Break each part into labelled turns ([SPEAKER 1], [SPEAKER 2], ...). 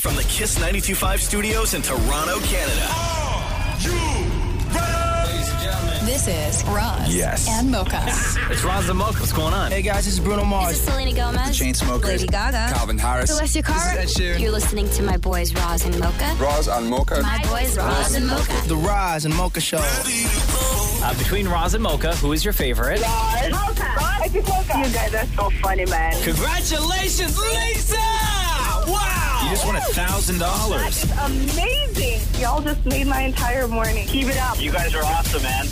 [SPEAKER 1] From the Kiss 925 studios in Toronto, Canada.
[SPEAKER 2] This is Roz
[SPEAKER 1] Yes.
[SPEAKER 2] and Mocha.
[SPEAKER 1] It's Roz the Moke. What's going on?
[SPEAKER 3] Hey guys, this is Bruno
[SPEAKER 4] This
[SPEAKER 3] Mars.
[SPEAKER 4] is Selena Gomez.
[SPEAKER 5] Chainsmokers.
[SPEAKER 4] Lady Gaga.
[SPEAKER 5] Calvin Harris.
[SPEAKER 4] Celestia Cara.
[SPEAKER 5] This is Ed Sheeran.
[SPEAKER 4] You're listening to my boys Roz and Mocha.
[SPEAKER 5] Roz and Mocha.
[SPEAKER 4] My boys Roz and Mocha.
[SPEAKER 3] The Rise and Mocha Show.
[SPEAKER 1] Uh, between Roz and Mocha, who is your favorite?
[SPEAKER 6] You guys are so funny, man.
[SPEAKER 1] Congratulations, Lisa! Wow! You just won a thousand dollars.
[SPEAKER 6] Amazing. Y'all just made my entire morning. Keep it up.
[SPEAKER 1] You guys are awesome, man.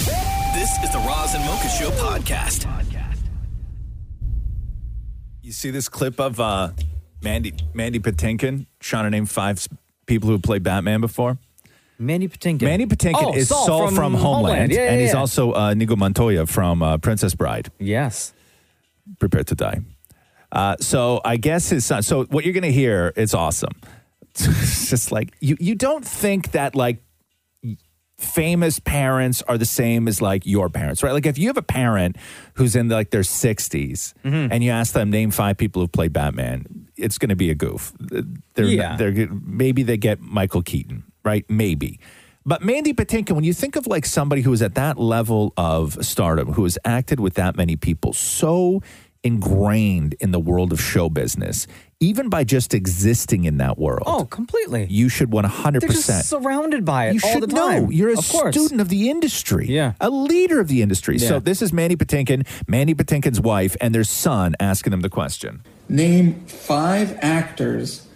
[SPEAKER 1] This is the Roz and Mocha Show podcast.
[SPEAKER 7] You see this clip of uh, Mandy Mandy Patinkin trying to name five s- people who played Batman before.
[SPEAKER 8] Mandy Patinkin.
[SPEAKER 7] Mandy Patinkin
[SPEAKER 8] Oh,
[SPEAKER 7] is Saul, from, Homeland,
[SPEAKER 8] Yeah, yeah,
[SPEAKER 7] and he's
[SPEAKER 8] yeah.
[SPEAKER 7] also uh, Nico Montoya from uh, Princess Bride.
[SPEAKER 8] Yes.
[SPEAKER 7] Prepare to die. Uh, so I guess his son. So what you're gonna hear, it's awesome. it's just like you you don't think that like famous parents are the same as like your parents, right? Like if you have a parent who's in like their 60s
[SPEAKER 8] Mm-hmm.
[SPEAKER 7] and you ask them name five people who've played Batman, it's going to be a goof. They're
[SPEAKER 8] Yeah.
[SPEAKER 7] they're maybe they get Michael Keaton, right? Maybe. But Mandy Patinkin, when you think of like somebody who is at that level of stardom, who has acted with that many people, so ingrained in the world of show business, even by just existing in that world,
[SPEAKER 8] Oh, completely.
[SPEAKER 7] you should 100%.
[SPEAKER 8] They're just surrounded by it
[SPEAKER 7] You
[SPEAKER 8] all
[SPEAKER 7] should
[SPEAKER 8] the time.
[SPEAKER 7] know. You're a
[SPEAKER 8] of course.
[SPEAKER 7] student of the industry.
[SPEAKER 8] Yeah.
[SPEAKER 7] A leader of the industry.
[SPEAKER 8] Yeah.
[SPEAKER 7] So this is Mandy Patinkin, Mandy Patinkin's wife, and their son asking them the question.
[SPEAKER 9] Name five actors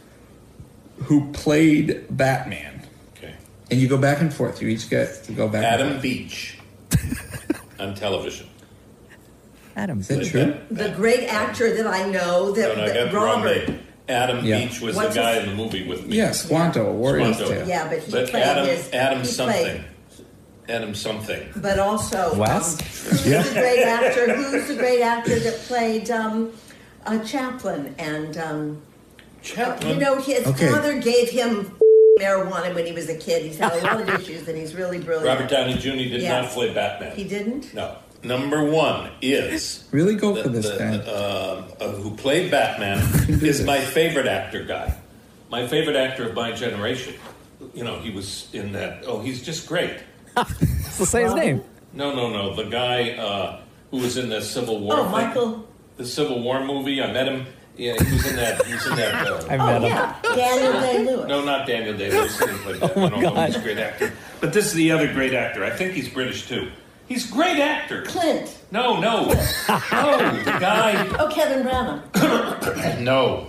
[SPEAKER 9] who played Batman.
[SPEAKER 10] Okay.
[SPEAKER 9] And you go back and forth. You each get you go back.
[SPEAKER 10] Adam Beach on television.
[SPEAKER 8] Adam.
[SPEAKER 9] Is that true?
[SPEAKER 11] The great actor that I know
[SPEAKER 10] No,
[SPEAKER 11] that,
[SPEAKER 10] no, I got
[SPEAKER 11] that
[SPEAKER 10] the wrong
[SPEAKER 11] Robert.
[SPEAKER 10] name. Adam
[SPEAKER 9] Yeah.
[SPEAKER 10] Beach was
[SPEAKER 11] What's
[SPEAKER 10] the guy
[SPEAKER 11] his-
[SPEAKER 10] in the movie with me.
[SPEAKER 9] Yes, Squanto, a Warrior's
[SPEAKER 10] Squanto.
[SPEAKER 9] Tale.
[SPEAKER 11] Yeah, but he
[SPEAKER 10] But
[SPEAKER 11] played
[SPEAKER 10] Adam,
[SPEAKER 11] his.
[SPEAKER 10] Adam
[SPEAKER 11] he
[SPEAKER 10] something.
[SPEAKER 11] Played,
[SPEAKER 10] Adam something.
[SPEAKER 11] but also,
[SPEAKER 8] Wes?
[SPEAKER 11] um, who's the great actor? Who's the great actor that played um, uh, Chaplin? And um, uh,
[SPEAKER 10] Chapman.
[SPEAKER 11] you know, his
[SPEAKER 9] Okay.
[SPEAKER 11] father gave him marijuana when he was a kid. He's had a lot of issues, and he's really brilliant.
[SPEAKER 10] Robert Downey Jr. did not
[SPEAKER 11] Yes.
[SPEAKER 10] play Batman.
[SPEAKER 11] He didn't.
[SPEAKER 10] No. Number one is
[SPEAKER 9] Really go
[SPEAKER 10] the-
[SPEAKER 9] for this
[SPEAKER 10] the-
[SPEAKER 9] guy.
[SPEAKER 10] uh, uh, who played Batman is my favorite actor guy. My favorite actor of my generation. You know, he was in that. Oh, he's just great.
[SPEAKER 8] Let's say his name.
[SPEAKER 10] No, no, no. The guy uh, who was in the Civil War.
[SPEAKER 11] Oh,
[SPEAKER 10] thing.
[SPEAKER 11] Michael.
[SPEAKER 10] The Civil War movie. I met him. Yeah, he was in that. He was in that. Uh,
[SPEAKER 8] I
[SPEAKER 11] Oh
[SPEAKER 8] met him. Oh
[SPEAKER 11] yeah, Daniel Day Lewis.
[SPEAKER 10] no, not Daniel Day Lewis. He didn't play Batman, although He's a great actor. But this is the other great actor. I think he's British too. He's a great actor.
[SPEAKER 11] Clint.
[SPEAKER 10] No, no, no. The guy.
[SPEAKER 11] Oh, Kevin Branagh.
[SPEAKER 10] No.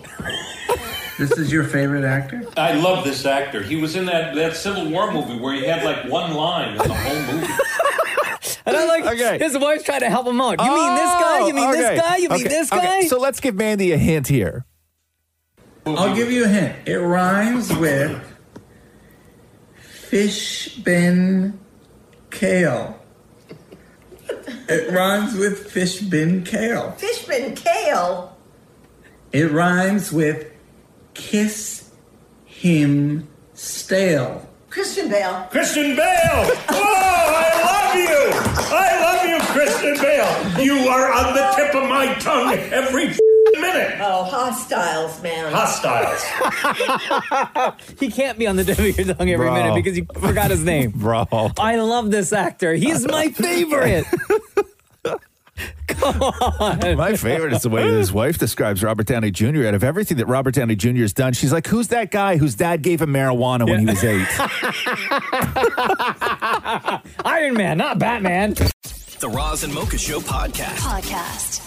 [SPEAKER 9] This is your favorite actor?
[SPEAKER 10] I love this actor. He was in that, that Civil War movie where he had like one line in the whole movie.
[SPEAKER 8] And I'm like,
[SPEAKER 7] Okay.
[SPEAKER 8] his wife's trying to help him out. You mean this guy? You mean
[SPEAKER 7] Oh, okay.
[SPEAKER 8] this guy? You mean
[SPEAKER 7] Okay,
[SPEAKER 8] this
[SPEAKER 7] okay.
[SPEAKER 8] guy?
[SPEAKER 7] So let's give Mandy a hint here.
[SPEAKER 9] I'll give you a hint. It rhymes with fish bin kale. It rhymes with fish bin kale.
[SPEAKER 11] Fishman Kale.
[SPEAKER 9] It rhymes with kiss him stale.
[SPEAKER 11] Christian Bale.
[SPEAKER 10] Christian Bale! Oh, I love you! I love you, Christian Bale! You are on the tip of my tongue every f***ing minute!
[SPEAKER 11] Oh, hostiles, man.
[SPEAKER 10] Hostiles.
[SPEAKER 8] he can't be on the tip of your tongue every
[SPEAKER 7] Bro.
[SPEAKER 8] minute because you forgot his name.
[SPEAKER 7] Bro.
[SPEAKER 8] I love this actor. He's my favorite.
[SPEAKER 7] My favorite is the way his wife describes Robert Downey Jr. Out of everything that Robert Downey Jr. has done, she's like, who's that guy whose dad gave him marijuana when he was eight?
[SPEAKER 8] Iron Man, not Batman.
[SPEAKER 1] The Roz and Mocha Show podcast.
[SPEAKER 2] Podcast.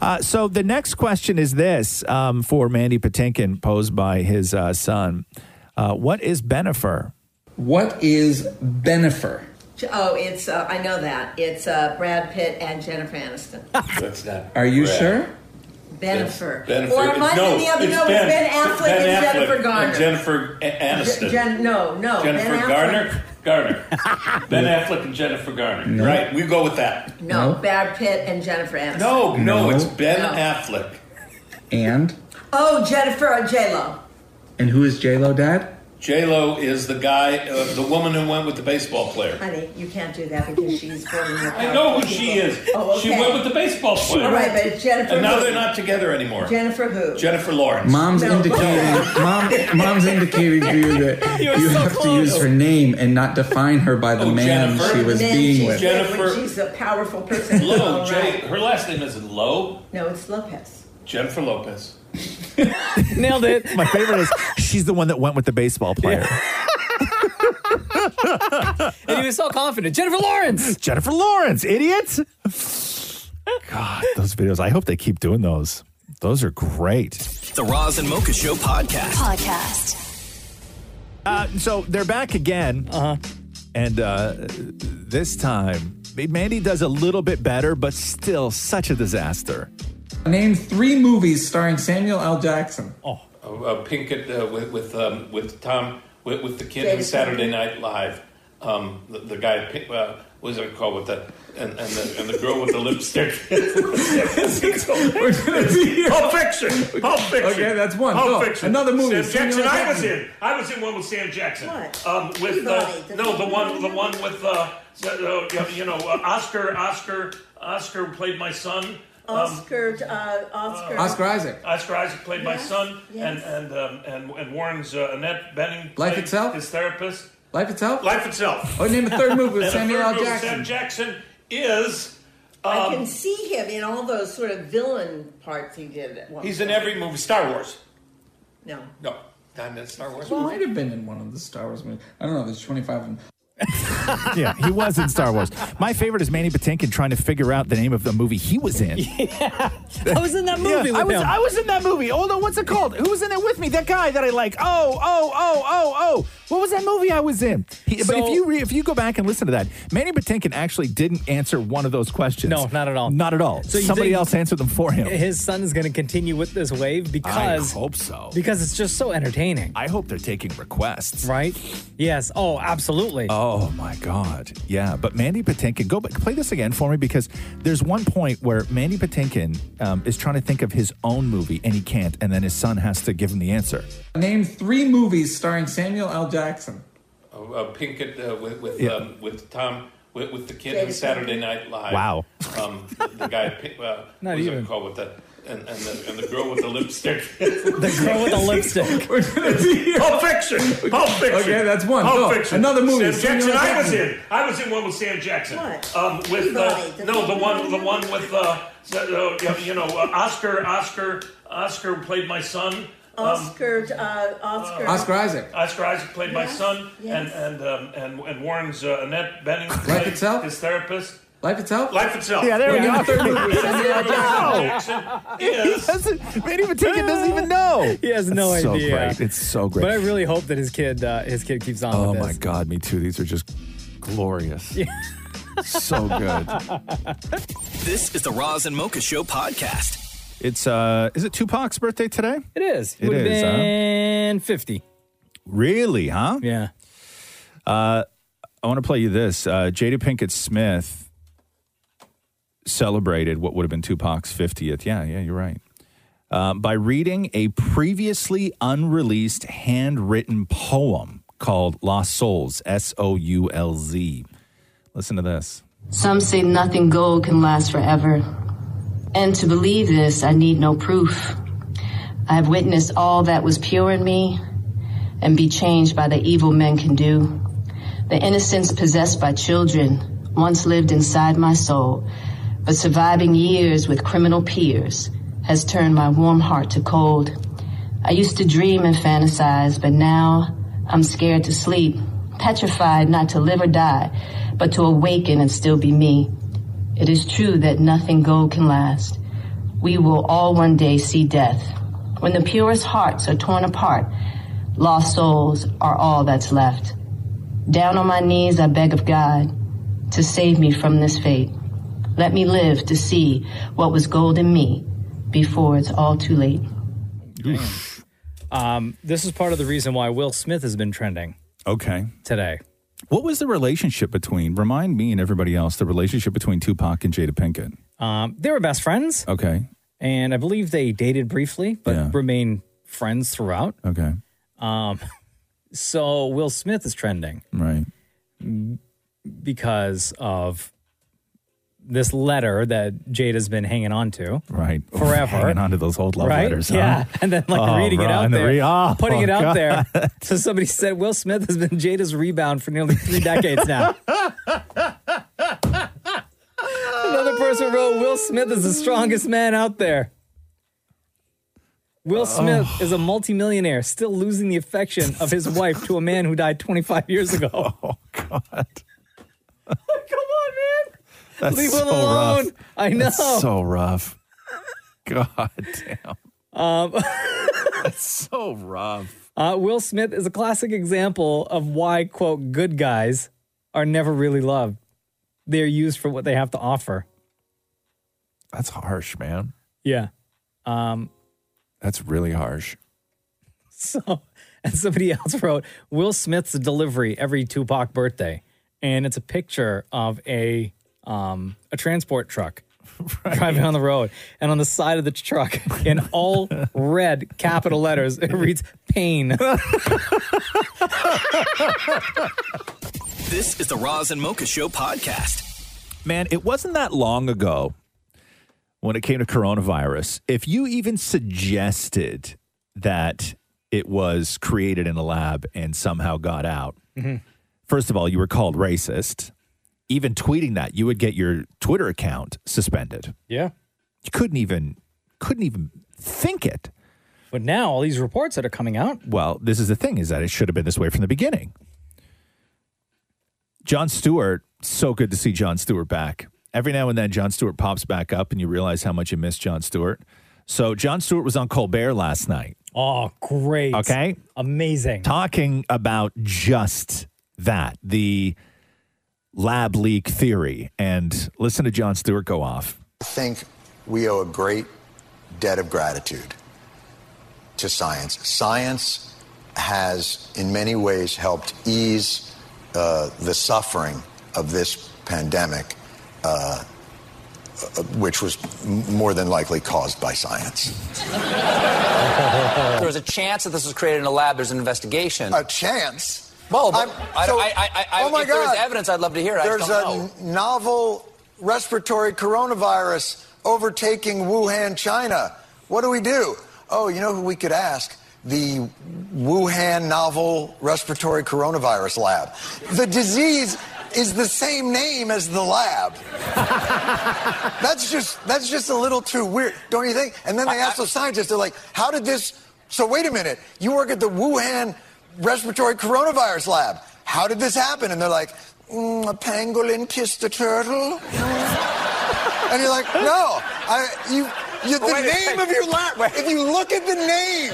[SPEAKER 7] Uh, so the next question is this um, for Mandy Patinkin, posed by his uh, son. Uh, what is Benifer?
[SPEAKER 9] What is Benifer?
[SPEAKER 11] Oh, it's uh, I know that. It's uh, Brad Pitt and Jennifer Aniston.
[SPEAKER 10] That's not.
[SPEAKER 9] Are you
[SPEAKER 10] Brad.
[SPEAKER 9] sure?
[SPEAKER 11] Benifer.
[SPEAKER 10] Bennifer.
[SPEAKER 11] Or it might
[SPEAKER 10] no,
[SPEAKER 11] be the other.
[SPEAKER 10] it's
[SPEAKER 11] No, it's
[SPEAKER 10] ben,
[SPEAKER 11] Ben Affleck
[SPEAKER 10] Ben
[SPEAKER 11] and
[SPEAKER 10] Affleck
[SPEAKER 11] Jennifer Garner.
[SPEAKER 10] And Jennifer A- Aniston.
[SPEAKER 11] Jen- no, no.
[SPEAKER 10] Jennifer
[SPEAKER 11] ben Affleck.
[SPEAKER 10] Garner? Garner. ben Affleck and Jennifer Garner. Right, we go with that.
[SPEAKER 11] No,
[SPEAKER 9] No.
[SPEAKER 11] Brad Pitt and Jennifer Aniston.
[SPEAKER 10] No, no,
[SPEAKER 9] No.
[SPEAKER 10] it's Ben
[SPEAKER 11] No.
[SPEAKER 10] Affleck.
[SPEAKER 9] And
[SPEAKER 11] Oh, Jennifer J Lo.
[SPEAKER 9] and who is J Lo dad?
[SPEAKER 10] J Lo is the guy, uh, the woman who went with the baseball player.
[SPEAKER 11] Honey, you can't do that because she's born in
[SPEAKER 10] I know who she is.
[SPEAKER 11] Oh, okay.
[SPEAKER 10] She went with the baseball player.
[SPEAKER 11] Right, but it's Jennifer.
[SPEAKER 10] And now
[SPEAKER 11] who?
[SPEAKER 10] they're not together anymore.
[SPEAKER 11] Jennifer who?
[SPEAKER 10] Jennifer Lawrence.
[SPEAKER 9] Mom's
[SPEAKER 11] No.
[SPEAKER 9] indicating mom, mom's indicating to you that you
[SPEAKER 7] so
[SPEAKER 9] have to
[SPEAKER 7] close.
[SPEAKER 9] use her name and not define her by the
[SPEAKER 10] Oh,
[SPEAKER 9] man
[SPEAKER 10] Jennifer.
[SPEAKER 9] she was
[SPEAKER 11] Man,
[SPEAKER 9] being
[SPEAKER 11] she's
[SPEAKER 9] with.
[SPEAKER 11] good when
[SPEAKER 10] Jennifer-
[SPEAKER 11] She's a powerful person.
[SPEAKER 10] Lo,
[SPEAKER 11] All
[SPEAKER 10] J,
[SPEAKER 11] right.
[SPEAKER 10] her last name is Lo.
[SPEAKER 11] No, it's Lopez.
[SPEAKER 10] Jennifer Lopez.
[SPEAKER 8] Nailed it.
[SPEAKER 7] My favorite is she's the one that went with the baseball player.
[SPEAKER 8] And he was so confident. Jennifer Lawrence.
[SPEAKER 7] Jennifer Lawrence, idiot. God, Ah, those videos. I hope they keep doing those. Those are great.
[SPEAKER 1] The Roz and Mocha Show podcast.
[SPEAKER 2] Podcast.
[SPEAKER 7] Uh, so they're back again. Uh-huh. And uh, this time, Mandy does a little bit better, but still such a disaster.
[SPEAKER 9] Name three movies starring Samuel L. Jackson.
[SPEAKER 10] Uh, uh, Pinkett uh, with with, um, with Tom with, with the kid
[SPEAKER 11] Jada
[SPEAKER 10] who's Saturday Night Live. Um, the, the guy Pink- uh, what is it called with the and, and the and the girl with the lipstick.
[SPEAKER 9] We're gonna be here.
[SPEAKER 3] Pulp Fiction. Pulp Fiction.
[SPEAKER 9] Okay, that's one.
[SPEAKER 3] Pulp
[SPEAKER 9] Go.
[SPEAKER 3] Fiction.
[SPEAKER 9] Another movie.
[SPEAKER 3] Sam Jackson.
[SPEAKER 9] Samuel
[SPEAKER 3] I was
[SPEAKER 9] Jackson.
[SPEAKER 3] in. I was in one with Sam Jackson.
[SPEAKER 11] What?
[SPEAKER 3] Um, with
[SPEAKER 11] Right,
[SPEAKER 3] uh,
[SPEAKER 11] the-
[SPEAKER 3] no, the one, the one with uh, so, uh, you know, uh, Oscar, Oscar, Oscar played my son. Um,
[SPEAKER 11] Oscar. uh, Oscar.
[SPEAKER 9] Oscar Isaac.
[SPEAKER 3] Oscar Isaac played my
[SPEAKER 11] Yes,
[SPEAKER 3] son,
[SPEAKER 11] yes.
[SPEAKER 3] and and um, and and Warren's uh, Annette Benning.
[SPEAKER 9] Life
[SPEAKER 3] played
[SPEAKER 9] Itself?
[SPEAKER 3] His therapist.
[SPEAKER 9] Life itself.
[SPEAKER 3] Life itself.
[SPEAKER 9] Oh, name a third movie with
[SPEAKER 3] And
[SPEAKER 9] Samuel
[SPEAKER 3] a third
[SPEAKER 9] L.
[SPEAKER 3] movie with Sam
[SPEAKER 9] Jackson.
[SPEAKER 3] Jackson is
[SPEAKER 10] Um,
[SPEAKER 11] I can see him in all those sort of villain parts he did. At one
[SPEAKER 10] He's
[SPEAKER 11] point.
[SPEAKER 10] in every movie. Star Wars.
[SPEAKER 11] No.
[SPEAKER 10] No, not in Star Wars.
[SPEAKER 9] He might have been in one of the Star Wars movies. I don't know. There's 25 of them.
[SPEAKER 7] Yeah, he was in Star Wars. My favorite is Manny Patinkin trying to figure out the name of the movie he was in.
[SPEAKER 8] I was in that
[SPEAKER 7] Yeah,
[SPEAKER 8] movie
[SPEAKER 7] I
[SPEAKER 8] with
[SPEAKER 7] was
[SPEAKER 8] him.
[SPEAKER 7] I was in that movie. Hold on, what's it called? Who was in it with me? That guy that I like. Oh, oh, oh, oh, oh. What was that movie I was in? He- but if
[SPEAKER 8] So-
[SPEAKER 7] you re, if you go back and listen to that, Manny Patinkin actually didn't answer one of those questions.
[SPEAKER 8] No, not at all.
[SPEAKER 7] Not at all.
[SPEAKER 8] So you
[SPEAKER 7] Somebody
[SPEAKER 8] think-
[SPEAKER 7] else answered them for him.
[SPEAKER 8] His son is going to continue with this wave because
[SPEAKER 7] I hope so.
[SPEAKER 8] because it's just so entertaining,
[SPEAKER 7] I hope they're taking requests.
[SPEAKER 8] right? Yes. Oh, absolutely.
[SPEAKER 7] Oh my God. Yeah. But Mandy Patinkin, go back, play this again for me because there's one point where Mandy Patinkin um, is trying to think of his own movie and he can't. And then his son has to give him the answer.
[SPEAKER 9] Name three movies starring Samuel L. Jackson.
[SPEAKER 10] Uh, uh, Pinkett uh, with with,
[SPEAKER 7] Yeah.
[SPEAKER 10] um, with Tom with, with the kid
[SPEAKER 11] Jada
[SPEAKER 10] from Saturday Night Live.
[SPEAKER 7] Wow.
[SPEAKER 10] Um, the, the guy Pink- uh,
[SPEAKER 8] Not
[SPEAKER 10] what is
[SPEAKER 8] even.
[SPEAKER 10] it called with the and, and the and the girl with the lipstick.
[SPEAKER 8] the girl with the lipstick.
[SPEAKER 9] We're gonna be here.
[SPEAKER 3] Pulp Fiction. Pulp Fiction.
[SPEAKER 9] Okay, that's one.
[SPEAKER 3] Pulp
[SPEAKER 9] Go.
[SPEAKER 3] Fiction.
[SPEAKER 9] Another movie.
[SPEAKER 3] Sam Jackson.
[SPEAKER 9] Samuel L.
[SPEAKER 3] I was
[SPEAKER 9] Jackson.
[SPEAKER 3] in. I was in one with Sam Jackson.
[SPEAKER 11] What?
[SPEAKER 3] Um, with uh,
[SPEAKER 11] Right, the-
[SPEAKER 3] no, the one, the one with uh, so, uh, you know, uh, Oscar, Oscar, Oscar played my son. Um,
[SPEAKER 11] Oscar. uh, Oscar.
[SPEAKER 9] Oscar Isaac.
[SPEAKER 3] Oscar Isaac played my
[SPEAKER 11] Yes,
[SPEAKER 3] son,
[SPEAKER 11] yes.
[SPEAKER 3] and and um, and and Warren's uh, Annette Benning
[SPEAKER 9] Life
[SPEAKER 3] played
[SPEAKER 9] Itself?
[SPEAKER 3] his therapist.
[SPEAKER 9] Life itself.
[SPEAKER 3] Life itself.
[SPEAKER 7] Yeah, there
[SPEAKER 9] Name a
[SPEAKER 7] we go.
[SPEAKER 9] third movie with Samuel L. Jackson.
[SPEAKER 3] Jackson is.
[SPEAKER 7] doesn't, Manny Patinkin doesn't even know.
[SPEAKER 8] He has no
[SPEAKER 7] It's so
[SPEAKER 8] idea.
[SPEAKER 7] great. It's so great.
[SPEAKER 8] But I really hope that his kid uh, his kid keeps on.
[SPEAKER 7] oh
[SPEAKER 8] with
[SPEAKER 7] my
[SPEAKER 8] this.
[SPEAKER 7] God, me too. These are just glorious. so good.
[SPEAKER 1] This is the Roz and Mocha Show podcast.
[SPEAKER 7] It's uh is it Tupac's birthday today?
[SPEAKER 8] It is.
[SPEAKER 7] It
[SPEAKER 8] It would have
[SPEAKER 7] is, huh?
[SPEAKER 8] been fifty.
[SPEAKER 7] Really, huh? Uh,
[SPEAKER 8] Yeah.
[SPEAKER 7] I want to play you this. Uh, Jada Pinkett Smith celebrated what would have been Tupac's 50th. Yeah, yeah, you're right. Um, by reading a previously unreleased handwritten poem called Lost Souls, S O U L Z. Listen to this.
[SPEAKER 5] Some say nothing gold can last forever. And to believe this, I need no proof. I have witnessed all that was pure in me and be changed by the evil men can do. The innocence possessed by children once lived inside my soul, but surviving years with criminal peers has turned my warm heart to cold. I used to dream and fantasize, but now I'm scared to sleep, petrified not to live or die, but to awaken and still be me. It is true that nothing gold can last. We will all one day see death. When the purest hearts are torn apart, lost souls are all that's left. Down on my knees, I beg of God to save me from this fate. Let me live to see what was gold in me before it's all too late.
[SPEAKER 8] Um, This is part of the reason why Will Smith has been trending
[SPEAKER 7] Okay.
[SPEAKER 8] today.
[SPEAKER 7] What was the relationship between, remind me and everybody else, the relationship between Tupac and Jada Pinkett?
[SPEAKER 8] Um, they were best friends,
[SPEAKER 7] Okay.
[SPEAKER 8] and I believe they dated briefly, but
[SPEAKER 7] Yeah.
[SPEAKER 8] remained friends throughout.
[SPEAKER 7] Okay.
[SPEAKER 8] Um, So Will Smith is trending.
[SPEAKER 7] Right.
[SPEAKER 8] Because of this letter that Jada's been hanging on to.
[SPEAKER 7] Right.
[SPEAKER 8] Forever.
[SPEAKER 7] Hanging on to those old love
[SPEAKER 8] right?
[SPEAKER 7] letters. huh?
[SPEAKER 8] Yeah. And then like
[SPEAKER 7] Oh,
[SPEAKER 8] reading it
[SPEAKER 7] Ron,
[SPEAKER 8] out
[SPEAKER 7] the
[SPEAKER 8] there.
[SPEAKER 7] re- oh,
[SPEAKER 8] putting it out
[SPEAKER 7] God.
[SPEAKER 8] there. So somebody said Will Smith has been Jada's rebound for nearly three decades now. Another person wrote Will Smith is the strongest man out there.
[SPEAKER 7] Oh.
[SPEAKER 8] Will Smith is a multimillionaire still losing the affection of his wife to a man who died 25 years ago. Oh,
[SPEAKER 7] God.
[SPEAKER 8] Come on, man.
[SPEAKER 7] That's
[SPEAKER 8] Leave
[SPEAKER 7] so
[SPEAKER 8] him alone.
[SPEAKER 7] rough.
[SPEAKER 8] I know.
[SPEAKER 7] That's so rough. God damn. Oh,
[SPEAKER 8] Um,
[SPEAKER 7] That's so rough.
[SPEAKER 8] Uh, Will Smith is a classic example of why, quote, good guys are never really loved. They're used for what they have to offer.
[SPEAKER 7] That's harsh, man.
[SPEAKER 8] Yeah. Um,
[SPEAKER 7] That's really harsh.
[SPEAKER 8] so, and somebody else wrote Will Smith's delivery every Tupac birthday. And it's a picture of a um, a transport truck driving on the road. And on the side of the truck, in all red capital letters, it reads pain. Mm-hmm.
[SPEAKER 1] This is the Roz and Mocha Show podcast.
[SPEAKER 7] Man, it wasn't that long ago when it came to coronavirus. If you even suggested that it was created in a lab and somehow got out, first of all, you were called racist. Even tweeting that, you would get your Twitter account suspended.
[SPEAKER 8] Yeah.
[SPEAKER 7] You couldn't even couldn't even think it.
[SPEAKER 8] But now all these reports that are coming out.
[SPEAKER 7] Well, this is the thing is that it should have been this way from the beginning. John Stewart, so good to see John Stewart back. Every now and then, John Stewart pops back up, and you realize how much you miss John Stewart. So, John Stewart was on Colbert last night.
[SPEAKER 8] Oh, great.
[SPEAKER 7] Okay.
[SPEAKER 8] Amazing.
[SPEAKER 7] Talking about just that the lab leak theory. And listen to John Stewart go off.
[SPEAKER 12] I think we owe a great debt of gratitude to science. Science has, in many ways, helped ease uh, the suffering of this pandemic, uh, uh, which was m- more than likely caused by science.
[SPEAKER 13] There was a chance that this was created in a lab. There's an investigation. A
[SPEAKER 12] chance?
[SPEAKER 13] Well, but
[SPEAKER 12] I'm-
[SPEAKER 13] I,
[SPEAKER 12] so-
[SPEAKER 13] I, I, I,
[SPEAKER 12] oh my
[SPEAKER 13] if there was
[SPEAKER 12] God.
[SPEAKER 13] evidence, I'd love to hear. it. I
[SPEAKER 12] There's
[SPEAKER 13] just
[SPEAKER 12] a
[SPEAKER 13] don't know.
[SPEAKER 12] n- novel respiratory coronavirus overtaking Wuhan, China. What do we do? Oh, you know who we could ask? The Wuhan Novel Respiratory Coronavirus Lab. The disease is the same name as the lab. that's just that's just a little too weird, don't you think? And then they ask those scientists, they're like, "How did this?" So wait a minute, you work at the Wuhan Respiratory Coronavirus Lab. How did this happen? And they're like, "Mm, "A pangolin kissed a turtle." Mm." and you're like, "No, I you." you the
[SPEAKER 13] Wait a
[SPEAKER 12] name
[SPEAKER 13] second.
[SPEAKER 12] of your lab.
[SPEAKER 13] Wait.
[SPEAKER 12] If you look at the name,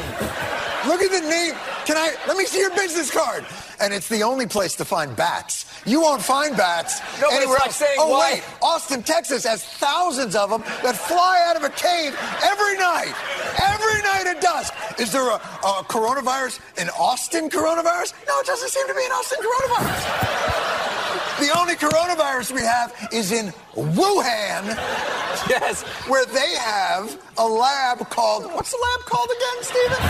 [SPEAKER 12] look at the name. Can I? Let me see your business card. And it's the only place to find bats. You won't find bats
[SPEAKER 13] No, but it's
[SPEAKER 12] anywhere
[SPEAKER 13] like
[SPEAKER 12] else.
[SPEAKER 13] saying
[SPEAKER 12] oh,
[SPEAKER 13] why-
[SPEAKER 12] wait. Austin, Texas has thousands of them that fly out of a cave every night. Every night at dusk. Is there a, a coronavirus, an Austin coronavirus? No, it doesn't seem to be an Austin coronavirus. the only coronavirus we have is in Wuhan.
[SPEAKER 13] Yes.
[SPEAKER 12] Where they have a lab called, what's the lab called again, Stephen?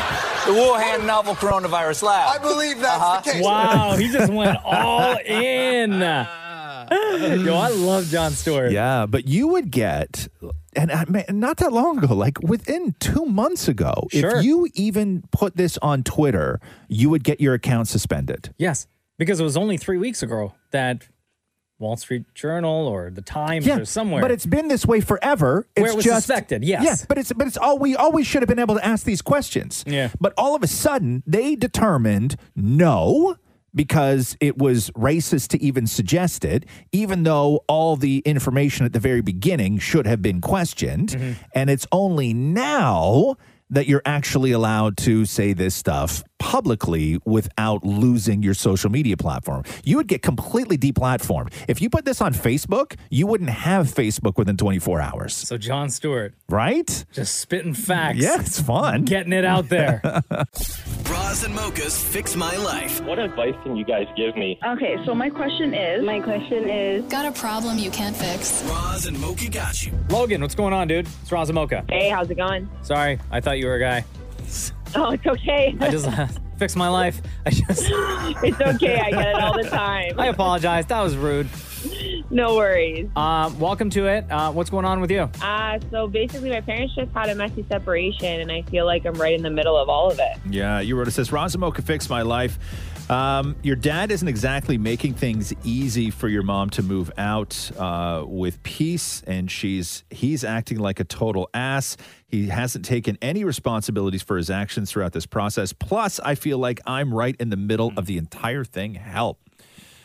[SPEAKER 13] The Wuhan novel coronavirus lab. Uh-huh.
[SPEAKER 12] I believe that's the case.
[SPEAKER 8] Wow, he just went all in. Yo, I love John Stewart.
[SPEAKER 7] Yeah, but you would get, and I mean, not that long ago, like within two months ago,
[SPEAKER 8] Sure.
[SPEAKER 7] if you even put this on Twitter, you would get your account suspended.
[SPEAKER 8] Yes, because it was only three weeks ago that Wall Street Journal or the Times or somewhere.
[SPEAKER 7] but it's been this way forever. It's
[SPEAKER 8] Where it was
[SPEAKER 7] just,
[SPEAKER 8] suspected, yes.
[SPEAKER 7] yeah. But it's but it's all we always should have been able to ask these questions.
[SPEAKER 8] Yeah.
[SPEAKER 7] But all of a sudden, they determined no because it was racist to even suggest it, even though all the information at the very beginning should have been questioned. And it's only now that you're actually allowed to say this stuff publicly without losing your social media platform. You would get completely deplatformed. If you put this on Facebook, you wouldn't have Facebook within 24 hours,
[SPEAKER 8] so John Stewart
[SPEAKER 7] right?
[SPEAKER 8] just spitting facts.
[SPEAKER 7] Yeah, it's fun.
[SPEAKER 8] Getting it out there.
[SPEAKER 1] Roz and Mocha's Fix My Life.
[SPEAKER 14] What advice can you guys give me?
[SPEAKER 6] Okay, so my question is. My question is.
[SPEAKER 2] Got a problem you can't fix?
[SPEAKER 1] Roz and Mocha got you.
[SPEAKER 8] Logan, what's going on, dude? It's Razamoka.
[SPEAKER 14] Hey, how's it going?
[SPEAKER 8] Sorry, I thought you were a guy.
[SPEAKER 14] Oh, it's okay.
[SPEAKER 8] I just Fix my life. I just.
[SPEAKER 15] It's okay. I get it all the time.
[SPEAKER 8] I apologize. That was rude.
[SPEAKER 15] No worries.
[SPEAKER 8] Um, welcome to it. Uh, what's going on with you?
[SPEAKER 15] Uh, so basically, my parents just had a messy separation, and I feel like I'm right in the middle of all of it.
[SPEAKER 7] Yeah, you wrote it says Razumo can fix my life. Um, your dad isn't exactly making things easy for your mom to move out uh, with peace, and she's he's acting like a total ass. He hasn't taken any responsibilities for his actions throughout this process. Plus, I feel like I'm right in the middle of the entire thing. Help.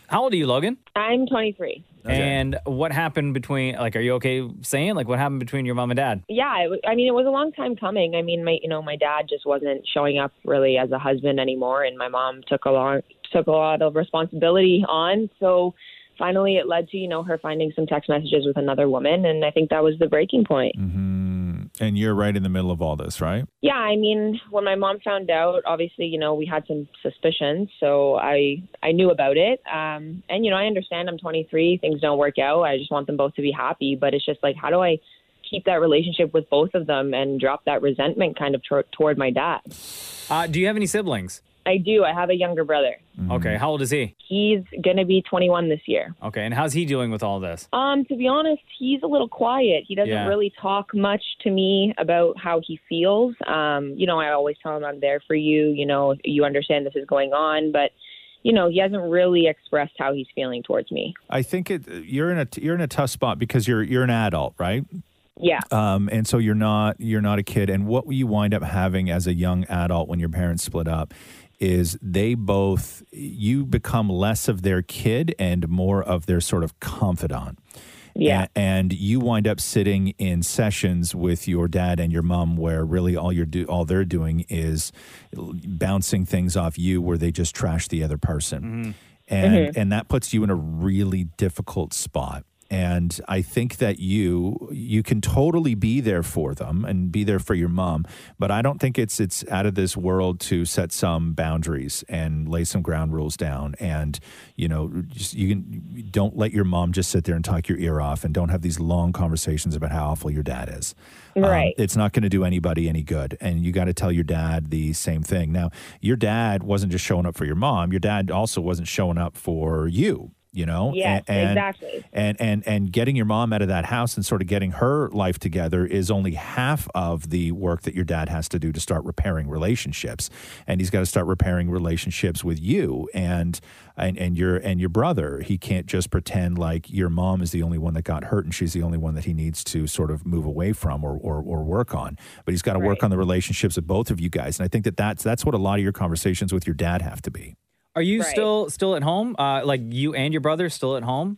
[SPEAKER 8] How old are you, Logan?
[SPEAKER 15] I'm 23.
[SPEAKER 8] And what happened between? Like, are you okay saying? Like, what happened between your mom and dad?
[SPEAKER 15] Yeah, it, wa- I mean, it was a long time coming. I mean, my you know, my dad just wasn't showing up really as a husband anymore, and my mom took a long took a lot of responsibility on. So finally, it led to you know her finding some text messages with another woman, and I think that was the breaking point.
[SPEAKER 7] Um, And you're right in the middle of all this, right?
[SPEAKER 15] Yeah, I mean, when my mom found out, obviously, you know, we had some suspicions, so I I knew about it. Um, and you know, I understand I'm 23, things don't work out. I just want them both to be happy, but it's just like, how do I keep that relationship with both of them and drop that resentment kind of tor- toward my dad?
[SPEAKER 8] Uh, do you have any siblings?
[SPEAKER 15] I do. I have a younger brother.
[SPEAKER 8] Okay. How old is he?
[SPEAKER 15] He's gonna be 21 this year.
[SPEAKER 8] Okay. And how's he dealing with all this?
[SPEAKER 15] Um, to be honest, he's a little quiet. He doesn't
[SPEAKER 8] Yeah.
[SPEAKER 15] really talk much to me about how he feels. Um, you know, I always tell him I'm there for you. You know, you understand this is going on, but you know, he hasn't really expressed how he's feeling towards me.
[SPEAKER 7] I think it, you're in a you're in a tough spot because you're you're an adult, right?
[SPEAKER 15] Yeah.
[SPEAKER 7] Um, and so you're not you're not a kid. And what you wind up having as a young adult when your parents split up is they both you become less of their kid and more of their sort of confidant.
[SPEAKER 15] Yeah.
[SPEAKER 7] A- And you wind up sitting in sessions with your dad and your mom, where really all you're do all they're doing is bouncing things off you, where they just trash the other person Mm-hmm.
[SPEAKER 8] Mm-hmm.
[SPEAKER 7] and
[SPEAKER 16] Mhm.
[SPEAKER 13] Mm-hmm.
[SPEAKER 7] and that puts you in a really difficult spot and i think that you you can totally be there for them and be there for your mom but i don't think it's it's out of this world to set some boundaries and lay some ground rules down and you know just, you can don't let your mom just sit there and talk your ear off and don't have these long conversations about how awful your dad is
[SPEAKER 15] Right.
[SPEAKER 7] um, it's not going to do anybody any good. And you got to tell your dad the same thing. Now, your dad wasn't just showing up for your mom, your dad also wasn't showing up for you. You know,
[SPEAKER 16] Yes,
[SPEAKER 7] Oh, A- and,
[SPEAKER 16] exactly.
[SPEAKER 7] And and and getting your mom out of that house and sort of getting her life together is only half of the work that your dad has to do to start repairing relationships, and he's got to start repairing relationships with you and and and your and your brother. He can't just pretend like your mom is the only one that got hurt and she's the only one that he needs to sort of move away from or or, or work on. But he's got to work on the relationships of both of you guys, and I think that that's that's what a lot of your conversations with your dad have to be.
[SPEAKER 8] Are you still still at home? Uh, like you and your brother still at home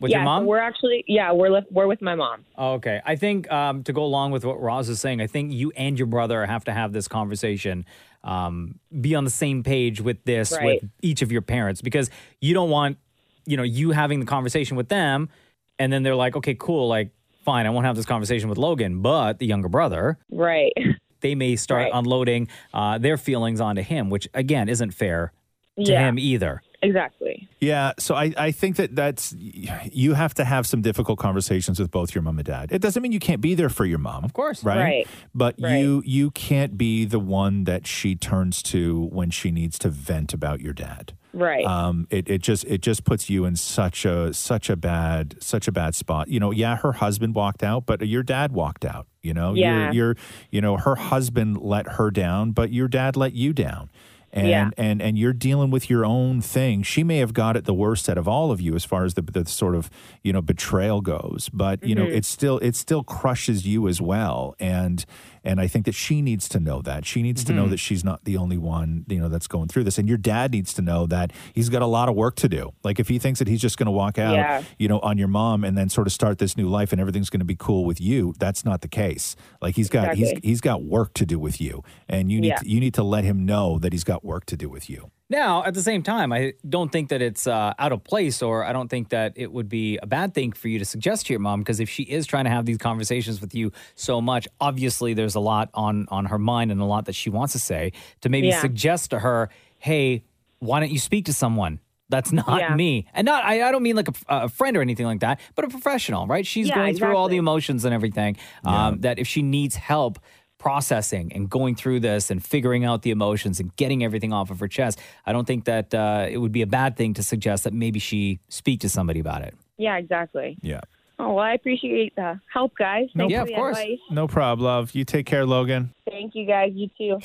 [SPEAKER 8] with
[SPEAKER 15] yeah,
[SPEAKER 8] your
[SPEAKER 15] so
[SPEAKER 8] mom?
[SPEAKER 15] we're actually yeah, we're left, we're with my mom.
[SPEAKER 8] Okay. I think um, to go along with what Roz is saying, I think you and your brother have to have this conversation, um, be on the same page with this
[SPEAKER 15] Right.
[SPEAKER 8] with each of your parents because you don't want, you know, you having the conversation with them and then they're like, okay, cool, like, fine, I won't have this conversation with Logan, but the younger brother.
[SPEAKER 15] Right.
[SPEAKER 8] They may start
[SPEAKER 15] Right.
[SPEAKER 8] unloading uh, their feelings onto him, which again isn't fair to
[SPEAKER 15] Yeah.
[SPEAKER 8] him either.
[SPEAKER 15] Exactly.
[SPEAKER 7] Yeah, so I, I think that that's you have to have some difficult conversations with both your mom and dad. It doesn't mean you can't be there for your mom, of
[SPEAKER 8] course,
[SPEAKER 7] right?
[SPEAKER 15] Right.
[SPEAKER 7] But you you can't be the one that she turns to when she needs to vent about your dad.
[SPEAKER 15] Right.
[SPEAKER 7] Um, it, it just it just puts you in such a such a bad such a bad spot. You know, yeah, her husband walked out, but your dad walked out. You know,
[SPEAKER 16] Yeah.
[SPEAKER 7] you're, you're you know her husband let her down, but your dad let you down. And,
[SPEAKER 16] Yeah.
[SPEAKER 7] and and you're dealing with your own thing. She may have got it the worst out of all of you as far as the, the sort of you know betrayal goes, but you know
[SPEAKER 16] Mhm.
[SPEAKER 7] it's still it still crushes you as well. And and I think that she needs to know that she needs to know
[SPEAKER 16] Mhm.
[SPEAKER 7] that she's not the only one you know that's going through this. And your dad needs to know that he's got a lot of work to do. Like if he thinks that he's just going to walk out,
[SPEAKER 16] Yeah.
[SPEAKER 7] you know, on your mom and then sort of start this new life and everything's going to be cool with you, that's not the case. Like he's got he's
[SPEAKER 8] Exactly.
[SPEAKER 7] he's got work to do with you, and you need
[SPEAKER 8] Yeah.
[SPEAKER 7] to, you need to let him know that he's got work to do with you.
[SPEAKER 8] Now, at the same time, I don't think that it's uh, out of place, or I don't think that it would be a bad thing for you to suggest to your mom because if she is trying to have these conversations with you so much, obviously there's a lot on on her mind and a lot that she wants to say. To maybe
[SPEAKER 16] Yeah.
[SPEAKER 8] suggest to her, "Hey, why don't you speak to someone?" That's not
[SPEAKER 16] Yeah.
[SPEAKER 8] me, and not I, I don't mean like a, a friend or anything like that, but a professional, right? She's
[SPEAKER 16] Yeah,
[SPEAKER 8] going through all the
[SPEAKER 16] exactly.
[SPEAKER 8] emotions and everything. Um, that if she needs help. processing and going through this and figuring out the emotions and getting everything off of her chest. I don't think that uh, it would be a bad thing to suggest that maybe she speak to somebody about it.
[SPEAKER 15] Yeah, exactly.
[SPEAKER 7] Yeah.
[SPEAKER 15] Oh, well, I appreciate the help, guys. Thanks for the advice.
[SPEAKER 7] No problem, love. You take care, Logan.
[SPEAKER 15] Thank you, guys. You too.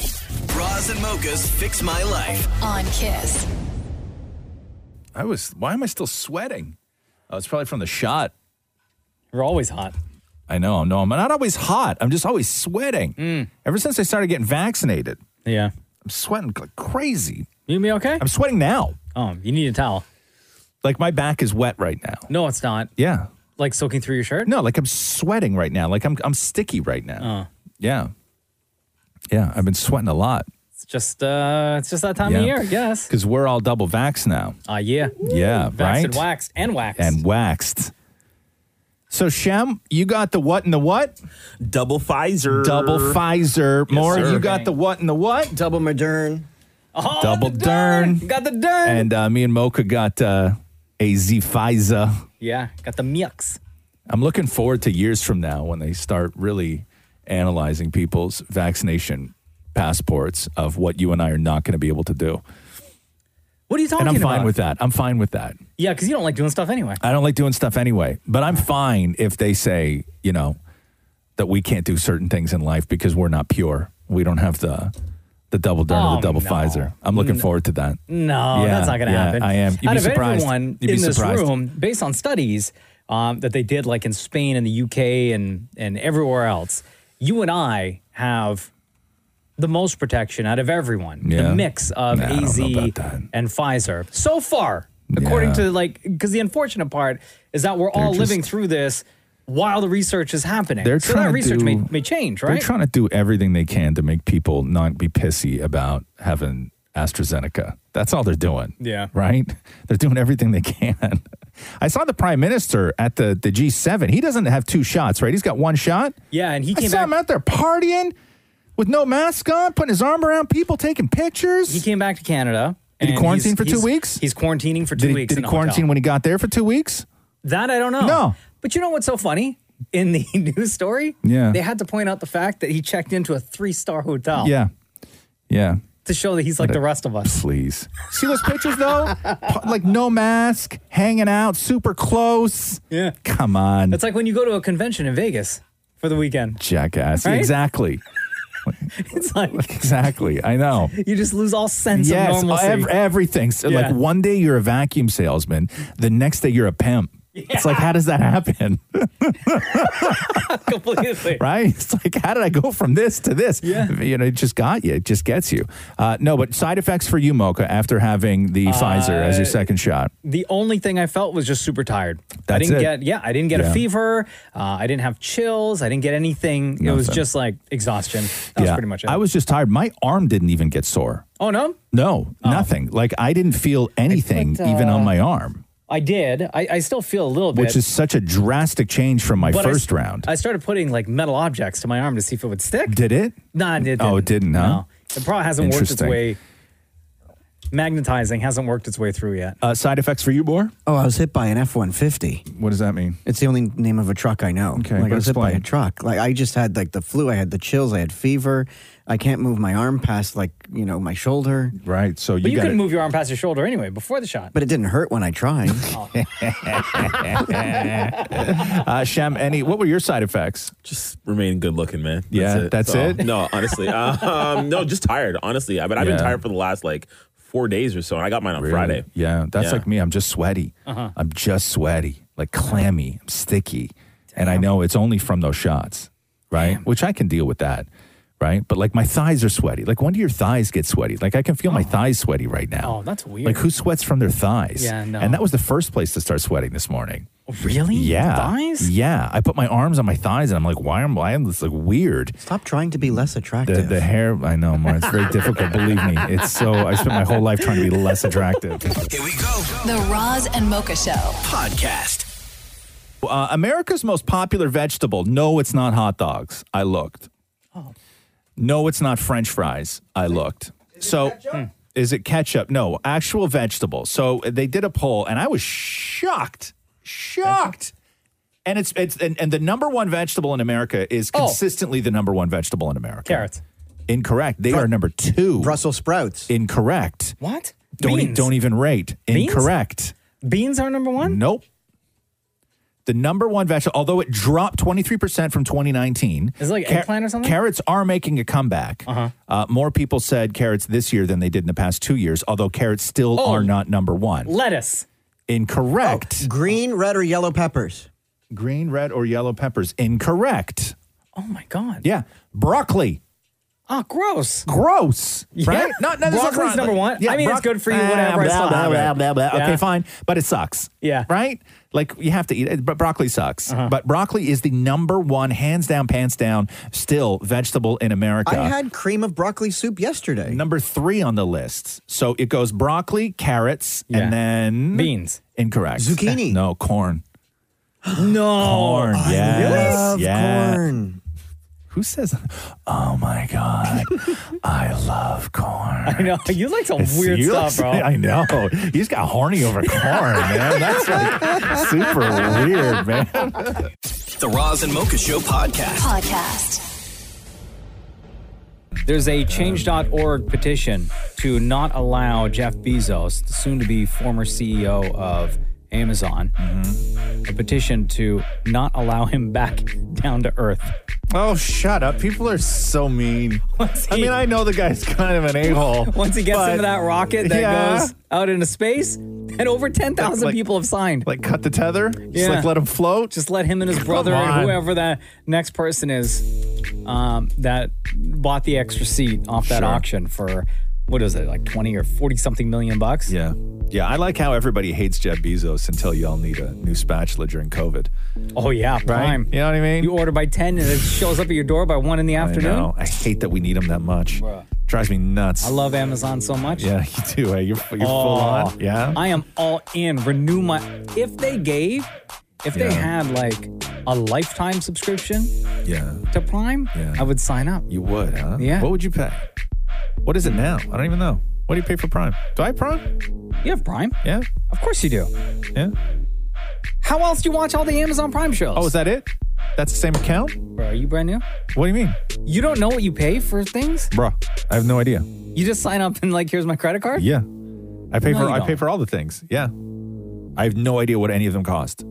[SPEAKER 1] Bras and mochas fix my life.
[SPEAKER 2] on Kiss.
[SPEAKER 7] I was. Why am I still sweating? Oh, it's probably from the shot.
[SPEAKER 8] You're always hot.
[SPEAKER 7] I know. No, I'm not always hot. I'm just always sweating. Ever since I started getting vaccinated.
[SPEAKER 8] Hmm. Yeah.
[SPEAKER 7] I'm sweating like crazy.
[SPEAKER 8] You be okay?
[SPEAKER 7] I'm sweating now.
[SPEAKER 8] Oh, you need a towel.
[SPEAKER 7] Like my back is wet right now.
[SPEAKER 8] No, it's not.
[SPEAKER 7] Yeah.
[SPEAKER 8] Like soaking through your shirt? Oh.
[SPEAKER 7] No, like I'm sweating right now. Like I'm I'm sticky right
[SPEAKER 8] Uh,
[SPEAKER 7] now. Yeah. Yeah, I've been sweating a lot.
[SPEAKER 8] It's just uh it's just that time of year, I guess.
[SPEAKER 7] Because we're all double vax now.
[SPEAKER 8] Ah, yeah.
[SPEAKER 7] Yeah,
[SPEAKER 8] Vaxxed,
[SPEAKER 7] right?
[SPEAKER 8] waxed, and waxed.
[SPEAKER 7] and waxed. So Shem, you got the what and the what?
[SPEAKER 16] Double Pfizer.
[SPEAKER 7] Double Pfizer.
[SPEAKER 16] Yes,
[SPEAKER 7] More,
[SPEAKER 16] sir.
[SPEAKER 7] you got the what and the what?
[SPEAKER 16] Double Modern.
[SPEAKER 8] Oh,
[SPEAKER 7] Double Dern.
[SPEAKER 8] Got the Dern.
[SPEAKER 7] And uh, me and Mocha got uh, a Z Pfizer.
[SPEAKER 8] yeah, got the mucks.
[SPEAKER 7] I'm looking forward to years from now when they start really analyzing people's vaccination passports of what you and I are not going to be able to do.
[SPEAKER 8] What are you talking
[SPEAKER 7] and
[SPEAKER 8] about?
[SPEAKER 7] I'm fine with that. I'm fine with that.
[SPEAKER 8] Yeah, because you don't like doing stuff anyway.
[SPEAKER 7] I don't like doing stuff anyway, but I'm fine if they say, you know, that we can't do certain things in life because we're not pure. We don't have the the double Dern or
[SPEAKER 8] Oh,
[SPEAKER 7] the double
[SPEAKER 8] no.
[SPEAKER 7] Pfizer. I'm looking
[SPEAKER 8] No.
[SPEAKER 7] forward to that.
[SPEAKER 8] No,
[SPEAKER 7] Yeah,
[SPEAKER 8] that's not going to
[SPEAKER 7] yeah,
[SPEAKER 8] happen.
[SPEAKER 7] I am. You'd be
[SPEAKER 8] Out of
[SPEAKER 7] surprised.
[SPEAKER 8] everyone
[SPEAKER 7] You'd be
[SPEAKER 8] in this
[SPEAKER 7] surprised.
[SPEAKER 8] room, based on studies um, that they did, like in Spain and the UK and and everywhere else, you and I have the most protection out of everyone.
[SPEAKER 7] Yeah.
[SPEAKER 8] The mix of
[SPEAKER 7] Nah, I don't know
[SPEAKER 8] AZ
[SPEAKER 7] about
[SPEAKER 8] and Pfizer so far, according to like, because the unfortunate part is that we're
[SPEAKER 7] They're
[SPEAKER 8] all living
[SPEAKER 7] just-
[SPEAKER 8] through this while the research is happening.
[SPEAKER 7] They're
[SPEAKER 8] so
[SPEAKER 7] trying
[SPEAKER 8] that
[SPEAKER 7] to
[SPEAKER 8] research may,
[SPEAKER 7] do-
[SPEAKER 8] may change,
[SPEAKER 7] They're
[SPEAKER 8] right?
[SPEAKER 7] trying to do everything they can to make people not be pissy about having AstraZeneca. That's all they're doing.
[SPEAKER 8] Yeah.
[SPEAKER 7] Right? They're doing everything they can. I saw the prime minister at the, the G7. He doesn't have two shots, right? He's got one shot.
[SPEAKER 8] Yeah, and he
[SPEAKER 7] I
[SPEAKER 8] came
[SPEAKER 7] saw
[SPEAKER 8] back.
[SPEAKER 7] him out there partying with no mask on, putting his arm around people, taking pictures.
[SPEAKER 8] He came back to Canada.
[SPEAKER 7] Did he
[SPEAKER 8] and
[SPEAKER 7] quarantine
[SPEAKER 8] he's-
[SPEAKER 7] for two
[SPEAKER 8] he's-
[SPEAKER 7] weeks?
[SPEAKER 8] He's quarantining for two
[SPEAKER 7] Did he,
[SPEAKER 8] weeks.
[SPEAKER 7] did he
[SPEAKER 8] in a hotel.
[SPEAKER 7] quarantine when he got there for two weeks?
[SPEAKER 8] That I don't know.
[SPEAKER 7] No.
[SPEAKER 8] But you know what's so funny? In the news story,
[SPEAKER 7] Yeah.
[SPEAKER 8] they had to point out the fact that he checked into a three star hotel.
[SPEAKER 7] Yeah. Yeah.
[SPEAKER 8] To show that he's like the rest of us.
[SPEAKER 7] Please. See those pictures though? Pa- like no mask, hanging out, super close.
[SPEAKER 8] Yeah.
[SPEAKER 7] Come on.
[SPEAKER 8] It's like when you go to a convention in Vegas for the weekend.
[SPEAKER 7] jackass.
[SPEAKER 8] Right?
[SPEAKER 7] Exactly.
[SPEAKER 8] It's like
[SPEAKER 7] Exactly. I know.
[SPEAKER 8] you just lose all sense
[SPEAKER 7] yes,
[SPEAKER 8] of normalcy.
[SPEAKER 7] ev- everything. So,
[SPEAKER 8] Yeah.
[SPEAKER 7] Like one day you're a vacuum salesman, the next day you're a pimp. It's like how does that happen?
[SPEAKER 8] Completely.
[SPEAKER 7] right? It's like how did I go from this to this? Yeah. You know, it just got you. It just gets you. Uh, no, but side effects for you, Mocha, after having the
[SPEAKER 8] Uh,
[SPEAKER 7] Pfizer as your second shot.
[SPEAKER 8] The only thing I felt was just super tired. I
[SPEAKER 7] That's
[SPEAKER 8] didn't
[SPEAKER 7] it.
[SPEAKER 8] get yeah, I didn't get
[SPEAKER 7] Yeah.
[SPEAKER 8] a fever. Uh, I didn't have chills. I didn't get anything. It was
[SPEAKER 7] Nothing.
[SPEAKER 8] just like exhaustion. That was pretty much it.
[SPEAKER 7] I was just tired. My arm didn't even get sore.
[SPEAKER 8] oh no,
[SPEAKER 7] No, nothing. Like I didn't feel anything,
[SPEAKER 8] felt,
[SPEAKER 7] even on
[SPEAKER 8] uh,
[SPEAKER 7] my arm,
[SPEAKER 8] I did. I, I still feel a little bit,
[SPEAKER 7] which is such a drastic change from my
[SPEAKER 8] but I
[SPEAKER 7] first
[SPEAKER 8] s-
[SPEAKER 7] round.
[SPEAKER 8] I started putting like metal objects to my arm to see if it would stick.
[SPEAKER 7] Did it?
[SPEAKER 8] Nah, it didn't.
[SPEAKER 7] Oh, it didn't, huh?
[SPEAKER 8] No, it probably hasn't worked its
[SPEAKER 7] Interesting.
[SPEAKER 8] way. Magnetizing hasn't worked its way through yet.
[SPEAKER 7] Uh, side effects for you, Boar?
[SPEAKER 16] Oh, I was hit by an F one fifty.
[SPEAKER 7] What does that mean?
[SPEAKER 16] It's the only name of a truck I know.
[SPEAKER 7] Okay,
[SPEAKER 16] like
[SPEAKER 7] but
[SPEAKER 16] I was hit by a
[SPEAKER 7] explain.
[SPEAKER 16] truck. Like I just had like the flu. I had the chills. I had fever. I can't move my arm past like you know my shoulder.
[SPEAKER 7] Right. So
[SPEAKER 8] But you, couldn't move your arm past your shoulder anyway before the shot.
[SPEAKER 16] But it didn't hurt when I tried.
[SPEAKER 8] Oh,
[SPEAKER 7] uh, Shem, any? What were your side effects?
[SPEAKER 17] Just remain good looking, man. That's
[SPEAKER 7] Yeah, that's
[SPEAKER 17] So,
[SPEAKER 7] it?
[SPEAKER 17] No, honestly, um, no, just tired. Honestly, I but I've been
[SPEAKER 7] Yeah.
[SPEAKER 17] tired for the last like four days or so, and I got mine on Friday.
[SPEAKER 7] Yeah, that's
[SPEAKER 17] Yeah.
[SPEAKER 7] like me. I'm just sweaty.
[SPEAKER 17] Uh-huh.
[SPEAKER 7] I'm just sweaty, like
[SPEAKER 8] Uh-huh.
[SPEAKER 7] clammy, I'm sticky, and I know it's only from those shots, right? Which I can deal with that, right? But like my thighs are sweaty. Like when do your thighs get sweaty? Like I can feel my thighs sweaty right now.
[SPEAKER 8] Oh, that's weird.
[SPEAKER 7] Like who sweats from their thighs?
[SPEAKER 8] Yeah, no. Oh,
[SPEAKER 7] And that was the first place to start sweating this morning.
[SPEAKER 8] Really?
[SPEAKER 7] Yeah.
[SPEAKER 8] Thighs?
[SPEAKER 7] Yeah. I put my arms on my thighs and I'm like, why am why am this like weird?
[SPEAKER 16] Stop trying to be less
[SPEAKER 7] The,
[SPEAKER 16] attractive.
[SPEAKER 7] the hair, I know, Mar. It's very difficult. Believe me, it's so. I spent my whole life trying to be less attractive.
[SPEAKER 2] The Roz and Mocha Show podcast.
[SPEAKER 7] Uh, America's most popular vegetable. No, it's not hot dogs. I looked. Oh. No, it's not French fries. I looked. so, hmm. is it ketchup? No, actual vegetable. So they did a poll, and I was shocked. Shocked. And it's it's and, and the number one vegetable in America is consistently the number one vegetable in America. Oh. Carrots. Incorrect. They are number two. Brussels sprouts. Incorrect.
[SPEAKER 8] What?
[SPEAKER 7] Don't e-
[SPEAKER 8] Beans.
[SPEAKER 7] don't even rate.
[SPEAKER 8] Beans?
[SPEAKER 7] Incorrect.
[SPEAKER 8] Beans are number one.
[SPEAKER 7] Nope. The number one vegetable, although it dropped 23% from 2019.
[SPEAKER 8] Is it like eggplant or something?
[SPEAKER 7] Carrots are making a comeback.
[SPEAKER 8] Uh-huh.
[SPEAKER 7] Uh, more people said carrots this year than they did in the past two years, although carrots still
[SPEAKER 16] Oh.
[SPEAKER 7] are not number one.
[SPEAKER 8] Lettuce.
[SPEAKER 7] Incorrect.
[SPEAKER 16] Green, red, or yellow peppers.
[SPEAKER 7] Green, red, or yellow peppers. Incorrect.
[SPEAKER 8] Oh my god.
[SPEAKER 7] Yeah. Broccoli.
[SPEAKER 8] Oh, gross.
[SPEAKER 7] Gross. Right?
[SPEAKER 8] Yeah.
[SPEAKER 7] Not, not,
[SPEAKER 8] Broccoli's number one. I mean, it's good for you, whatever, I
[SPEAKER 7] Ah, Blah,
[SPEAKER 8] still
[SPEAKER 7] blah,
[SPEAKER 8] have it.
[SPEAKER 7] blah, blah, blah.
[SPEAKER 8] Yeah.
[SPEAKER 7] Okay, fine. But it sucks. Yeah. Right? Like, you have to eat it. But broccoli sucks.
[SPEAKER 8] Uh-huh.
[SPEAKER 7] But broccoli is the number one, hands down, pants down, still vegetable in America.
[SPEAKER 16] I had cream of broccoli soup yesterday.
[SPEAKER 7] Number three on the list. So it goes broccoli, carrots, and then beans. Incorrect. Zucchini. No, corn.
[SPEAKER 8] no.
[SPEAKER 7] Corn.
[SPEAKER 8] Oh, I
[SPEAKER 7] yes.
[SPEAKER 8] love
[SPEAKER 7] yeah.
[SPEAKER 16] corn.
[SPEAKER 7] Who says? Oh my god! I love corn. I
[SPEAKER 8] know you like some
[SPEAKER 7] It's-
[SPEAKER 8] weird
[SPEAKER 7] you
[SPEAKER 8] stuff, bro.
[SPEAKER 7] like- I know. You just got horny over corn, man. That's like super weird, man.
[SPEAKER 1] The Roz and Mocha Show podcast.
[SPEAKER 2] Podcast.
[SPEAKER 8] There's a change.org petition to not allow Jeff Bezos, the soon to be former CEO of Amazon,
[SPEAKER 7] Mm-hmm.
[SPEAKER 8] a petition to not allow him back down to earth.
[SPEAKER 7] Oh, shut up. People are so mean.
[SPEAKER 8] I mean, I
[SPEAKER 7] know the guy's kind of an a-hole,
[SPEAKER 8] Once he gets
[SPEAKER 7] Oh, but-
[SPEAKER 8] into that rocket that
[SPEAKER 7] Yeah.
[SPEAKER 8] goes out into space, and over 10,000
[SPEAKER 7] Like- like-
[SPEAKER 8] people have signed.
[SPEAKER 7] Like, cut the tether? Just,
[SPEAKER 8] yeah.
[SPEAKER 7] like, let him float?
[SPEAKER 8] Just let him and his
[SPEAKER 7] Come
[SPEAKER 8] brother
[SPEAKER 7] on.
[SPEAKER 8] and whoever that next person is um, that bought the extra seat off that
[SPEAKER 7] Sure.
[SPEAKER 8] auction for, what is it, like 20 or 40 something million bucks?
[SPEAKER 7] Yeah. Yeah, I like how everybody hates Jeff Bezos until y'all need a new spatula during COVID.
[SPEAKER 8] Oh yeah, prime.
[SPEAKER 7] You know what I mean?
[SPEAKER 8] You order by ten and it shows up at your door by one in the
[SPEAKER 7] I
[SPEAKER 8] afternoon.
[SPEAKER 7] know. I hate that we need him that much.
[SPEAKER 8] Bruh.
[SPEAKER 7] Drives me nuts.
[SPEAKER 8] I, love Amazon so much.
[SPEAKER 7] Yeah, you do. eh? You're, you're full
[SPEAKER 8] Oh,
[SPEAKER 7] on. Yeah.
[SPEAKER 8] I am all in. Renew my. If they gave, if
[SPEAKER 7] Yeah.
[SPEAKER 8] they had like a lifetime subscription
[SPEAKER 7] yeah.
[SPEAKER 8] to Prime, I would sign up.
[SPEAKER 7] You would, huh?
[SPEAKER 8] Yeah.
[SPEAKER 7] What would you pay? What is it now? I don't even know. What do you pay for Prime? Do I have Prime?
[SPEAKER 8] You have Prime?
[SPEAKER 7] Yeah.
[SPEAKER 8] Of course you do.
[SPEAKER 7] Yeah.
[SPEAKER 8] How else do you watch all the Amazon Prime shows?
[SPEAKER 7] Oh, is that it? That's the same account?
[SPEAKER 8] Bro, are you brand new?
[SPEAKER 7] What do you mean?
[SPEAKER 8] You don't know what you pay for things?
[SPEAKER 7] Bruh, I have no idea.
[SPEAKER 8] You just sign up and like, here's my credit card.
[SPEAKER 7] Yeah. I pay
[SPEAKER 8] No,
[SPEAKER 7] for
[SPEAKER 8] you
[SPEAKER 7] I pay
[SPEAKER 8] don't.
[SPEAKER 7] for all the things. Yeah. I have no idea what any of them cost.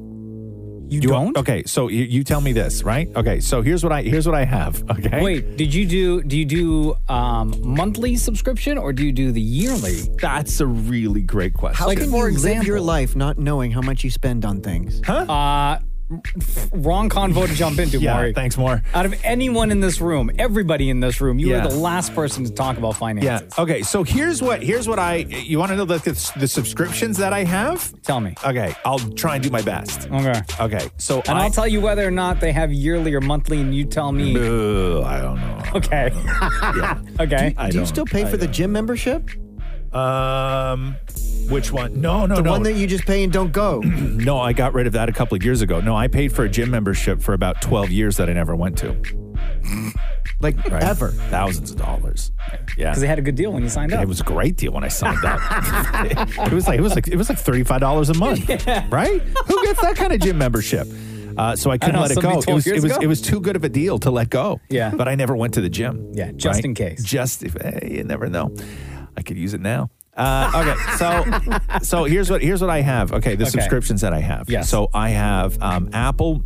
[SPEAKER 8] You don't?
[SPEAKER 7] okay, so you, you tell me this, right? Okay, so here's what I here's what I have. Okay.
[SPEAKER 8] Wait, did you do do you do um, monthly subscription or do you do the yearly?
[SPEAKER 7] That's a really great question.
[SPEAKER 16] How
[SPEAKER 8] like
[SPEAKER 16] can
[SPEAKER 8] for
[SPEAKER 16] you
[SPEAKER 8] example,
[SPEAKER 16] live your life not knowing how much you spend on things?
[SPEAKER 7] Huh?
[SPEAKER 8] Uh, wrong convo to jump into,
[SPEAKER 16] Yeah,
[SPEAKER 8] Maury.
[SPEAKER 7] Thanks, more.
[SPEAKER 8] Out of anyone in this room, everybody in this room, you
[SPEAKER 7] Yeah.
[SPEAKER 8] were the last person to talk about
[SPEAKER 7] Yeah.
[SPEAKER 8] finances.
[SPEAKER 7] Okay. So here's what here's what I you want to know the, the the subscriptions that I have?
[SPEAKER 8] Tell me.
[SPEAKER 7] Okay. I'll try and do my best.
[SPEAKER 8] Okay.
[SPEAKER 7] Okay. So
[SPEAKER 8] And
[SPEAKER 7] I,
[SPEAKER 8] I'll tell you whether or not they have yearly or monthly, and you tell me.
[SPEAKER 7] Ugh, I don't know.
[SPEAKER 8] Okay. okay.
[SPEAKER 16] Do you still pay for the gym membership?
[SPEAKER 7] Um, which one? No, no,
[SPEAKER 16] the
[SPEAKER 7] no.
[SPEAKER 16] one that you just pay and don't go.
[SPEAKER 7] no, I got rid of that a couple of years ago. No, I paid for a gym membership for about 12 years that I never went to.
[SPEAKER 16] like
[SPEAKER 7] ever. Thousands of dollars. Yeah.
[SPEAKER 8] Because they had a good deal when you signed up.
[SPEAKER 7] It was a great deal when I signed up. it was like it was like it was like thirty five dollars a month, right? Who gets that kind of gym membership? Uh, so I couldn't
[SPEAKER 8] know,
[SPEAKER 7] let it
[SPEAKER 8] somebody
[SPEAKER 7] go. It
[SPEAKER 8] 12
[SPEAKER 7] was it
[SPEAKER 8] years
[SPEAKER 7] was
[SPEAKER 8] ago?
[SPEAKER 7] it was too good of a deal to let go.
[SPEAKER 8] Yeah.
[SPEAKER 7] but I never went to the gym.
[SPEAKER 8] Yeah, just in case.
[SPEAKER 7] Just if eh, you never know, I could use it now. Uh, okay, so so here's what here's what I have. Okay, the
[SPEAKER 8] Okay.
[SPEAKER 7] subscriptions that I have.
[SPEAKER 8] Yes.
[SPEAKER 7] So I have um, Apple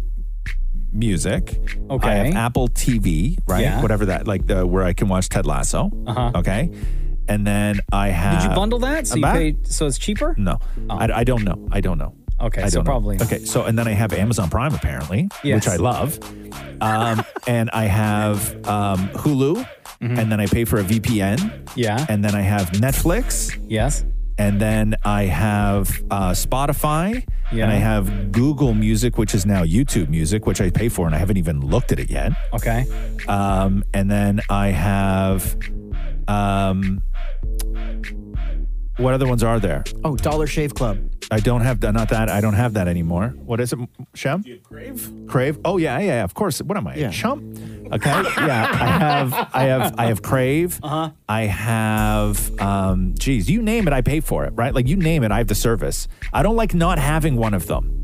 [SPEAKER 7] Music.
[SPEAKER 8] Okay.
[SPEAKER 7] I have Apple TV, right?
[SPEAKER 8] Yeah.
[SPEAKER 7] Whatever that like the where I can watch Ted Lasso.
[SPEAKER 8] Uh-huh.
[SPEAKER 7] Okay. And then I have
[SPEAKER 8] Did you bundle that? So you
[SPEAKER 7] About-
[SPEAKER 8] paid, so it's cheaper? Oh.
[SPEAKER 7] No. I, I don't know. I don't know.
[SPEAKER 8] Okay,
[SPEAKER 7] I
[SPEAKER 8] so
[SPEAKER 7] don't know.
[SPEAKER 8] probably not.
[SPEAKER 7] Okay, so and then I have Amazon Prime apparently,
[SPEAKER 8] Yes.
[SPEAKER 7] which I love. Um, and I have um, Hulu, and then I pay for a VPN.
[SPEAKER 8] Mm-hmm. Yeah.
[SPEAKER 7] And then I have Netflix.
[SPEAKER 8] Yes.
[SPEAKER 7] And then I have uh, Spotify.
[SPEAKER 8] Yeah.
[SPEAKER 7] And I have Google Music, which is now YouTube Music, which I pay for, and I haven't even looked at it yet.
[SPEAKER 8] Okay.
[SPEAKER 7] Um, and then I have, um, what other ones are there?
[SPEAKER 16] Oh, Dollar Shave Club.
[SPEAKER 7] I don't have that. Not that. I don't have that anymore. What is it, Shem? Crave. Crave. Oh yeah, yeah, yeah. Of course. What am I? A chump. Okay. yeah. I have. I have. I have Crave. Uh-huh. I have. Um. Geez, you name it, I pay for it. Right. Like you name it, I have the service. I don't like not having one of them.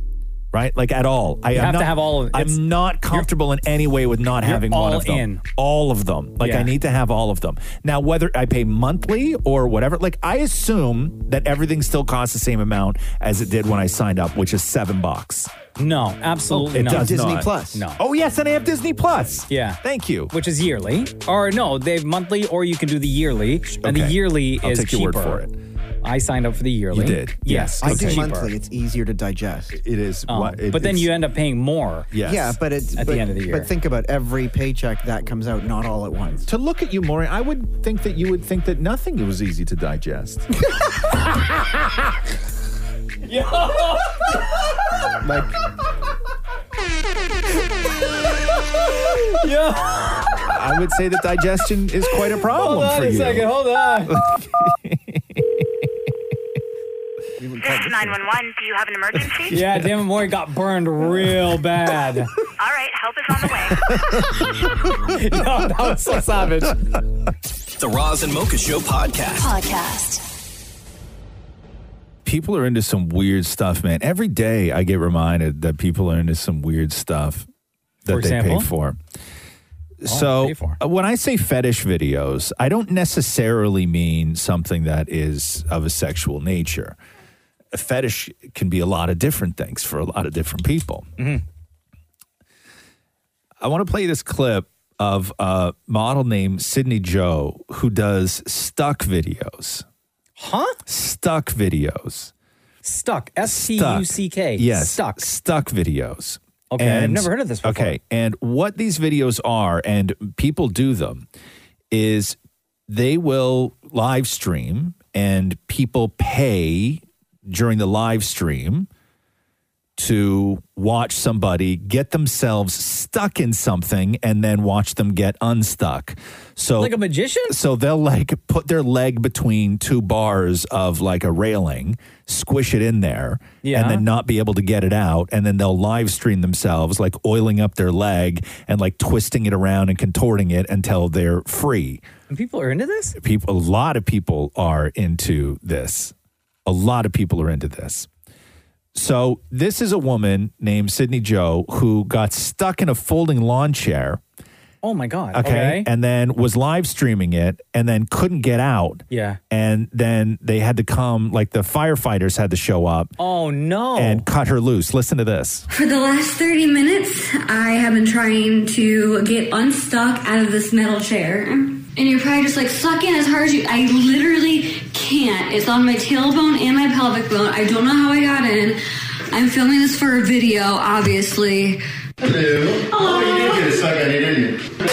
[SPEAKER 7] right? Like at all. I
[SPEAKER 8] You
[SPEAKER 7] am
[SPEAKER 8] have to
[SPEAKER 7] not-
[SPEAKER 8] have all of- it's-
[SPEAKER 7] I'm not comfortable in any way with not
[SPEAKER 8] you're
[SPEAKER 7] having one
[SPEAKER 8] all
[SPEAKER 7] of them.
[SPEAKER 8] in.
[SPEAKER 7] All of them. Like
[SPEAKER 8] Yeah.
[SPEAKER 7] I need to have all of them. Now, whether I pay monthly or whatever, like I assume that everything still costs the same amount as it did when I signed up, which is seven bucks.
[SPEAKER 8] No, absolutely
[SPEAKER 7] it
[SPEAKER 8] not.
[SPEAKER 7] does not.
[SPEAKER 8] No.
[SPEAKER 7] Oh yes, and I have Disney Plus.
[SPEAKER 8] Yeah.
[SPEAKER 7] Thank you.
[SPEAKER 8] Which is yearly. Or no, they have monthly or you can do the yearly. And the
[SPEAKER 7] Okay.
[SPEAKER 8] yearly
[SPEAKER 7] I'll
[SPEAKER 8] is
[SPEAKER 7] take
[SPEAKER 8] cheaper.
[SPEAKER 7] your word for it.
[SPEAKER 8] I signed up for the yearly. Yes.
[SPEAKER 16] I
[SPEAKER 8] it's
[SPEAKER 16] do
[SPEAKER 8] cheaper.
[SPEAKER 16] monthly. It's easier to digest.
[SPEAKER 7] It is.
[SPEAKER 8] Um, but then you end up paying more.
[SPEAKER 16] Yeah, but it's
[SPEAKER 8] at
[SPEAKER 16] but-
[SPEAKER 8] the end of the year.
[SPEAKER 16] But think about every paycheck that comes out, not all at once.
[SPEAKER 7] To look at you, Maury, I would think that you would think that nothing was easy to digest. like
[SPEAKER 8] Yo.
[SPEAKER 7] I would say that digestion is quite a problem
[SPEAKER 8] Hold on
[SPEAKER 7] for
[SPEAKER 8] a
[SPEAKER 7] you.
[SPEAKER 8] second, hold on.
[SPEAKER 18] This is 911. Do you have an emergency?
[SPEAKER 8] yeah, damn it, Maury got burned real bad.
[SPEAKER 18] All right, help is on the way.
[SPEAKER 8] no, that was so savage.
[SPEAKER 1] The Roz and Mocha Show podcast.
[SPEAKER 2] Podcast.
[SPEAKER 7] people are into some weird stuff, man. Every day I get reminded that people are into some weird stuff that
[SPEAKER 8] For
[SPEAKER 7] they
[SPEAKER 8] example? Oh,
[SPEAKER 7] pay for. So uh, when I say fetish videos, I don't necessarily mean something that is of a sexual nature. A fetish can be a lot of different things for a lot of different people. I want to play this clip of a model named Sydney Joe who does stuck videos.
[SPEAKER 8] Huh?
[SPEAKER 7] Stuck videos.
[SPEAKER 8] Stuck. S T
[SPEAKER 7] Stuck.
[SPEAKER 8] U C K.
[SPEAKER 7] Yes.
[SPEAKER 8] Stuck.
[SPEAKER 7] Stuck videos.
[SPEAKER 8] Okay, I've never heard of this before.
[SPEAKER 7] Okay. And what these videos are, and people do them, is they will live stream and people pay during the live stream to watch somebody get themselves stuck in something and then watch them get unstuck. So
[SPEAKER 8] Like a magician?
[SPEAKER 7] So they'll like put their leg between two bars of like a railing, squish it in there,
[SPEAKER 8] Yeah.
[SPEAKER 7] and then not be able to get it out. And then they'll live stream themselves like oiling up their leg and like twisting it around and contorting it until they're free.
[SPEAKER 8] And people are into this?
[SPEAKER 7] People a lot of people are into this. A lot of people are into this. So this is a woman named Sydney Joe who got stuck in a folding lawn chair.
[SPEAKER 8] Oh my God.
[SPEAKER 7] Okay. And then was live streaming it and then couldn't get out.
[SPEAKER 8] Yeah.
[SPEAKER 7] And then they had to come, like the firefighters had to show up
[SPEAKER 8] Oh no.
[SPEAKER 7] and cut her loose. Listen to this.
[SPEAKER 19] For the last 30 minutes, I have been trying to get unstuck out of this metal chair. And you're probably just like, suck in as hard as you. I literally can't. It's on my tailbone and my pelvic bone. I don't know how I got in. I'm filming this for a video, obviously.
[SPEAKER 20] Hello. Oh, you did get a suck on it, didn't you?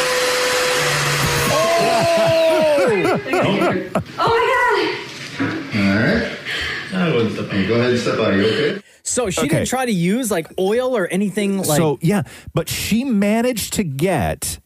[SPEAKER 13] Oh!
[SPEAKER 20] All right. I wouldn't step on you. Go ahead and step on you, okay?
[SPEAKER 8] So she
[SPEAKER 7] Okay.
[SPEAKER 8] didn't try to use like oil or anything like
[SPEAKER 7] so yeah, but she managed to get,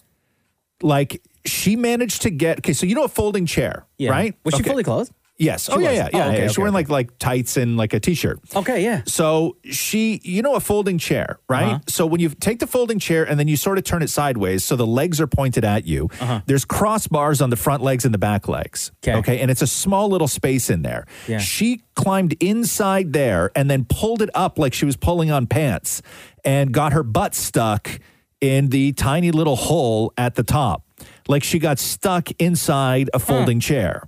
[SPEAKER 7] like, she managed to get. Okay, so you know a folding chair,
[SPEAKER 8] Yeah.
[SPEAKER 7] right?
[SPEAKER 8] Was she
[SPEAKER 7] Okay.
[SPEAKER 8] fully clothed?
[SPEAKER 7] Yes.
[SPEAKER 8] She
[SPEAKER 7] oh yeah,
[SPEAKER 8] was. Oh,
[SPEAKER 7] yeah, yeah.
[SPEAKER 8] okay,
[SPEAKER 7] yeah.
[SPEAKER 8] okay,
[SPEAKER 7] She wearing like like tights and like a t-shirt.
[SPEAKER 8] Okay, yeah.
[SPEAKER 7] So she, you know, a folding chair, right?
[SPEAKER 8] Uh-huh.
[SPEAKER 7] So when you take the folding chair and then you sort of turn it sideways, so the legs are pointed at you.
[SPEAKER 8] Uh-huh.
[SPEAKER 7] There's crossbars on the front legs and the back legs. Okay. Okay. And it's a small little space in there.
[SPEAKER 8] Yeah.
[SPEAKER 7] She climbed inside there and then pulled it up like she was pulling on pants and got her butt stuck in the tiny little hole at the top. Like she got stuck inside a folding chair.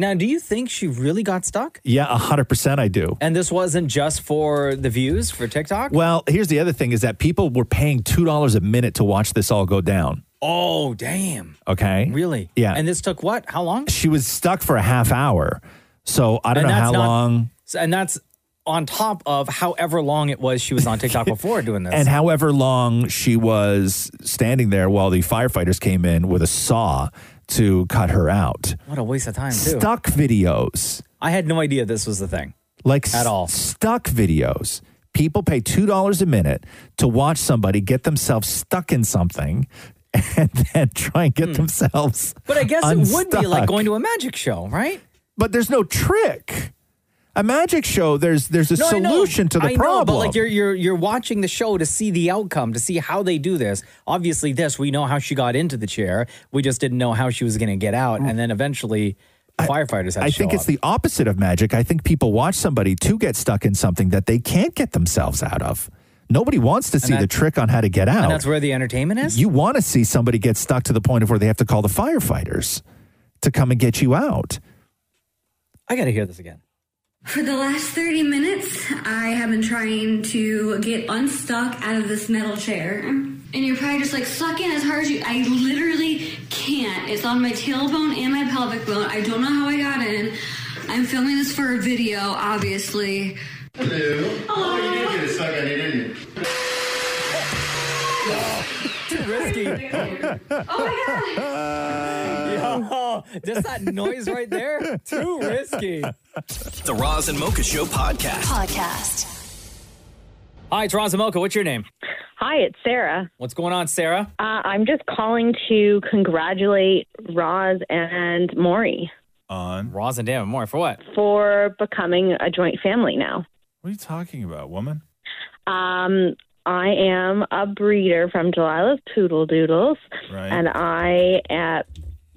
[SPEAKER 8] Now, do you think she really got stuck?
[SPEAKER 7] Yeah, 100% I do.
[SPEAKER 8] And this wasn't just for the views for TikTok?
[SPEAKER 7] Well, here's the other thing is that people were paying $2 a minute to watch this all go down.
[SPEAKER 8] Oh, damn.
[SPEAKER 7] Okay.
[SPEAKER 8] Really?
[SPEAKER 7] Yeah.
[SPEAKER 8] And this took what? How long?
[SPEAKER 7] She was stuck for a half hour. So I don't
[SPEAKER 8] And
[SPEAKER 7] know
[SPEAKER 8] that's
[SPEAKER 7] how
[SPEAKER 8] not-
[SPEAKER 7] long.
[SPEAKER 8] so- And that's on top of however long it was she was on TikTok before doing this.
[SPEAKER 7] And however long she was standing there while the firefighters came in with a saw to cut her out.
[SPEAKER 8] what a waste of time, too.
[SPEAKER 7] Stuck videos.
[SPEAKER 8] I had no idea this was the thing.
[SPEAKER 7] like
[SPEAKER 8] At all.
[SPEAKER 7] stuck videos. People pay two dollars a minute to watch somebody get themselves stuck in something, and then try and get themselves.
[SPEAKER 8] Hmm. But I guess it would be like
[SPEAKER 7] unstuck.
[SPEAKER 8] going to a magic show, right?
[SPEAKER 7] But there's no trick. A magic show. There's there's a
[SPEAKER 8] No, I know.
[SPEAKER 7] solution to the
[SPEAKER 8] I know,
[SPEAKER 7] problem.
[SPEAKER 8] but like you're you're you're watching the show to see the outcome, to see how they do this. Obviously, this we know how she got into the chair. We just didn't know how she was going to get out, and then eventually Firefighters had to
[SPEAKER 7] I think
[SPEAKER 8] show
[SPEAKER 7] it's
[SPEAKER 8] up.
[SPEAKER 7] the opposite of magic. I think people watch somebody to get stuck in something that they can't get themselves out of. Nobody wants to
[SPEAKER 8] And
[SPEAKER 7] see the
[SPEAKER 8] that-
[SPEAKER 7] trick on how to get out.
[SPEAKER 8] And that's where the entertainment is?
[SPEAKER 7] you want to see somebody get stuck to the point of where they have to call the firefighters to come and get you out.
[SPEAKER 8] I got to hear this again.
[SPEAKER 19] For the last 30 minutes, I have been trying to get unstuck out of this metal chair. And you're probably just like, suck in as hard as you. I literally can't. It's on my tailbone and my pelvic bone. I don't know how I got in. I'm filming this for a video, obviously.
[SPEAKER 20] Hello. Oh, you did get a suck on it, didn't you?
[SPEAKER 8] Too risky. oh
[SPEAKER 19] my
[SPEAKER 8] god. Yo, just that noise right there. Too risky.
[SPEAKER 1] The Roz and Mocha Show podcast.
[SPEAKER 2] Podcast.
[SPEAKER 8] Hi, it's Roz and Mocha. What's your name?
[SPEAKER 21] Hi, it's Sarah.
[SPEAKER 8] What's going on, Sarah?
[SPEAKER 21] Uh, I'm just calling to congratulate Roz and Maury
[SPEAKER 7] On
[SPEAKER 8] Roz and Dan and More for what?
[SPEAKER 21] for becoming a joint family now.
[SPEAKER 7] What are you talking about, woman?
[SPEAKER 21] Um, I am a breeder from Delilah's Poodle Doodles,
[SPEAKER 7] Right.
[SPEAKER 21] and I uh,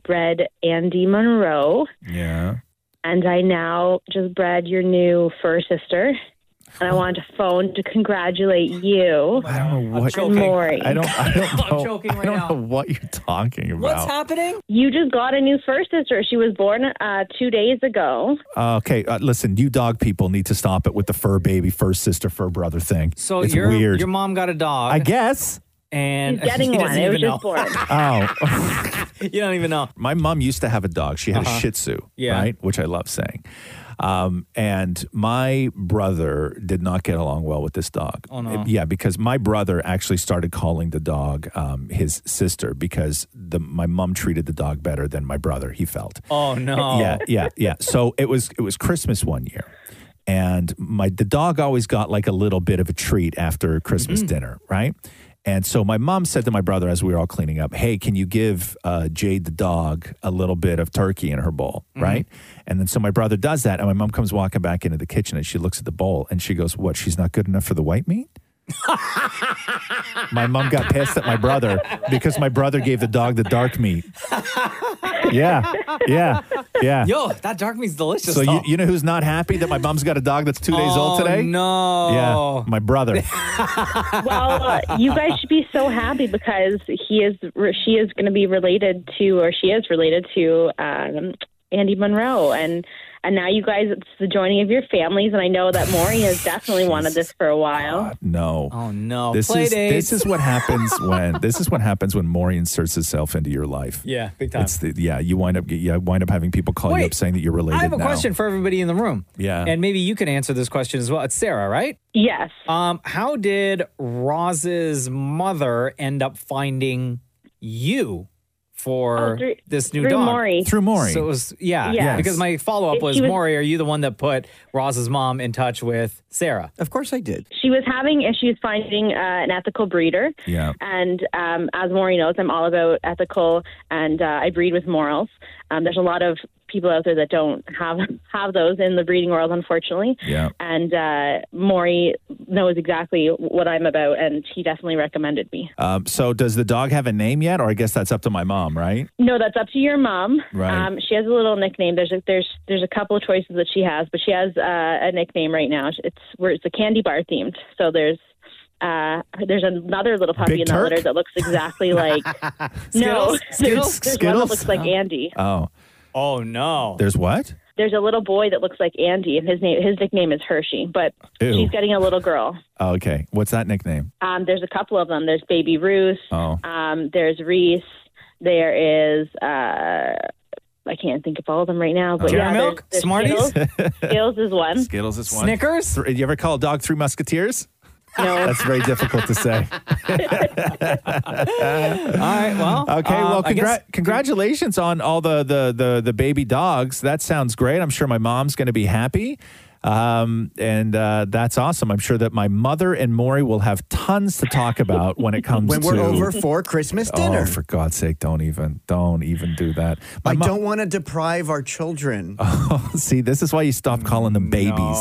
[SPEAKER 21] bred Andy Monroe,
[SPEAKER 7] Yeah.
[SPEAKER 21] and I now just bred your new fur sister. And I wanted to phone to congratulate you.
[SPEAKER 7] I don't know what
[SPEAKER 21] and Maury.
[SPEAKER 7] I don't. I don't know.
[SPEAKER 21] I'm joking
[SPEAKER 7] I don't know what you're talking about.
[SPEAKER 21] happening? You just got a new fur sister. She was born uh, two days ago.
[SPEAKER 7] Okay, uh, listen, you dog people need to stop it with the fur baby, fur sister, fur brother thing.
[SPEAKER 8] So
[SPEAKER 7] it's
[SPEAKER 8] your
[SPEAKER 7] weird.
[SPEAKER 8] your mom got a dog.
[SPEAKER 7] I guess.
[SPEAKER 8] And
[SPEAKER 21] She's getting
[SPEAKER 8] he
[SPEAKER 21] one.
[SPEAKER 8] doesn't
[SPEAKER 21] It was
[SPEAKER 8] even
[SPEAKER 21] just
[SPEAKER 8] know.
[SPEAKER 21] born.
[SPEAKER 7] oh,
[SPEAKER 8] you don't even know.
[SPEAKER 7] My mom used to have a dog. She had
[SPEAKER 8] Uh-huh.
[SPEAKER 7] a Shih Tzu,
[SPEAKER 8] Yeah.
[SPEAKER 7] right, which I love saying. Um, and my brother did not get along well with this dog.
[SPEAKER 8] Oh, no.
[SPEAKER 7] Yeah, because my brother actually started calling the dog um, his sister because the my mom treated the dog better than my brother. He felt.
[SPEAKER 8] Oh no.
[SPEAKER 7] Yeah, yeah, yeah. So it was it was Christmas one year, and my the dog always got like a little bit of a treat after Christmas dinner, right? And so my mom said to my brother as we were all cleaning up, "Hey, can you give uh, Jade the dog a little bit of turkey in her bowl, right?" And then so my brother does that, and my mom comes walking back into the kitchen, and she looks at the bowl, and she goes, "What? She's not good enough for the white meat?" my mom got pissed at my brother because my brother gave the dog the dark meat. Yeah, yeah, yeah.
[SPEAKER 8] Yo, that dark meat's delicious.
[SPEAKER 7] So
[SPEAKER 8] though.
[SPEAKER 7] you, you know who's not happy that my mom's got a dog that's two days old
[SPEAKER 8] Oh,
[SPEAKER 7] today?
[SPEAKER 8] no.
[SPEAKER 7] Yeah, my brother.
[SPEAKER 21] well, uh, you guys should be so happy because he is, she is going to be related to, or she is related to um, Andy Monroe, and and now you guys, it's the joining of your families, and I know that Maury has definitely wanted this for a while.
[SPEAKER 7] No. Oh
[SPEAKER 8] no.
[SPEAKER 7] This
[SPEAKER 8] Play
[SPEAKER 7] is
[SPEAKER 8] dates.
[SPEAKER 7] this is what happens when this is what happens when Maury inserts herself into your life.
[SPEAKER 8] Yeah, big time.
[SPEAKER 7] It's the, yeah, you wind up yeah, wind up having people call you
[SPEAKER 8] Wait,
[SPEAKER 7] up saying that you're related.
[SPEAKER 8] I have a
[SPEAKER 7] now.
[SPEAKER 8] question for everybody in the room.
[SPEAKER 7] Yeah.
[SPEAKER 8] And maybe you can answer this question as well. It's Sarah, right?
[SPEAKER 21] Yes.
[SPEAKER 8] Um, how did Roz's mother end up finding you for
[SPEAKER 21] Oh, through-
[SPEAKER 8] this new
[SPEAKER 21] through
[SPEAKER 8] dog?
[SPEAKER 21] Maury. Through Maury.
[SPEAKER 8] So it was yeah.
[SPEAKER 21] Yes.
[SPEAKER 8] Because my follow up
[SPEAKER 21] It-
[SPEAKER 8] was,
[SPEAKER 21] he was-
[SPEAKER 8] Maury, are you the one that put Roz's mom in touch with Sarah?
[SPEAKER 16] Of course I did.
[SPEAKER 21] She was having issues finding uh, an ethical breeder.
[SPEAKER 7] Yeah.
[SPEAKER 21] And um, as Maury knows, I'm all about ethical, and uh, I breed with morals. Um, there's a lot of people out there that don't have have those in the breeding world, unfortunately.
[SPEAKER 7] Yeah.
[SPEAKER 21] And uh, Maury knows exactly what I'm about, and he definitely recommended me.
[SPEAKER 7] Um, so does the dog have a name yet? Or I guess that's up to my mom, right?
[SPEAKER 21] No, that's up to your mom.
[SPEAKER 7] Right.
[SPEAKER 21] Um, she has a little nickname. There's a, there's there's a couple of choices that she has, but she has uh, a nickname right now. It's where it's a candy bar themed. So there's uh, there's another little puppy
[SPEAKER 7] Big
[SPEAKER 21] in the
[SPEAKER 7] Turk?
[SPEAKER 21] litter that looks exactly like no.
[SPEAKER 8] Skittles?
[SPEAKER 21] There's, there's one that
[SPEAKER 8] Skittles?
[SPEAKER 21] looks like Andy.
[SPEAKER 7] Oh.
[SPEAKER 8] Oh no.
[SPEAKER 7] There's what?
[SPEAKER 21] There's a little boy that looks like Andy, and his name his nickname is Hershey. But
[SPEAKER 7] Ew.
[SPEAKER 21] she's getting a little girl.
[SPEAKER 7] Oh, okay. What's that nickname?
[SPEAKER 21] Um, there's a couple of them. There's Baby Ruth.
[SPEAKER 7] Oh.
[SPEAKER 21] Um, there's Reese. There is uh, I can't think of all of them right now, but
[SPEAKER 7] Dairy
[SPEAKER 21] yeah,
[SPEAKER 7] Milk?
[SPEAKER 21] there's, there's
[SPEAKER 7] Smarties?
[SPEAKER 21] Skittles. Skittles is one.
[SPEAKER 7] Skittles is one.
[SPEAKER 8] Snickers?
[SPEAKER 7] Th- you ever call a dog three musketeers?
[SPEAKER 21] No.
[SPEAKER 7] That's very difficult to say.
[SPEAKER 8] All right, well
[SPEAKER 7] Okay,
[SPEAKER 8] um,
[SPEAKER 7] well,
[SPEAKER 8] I
[SPEAKER 7] congra-
[SPEAKER 8] guess-
[SPEAKER 7] congratulations on all the, the the the baby dogs. That sounds great. I'm sure my mom's going to be happy, um, and uh, that's awesome. I'm sure that my mother and Maury will have tons to talk about when it comes
[SPEAKER 16] When
[SPEAKER 7] to
[SPEAKER 16] we're over for Christmas dinner.
[SPEAKER 7] Oh, for God's sake, don't even don't even do that. My
[SPEAKER 16] I
[SPEAKER 7] mo-
[SPEAKER 16] don't want to deprive our children.
[SPEAKER 7] see. This is why you stop calling them babies.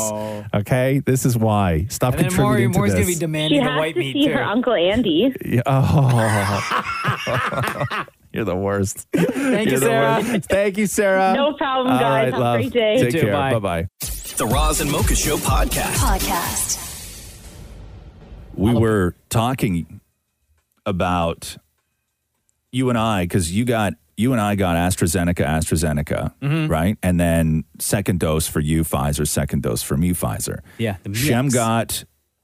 [SPEAKER 7] Okay, this is why stop
[SPEAKER 8] And then Maury,
[SPEAKER 7] contributing
[SPEAKER 8] Maury's
[SPEAKER 7] to
[SPEAKER 8] gonna be
[SPEAKER 7] this.
[SPEAKER 8] demanding
[SPEAKER 21] She
[SPEAKER 8] the
[SPEAKER 21] has
[SPEAKER 8] white
[SPEAKER 21] to
[SPEAKER 8] meat
[SPEAKER 21] see
[SPEAKER 8] too.
[SPEAKER 21] her uncle Andy.
[SPEAKER 7] Yeah, oh. You're the worst.
[SPEAKER 1] Thank
[SPEAKER 7] You're
[SPEAKER 1] you,
[SPEAKER 7] the
[SPEAKER 1] Sarah.
[SPEAKER 7] worst. Thank you, Sarah.
[SPEAKER 1] No problem,
[SPEAKER 7] All
[SPEAKER 1] guys. Have
[SPEAKER 7] right,
[SPEAKER 1] a
[SPEAKER 7] love.
[SPEAKER 1] great day. You
[SPEAKER 7] Take
[SPEAKER 1] too.
[SPEAKER 7] care.
[SPEAKER 1] Bye.
[SPEAKER 7] Bye bye.
[SPEAKER 13] The Roz and Mocha Show podcast.
[SPEAKER 2] Podcast.
[SPEAKER 7] we were talking about you and I because you got you and I got AstraZeneca, AstraZeneca,
[SPEAKER 8] Mhm.
[SPEAKER 7] right? And then second dose for you, Pfizer. Second dose for me, Pfizer.
[SPEAKER 8] Yeah, the
[SPEAKER 7] Shem
[SPEAKER 8] mix.
[SPEAKER 7] got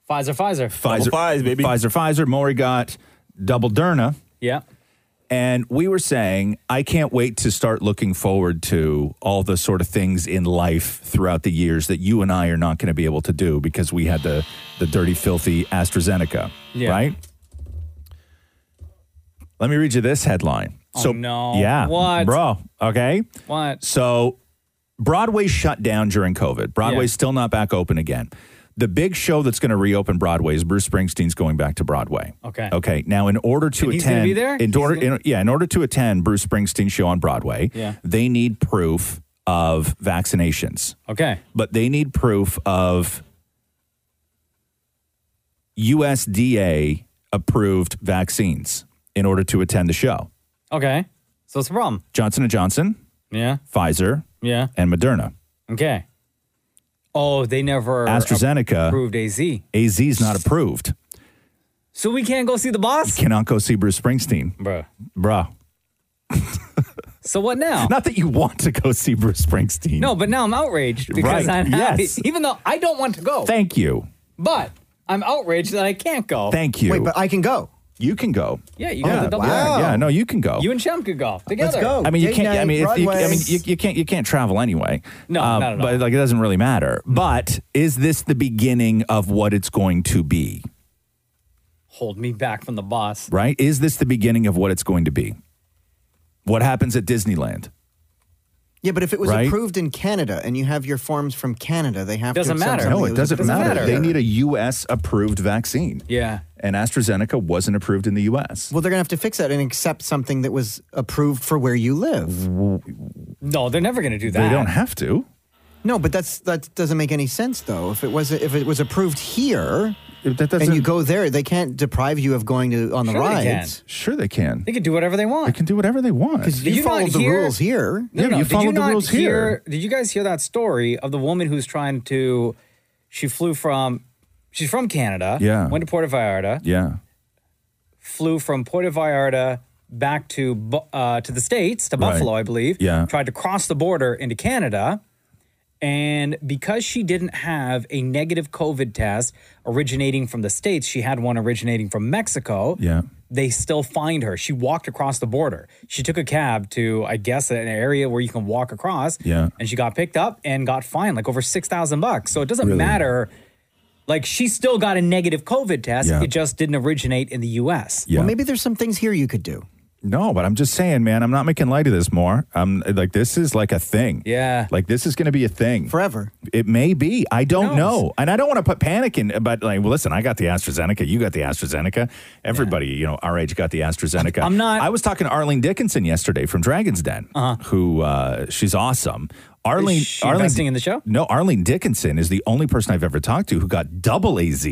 [SPEAKER 8] Pfizer, Pfizer,
[SPEAKER 7] Pfizer, Pfizer, Pfizer. Maury got double Derna,
[SPEAKER 8] Yeah.
[SPEAKER 7] and we were saying I can't wait to start looking forward to all the sort of things in life throughout the years that you and I are not going to be able to do because we had the the dirty, filthy AstraZeneca,
[SPEAKER 8] Yeah.
[SPEAKER 7] right? Let me read you this headline.
[SPEAKER 8] Oh,
[SPEAKER 7] so
[SPEAKER 8] no.
[SPEAKER 7] yeah,
[SPEAKER 8] What?
[SPEAKER 7] bro? Okay,
[SPEAKER 8] What?
[SPEAKER 7] so Broadway shut down during COVID. Broadway's
[SPEAKER 8] Yeah.
[SPEAKER 7] still not back open again. The big show that's going to reopen Broadway is Bruce Springsteen's going back to Broadway.
[SPEAKER 8] Okay.
[SPEAKER 7] Okay. Now, in order to
[SPEAKER 8] And he's gonna
[SPEAKER 7] attend,
[SPEAKER 8] be there?
[SPEAKER 7] in order, in- yeah, in order to attend Bruce Springsteen's show on Broadway,
[SPEAKER 8] Yeah.
[SPEAKER 7] they need proof of vaccinations,
[SPEAKER 8] Okay.
[SPEAKER 7] but they need proof of USDA approved vaccines in order to attend the show.
[SPEAKER 8] Okay. So it's a problem.
[SPEAKER 7] Johnson and Johnson,
[SPEAKER 8] Yeah.
[SPEAKER 7] Pfizer,
[SPEAKER 8] Yeah.
[SPEAKER 7] and Moderna.
[SPEAKER 8] Okay. Oh, they never
[SPEAKER 7] AstraZeneca
[SPEAKER 8] approved AZ.
[SPEAKER 7] AZ is not approved.
[SPEAKER 8] So we can't go see the boss?
[SPEAKER 7] Cannot go see Bruce Springsteen,
[SPEAKER 8] Bruh.
[SPEAKER 7] bruh.
[SPEAKER 8] So what now?
[SPEAKER 7] Not that you want to go see Bruce Springsteen.
[SPEAKER 8] No, but now I'm outraged because
[SPEAKER 7] Right,
[SPEAKER 8] I'm happy.
[SPEAKER 7] yes.
[SPEAKER 8] Even though I don't want to go.
[SPEAKER 7] Thank you.
[SPEAKER 8] But I'm outraged that I can't go.
[SPEAKER 7] Thank you.
[SPEAKER 8] Wait, but
[SPEAKER 7] I can go. You can go.
[SPEAKER 8] Yeah, you got the double
[SPEAKER 7] wow.
[SPEAKER 8] down.
[SPEAKER 7] Yeah, no, you can go.
[SPEAKER 8] You and Shem could go together.
[SPEAKER 7] I mean, you can't. I mean, if you, I mean, you, you can't. You can't travel anyway. Uh,
[SPEAKER 8] No, not at all. Mm-hmm.
[SPEAKER 7] But like, it doesn't really matter. But is this the beginning of what it's going to be?
[SPEAKER 8] hold me back from the boss.
[SPEAKER 7] Right? Is this the beginning of what it's going to be? What happens at Disneyland?
[SPEAKER 16] Yeah, but if it was
[SPEAKER 7] Right?
[SPEAKER 16] approved in Canada and you have your forms from Canada, they have to accept something
[SPEAKER 7] No,
[SPEAKER 16] that
[SPEAKER 7] it
[SPEAKER 16] was
[SPEAKER 7] doesn't,
[SPEAKER 16] approved
[SPEAKER 7] matter.
[SPEAKER 16] there.
[SPEAKER 7] They need a U.S. approved vaccine.
[SPEAKER 8] Yeah.
[SPEAKER 7] And AstraZeneca wasn't approved in the U.S.
[SPEAKER 16] Well, they're gonna have to fix that and accept something that was approved for where you live.
[SPEAKER 8] No, they're never going to do that.
[SPEAKER 16] They don't
[SPEAKER 7] have to.
[SPEAKER 16] No, but that's that doesn't make any sense though. If it was if it was approved here, and you
[SPEAKER 7] doesn't-
[SPEAKER 16] go there, they can't deprive you of going to on the
[SPEAKER 8] Sure they
[SPEAKER 16] rides.
[SPEAKER 7] Sure, they can.
[SPEAKER 8] They can do whatever they want. They
[SPEAKER 7] can do whatever they want.
[SPEAKER 16] Because you, followed the rules here.
[SPEAKER 8] No, no, no. Did not hear- Did you guys hear that story of the woman who's trying to? She flew from. She's from Canada.
[SPEAKER 7] Yeah.
[SPEAKER 8] Went to Puerto Vallarta.
[SPEAKER 7] Yeah.
[SPEAKER 8] Flew from Puerto Vallarta back to Bu- uh, to the states to
[SPEAKER 7] Right.
[SPEAKER 8] Buffalo, I believe.
[SPEAKER 7] Yeah.
[SPEAKER 8] Tried to cross the border into Canada, and because she didn't have a negative COVID test originating from the states, she had one originating from Mexico
[SPEAKER 7] Yeah.
[SPEAKER 8] they still find her. She walked across the border. She took a cab to, I guess, an area where you can walk across.
[SPEAKER 7] Yeah.
[SPEAKER 8] And she got picked up and got fined like over six thousand bucks. So it doesn't
[SPEAKER 7] Really?
[SPEAKER 8] matter. Like she still got a negative COVID test.
[SPEAKER 7] Yeah.
[SPEAKER 8] It just didn't originate in the U.S.
[SPEAKER 7] Yeah.
[SPEAKER 16] Well, maybe there's some things here you could do.
[SPEAKER 7] No, but I'm just saying, man. I'm not making light of this more. I'm like, this is like a thing.
[SPEAKER 8] Yeah.
[SPEAKER 7] Like this is going to be a thing
[SPEAKER 16] forever.
[SPEAKER 7] It may be. I don't
[SPEAKER 8] knows?
[SPEAKER 7] know, and I don't want to put panic in. But like, well, listen, I got the AstraZeneca. You got the AstraZeneca. Everybody, you know, our age got the AstraZeneca. I'm not. I was talking to Arlene Dickinson yesterday from Dragons Den,
[SPEAKER 16] Uh-huh.
[SPEAKER 7] who uh, she's awesome. Arlene,
[SPEAKER 8] she
[SPEAKER 7] Arlene
[SPEAKER 8] investing in the show?
[SPEAKER 7] No, Arlene Dickinson is the only person I've ever talked to who got double AZ.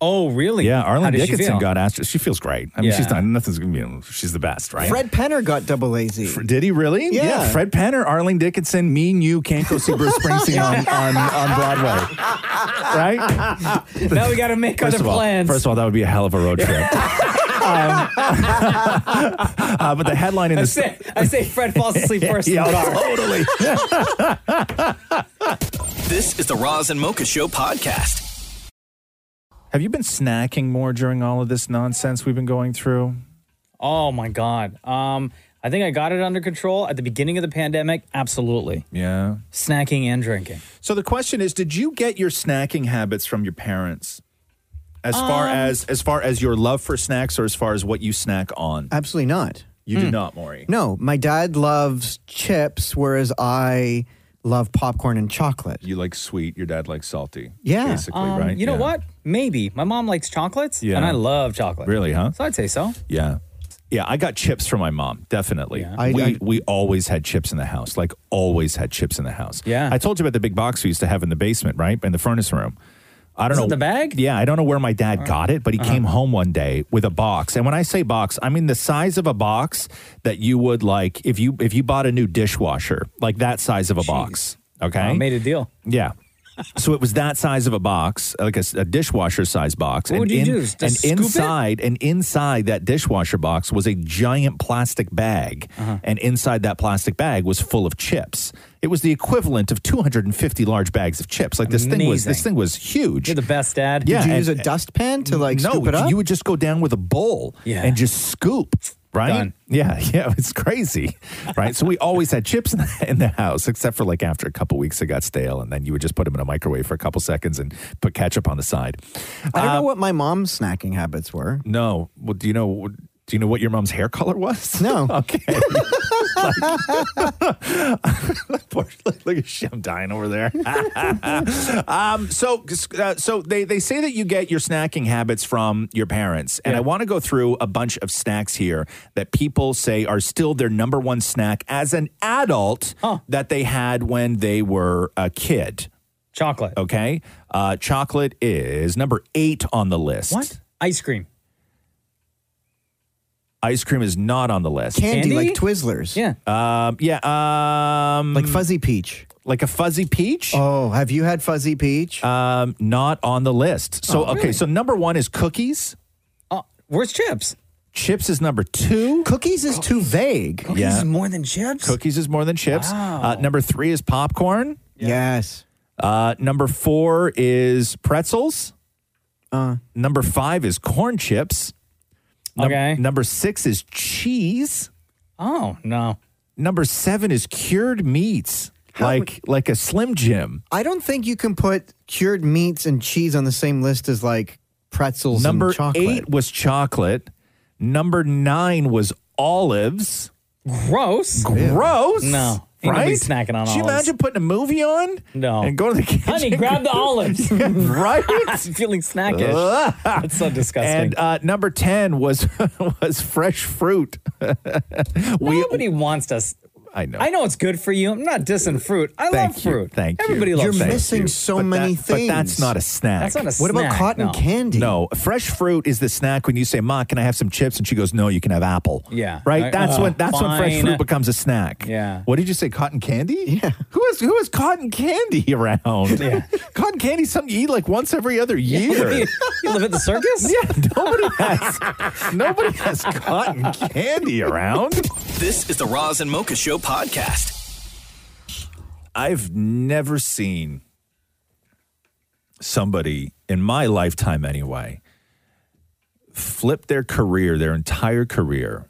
[SPEAKER 8] Oh, really?
[SPEAKER 7] Yeah,
[SPEAKER 8] How
[SPEAKER 7] Arlene
[SPEAKER 8] did she
[SPEAKER 7] Dickinson
[SPEAKER 8] feel?
[SPEAKER 7] got Astra. She feels great. I mean,
[SPEAKER 8] Yeah.
[SPEAKER 7] she's not nothing's. You know, she's the best, right?
[SPEAKER 16] Fred Penner got double AZ.
[SPEAKER 7] Did he really?
[SPEAKER 16] Yeah.
[SPEAKER 7] Fred Penner, Arlene Dickinson, me and you can't go see Bruce Springsteen on, on, on Broadway. Right?
[SPEAKER 8] Now we gotta make
[SPEAKER 7] First
[SPEAKER 8] other
[SPEAKER 7] of all-
[SPEAKER 8] plans.
[SPEAKER 7] First of all, that would be a hell of a road trip. Um, uh, but the headline in
[SPEAKER 8] I
[SPEAKER 7] the
[SPEAKER 8] say, I say Fred falls asleep first. in
[SPEAKER 7] Yeah,
[SPEAKER 8] the car.
[SPEAKER 7] totally.
[SPEAKER 13] This is the Roz and Mocha Show podcast.
[SPEAKER 7] Have you been snacking more during all of this nonsense we've been going through?
[SPEAKER 8] Oh my god. Um, I think I got it under control at the beginning of the pandemic. Absolutely.
[SPEAKER 7] Yeah.
[SPEAKER 8] Snacking and drinking.
[SPEAKER 7] So the question is, did you get your snacking habits from your parents? As far
[SPEAKER 16] Um,
[SPEAKER 7] as as far as your love for snacks or as far as what you snack on?
[SPEAKER 16] Absolutely not.
[SPEAKER 7] You did not, Maury.
[SPEAKER 16] No, my dad loves chips, whereas I love popcorn and chocolate.
[SPEAKER 7] You like sweet, your dad likes salty.
[SPEAKER 16] Yeah.
[SPEAKER 7] Basically,
[SPEAKER 8] Um,
[SPEAKER 7] right?
[SPEAKER 8] You know
[SPEAKER 7] Yeah.
[SPEAKER 8] what? Maybe. My mom likes chocolates,
[SPEAKER 7] Yeah.
[SPEAKER 8] and I love chocolate.
[SPEAKER 7] Really, huh?
[SPEAKER 8] So I'd say so.
[SPEAKER 7] Yeah. Yeah, I got chips from my mom, definitely.
[SPEAKER 8] I-
[SPEAKER 7] we
[SPEAKER 8] I-
[SPEAKER 7] we always had chips in the house. Like always had chips in the house.
[SPEAKER 8] Yeah.
[SPEAKER 7] I told you about the big box we used to have in the basement, right? In the furnace room. I don't
[SPEAKER 8] Is it
[SPEAKER 7] know
[SPEAKER 8] in the Uh-huh.
[SPEAKER 7] bag. Yeah, I don't know where my dad got it, but he came home one day with a box. And when I say box, I mean the size of a box that you would like if you if you bought a new dishwasher, like that size of a box. Okay,
[SPEAKER 8] I made a deal.
[SPEAKER 7] yeah. So it was that size of a box, like a, dishwasher size box.
[SPEAKER 8] What would you do? Just
[SPEAKER 7] and
[SPEAKER 8] scoop it?
[SPEAKER 7] inside, and inside that dishwasher box was a giant plastic bag,
[SPEAKER 8] Uh-huh.
[SPEAKER 7] and inside that plastic bag was full of chips. It was the equivalent of 250 large bags of chips. Like this thing was
[SPEAKER 8] Amazing.
[SPEAKER 7] this thing was huge. You're the
[SPEAKER 8] best dad.
[SPEAKER 7] Yeah,
[SPEAKER 16] Did you
[SPEAKER 7] and-
[SPEAKER 16] use a dustpan to like
[SPEAKER 7] no,
[SPEAKER 16] scoop it up?
[SPEAKER 7] you would just go down with a bowl
[SPEAKER 16] Yeah.
[SPEAKER 7] and just scoop. Right? Yeah, yeah, it's crazy. Right? so we always had chips in the, in the house, except for like after a couple weeks it got stale, and then you would just put them in a microwave for a couple seconds and put ketchup on the side. Um,
[SPEAKER 16] I don't know what my mom's snacking habits were.
[SPEAKER 7] No, well, do you know? Do you know what your mom's hair color was?
[SPEAKER 16] No.
[SPEAKER 7] okay. Poor- look, look at she, I'm dying over there. um, so, uh, so they they say that you get your snacking habits from your parents, and I want to go through a bunch of snacks here that people say are still their number one snack as an adult that they had when they were a kid.
[SPEAKER 8] Chocolate.
[SPEAKER 7] Okay. Uh, chocolate is number eight on the list.
[SPEAKER 8] What? Ice cream.
[SPEAKER 7] Ice cream is not on the list.
[SPEAKER 16] Candy, Candy? like Twizzlers.
[SPEAKER 8] Yeah.
[SPEAKER 7] Um, yeah. Um,
[SPEAKER 16] like fuzzy peach.
[SPEAKER 7] Like a fuzzy peach?
[SPEAKER 16] Oh, have you had fuzzy peach?
[SPEAKER 7] Um, not on the list. So
[SPEAKER 16] Oh,
[SPEAKER 7] okay,
[SPEAKER 16] really?
[SPEAKER 7] so number one is cookies.
[SPEAKER 8] Uh, where's chips?
[SPEAKER 7] Chips is number two.
[SPEAKER 16] Cookies is too vague.
[SPEAKER 8] Cookies is more than chips.
[SPEAKER 7] Cookies is more than chips. Uh, number three is popcorn.
[SPEAKER 16] Yes.
[SPEAKER 7] Uh, number four is pretzels.
[SPEAKER 16] Uh.
[SPEAKER 7] Number five is corn chips. Num-
[SPEAKER 8] Okay.
[SPEAKER 7] Number six is cheese.
[SPEAKER 8] Oh no.
[SPEAKER 7] Number seven is cured meats, like like a Slim Jim.
[SPEAKER 16] I don't think you can put cured meats and cheese on the same list as like pretzels
[SPEAKER 7] Number
[SPEAKER 16] and chocolate.
[SPEAKER 7] eight was chocolate. Number nine was olives.
[SPEAKER 8] Gross.
[SPEAKER 7] Gross.
[SPEAKER 8] No. Ain't
[SPEAKER 7] Right?
[SPEAKER 8] nobody snacking on
[SPEAKER 7] Can you
[SPEAKER 8] olives.
[SPEAKER 7] imagine putting a movie on?
[SPEAKER 8] No.
[SPEAKER 7] And go to the kitchen.
[SPEAKER 8] Honey, grab the olives.
[SPEAKER 7] right?
[SPEAKER 8] feeling snackish. That's so disgusting.
[SPEAKER 7] And uh, number ten was was fresh fruit.
[SPEAKER 8] Nobody wants us.
[SPEAKER 7] I know.
[SPEAKER 8] I know it's good for you. I'm not dissing fruit. I
[SPEAKER 7] Thank
[SPEAKER 8] love
[SPEAKER 7] you.
[SPEAKER 8] fruit.
[SPEAKER 7] Thank you.
[SPEAKER 8] Everybody loves
[SPEAKER 7] Thank
[SPEAKER 8] fruit.
[SPEAKER 7] you. But that- But that's not a snack.
[SPEAKER 8] That's not a What about snack, cotton no.
[SPEAKER 16] candy?
[SPEAKER 7] No, fresh fruit is the snack when you say, "Ma, can I have some chips?" and she goes, "No, you can have apple."
[SPEAKER 8] Yeah.
[SPEAKER 7] Right?
[SPEAKER 8] Right.
[SPEAKER 7] That's
[SPEAKER 8] Oh,
[SPEAKER 7] when that's when fresh
[SPEAKER 8] fine.
[SPEAKER 7] fruit becomes a snack.
[SPEAKER 8] Yeah.
[SPEAKER 7] What did you say? Cotton candy? Yeah. Who has who has cotton candy around? Yeah. cotton candy's something you eat like once every other year.
[SPEAKER 8] you, you live at the circus?
[SPEAKER 7] Yeah, nobody has nobody has cotton candy around.
[SPEAKER 1] This is the Roz and Mocha Show podcast.
[SPEAKER 7] I've never seen somebody in my lifetime anyway flip their career, their entire career,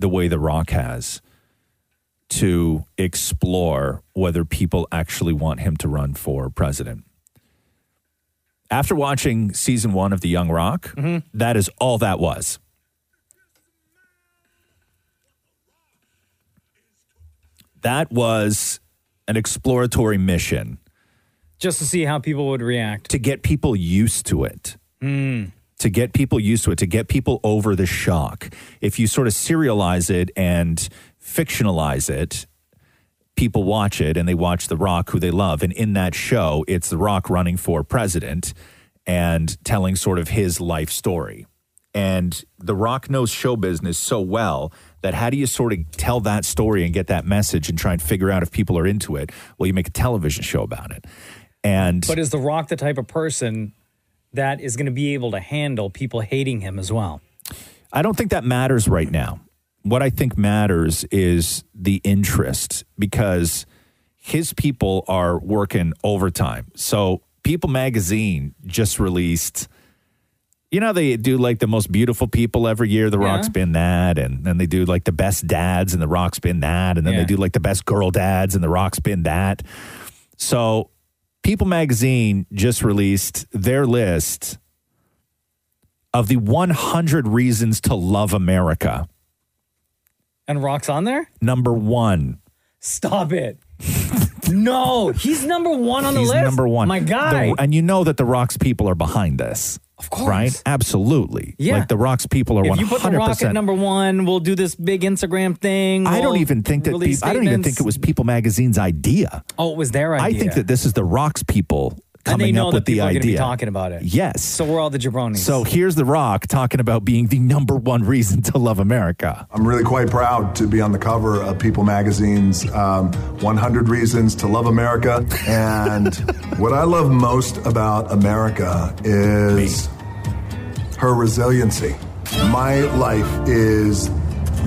[SPEAKER 7] the way The Rock has to explore whether people actually want him to run for president. After watching season one of The Young Rock, that is all that was. That was an exploratory mission
[SPEAKER 8] Just to see how people would react.
[SPEAKER 7] to get people used to it,
[SPEAKER 8] Mm.
[SPEAKER 7] to get people used to it, to get people over the shock. If you sort of serialize it and fictionalize it, people watch it and they watch The Rock, who they love. And in that show, it's The Rock running for president and telling sort of his life story. And The Rock knows show business so well that how do you sort of tell that story and get that message and try and figure out if people are into it? Well, you make a television show about it. And
[SPEAKER 8] But is The Rock the type of person that is going to be able to handle people hating him as well?
[SPEAKER 7] I don't think that matters right now. What I think matters is the interest because his people are working overtime. So, People magazine just released. You know, they do like the most beautiful people every year. The Rock's been that. And then they do like the best dads, and The Rock's been that. And then they
[SPEAKER 8] Yeah.
[SPEAKER 7] do like the best girl dads, and The Rock's been that. So, People magazine just released their list of the 100 reasons to love America.
[SPEAKER 8] And Rock's on there?
[SPEAKER 7] Number one.
[SPEAKER 8] Stop it. no, he's number one on the
[SPEAKER 7] He's
[SPEAKER 8] list.
[SPEAKER 7] number one.
[SPEAKER 8] My guy.
[SPEAKER 7] The- and you know that the Rock's people are behind this. Of course. Right? Absolutely.
[SPEAKER 8] Yeah.
[SPEAKER 7] Like the Rock's people are
[SPEAKER 8] if
[SPEAKER 7] 100%.
[SPEAKER 8] you put The Rock at number one, we'll do this big Instagram thing.
[SPEAKER 7] I don't
[SPEAKER 8] we'll
[SPEAKER 7] even think that
[SPEAKER 8] release
[SPEAKER 7] peop- I don't even
[SPEAKER 8] statements.
[SPEAKER 7] think it was People Magazine's idea.
[SPEAKER 8] Oh, it was their idea.
[SPEAKER 7] I think that this is the Rock's people
[SPEAKER 8] and
[SPEAKER 7] coming
[SPEAKER 8] they know
[SPEAKER 7] up
[SPEAKER 8] that
[SPEAKER 7] with the
[SPEAKER 8] people are gonna
[SPEAKER 7] idea.
[SPEAKER 8] Be talking about it.
[SPEAKER 7] Yes.
[SPEAKER 8] So we're all the jabronis.
[SPEAKER 7] So here's The Rock talking about being the number one reason to love America.
[SPEAKER 4] I'm really quite proud to be on the cover of People Magazine's um, 100 Reasons to Love America. And what I love most about America is her resiliency. My life is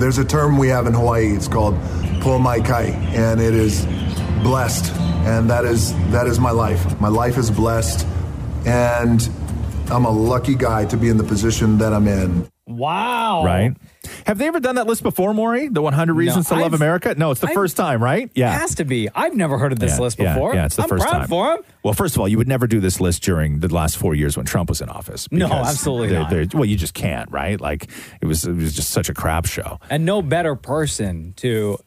[SPEAKER 4] there's a term we have in Hawaii. It's called pull my kite, and it is blessed. And that is that is my life. My life is blessed, and I'm a lucky guy to be in the position that I'm in.
[SPEAKER 8] Wow.
[SPEAKER 7] Right? Have they ever done that list before, Maury? The 100 Reasons to Love
[SPEAKER 8] I've-
[SPEAKER 7] America? No, it's the
[SPEAKER 8] I've-
[SPEAKER 7] first time, right? Yeah.
[SPEAKER 8] Has to be. I've never heard of this
[SPEAKER 7] Yeah,
[SPEAKER 8] list
[SPEAKER 7] yeah,
[SPEAKER 8] before.
[SPEAKER 7] Yeah, it's the
[SPEAKER 8] I'm
[SPEAKER 7] first
[SPEAKER 8] proud
[SPEAKER 7] time.
[SPEAKER 8] for him.
[SPEAKER 7] Well, first of all, you would never do this list during the last four years when Trump was in office.
[SPEAKER 8] No,
[SPEAKER 7] because
[SPEAKER 8] absolutely
[SPEAKER 7] they're-
[SPEAKER 8] not.
[SPEAKER 7] they're- well, you just can't, right? Like it was, it was just such a crap show.
[SPEAKER 8] And no better person to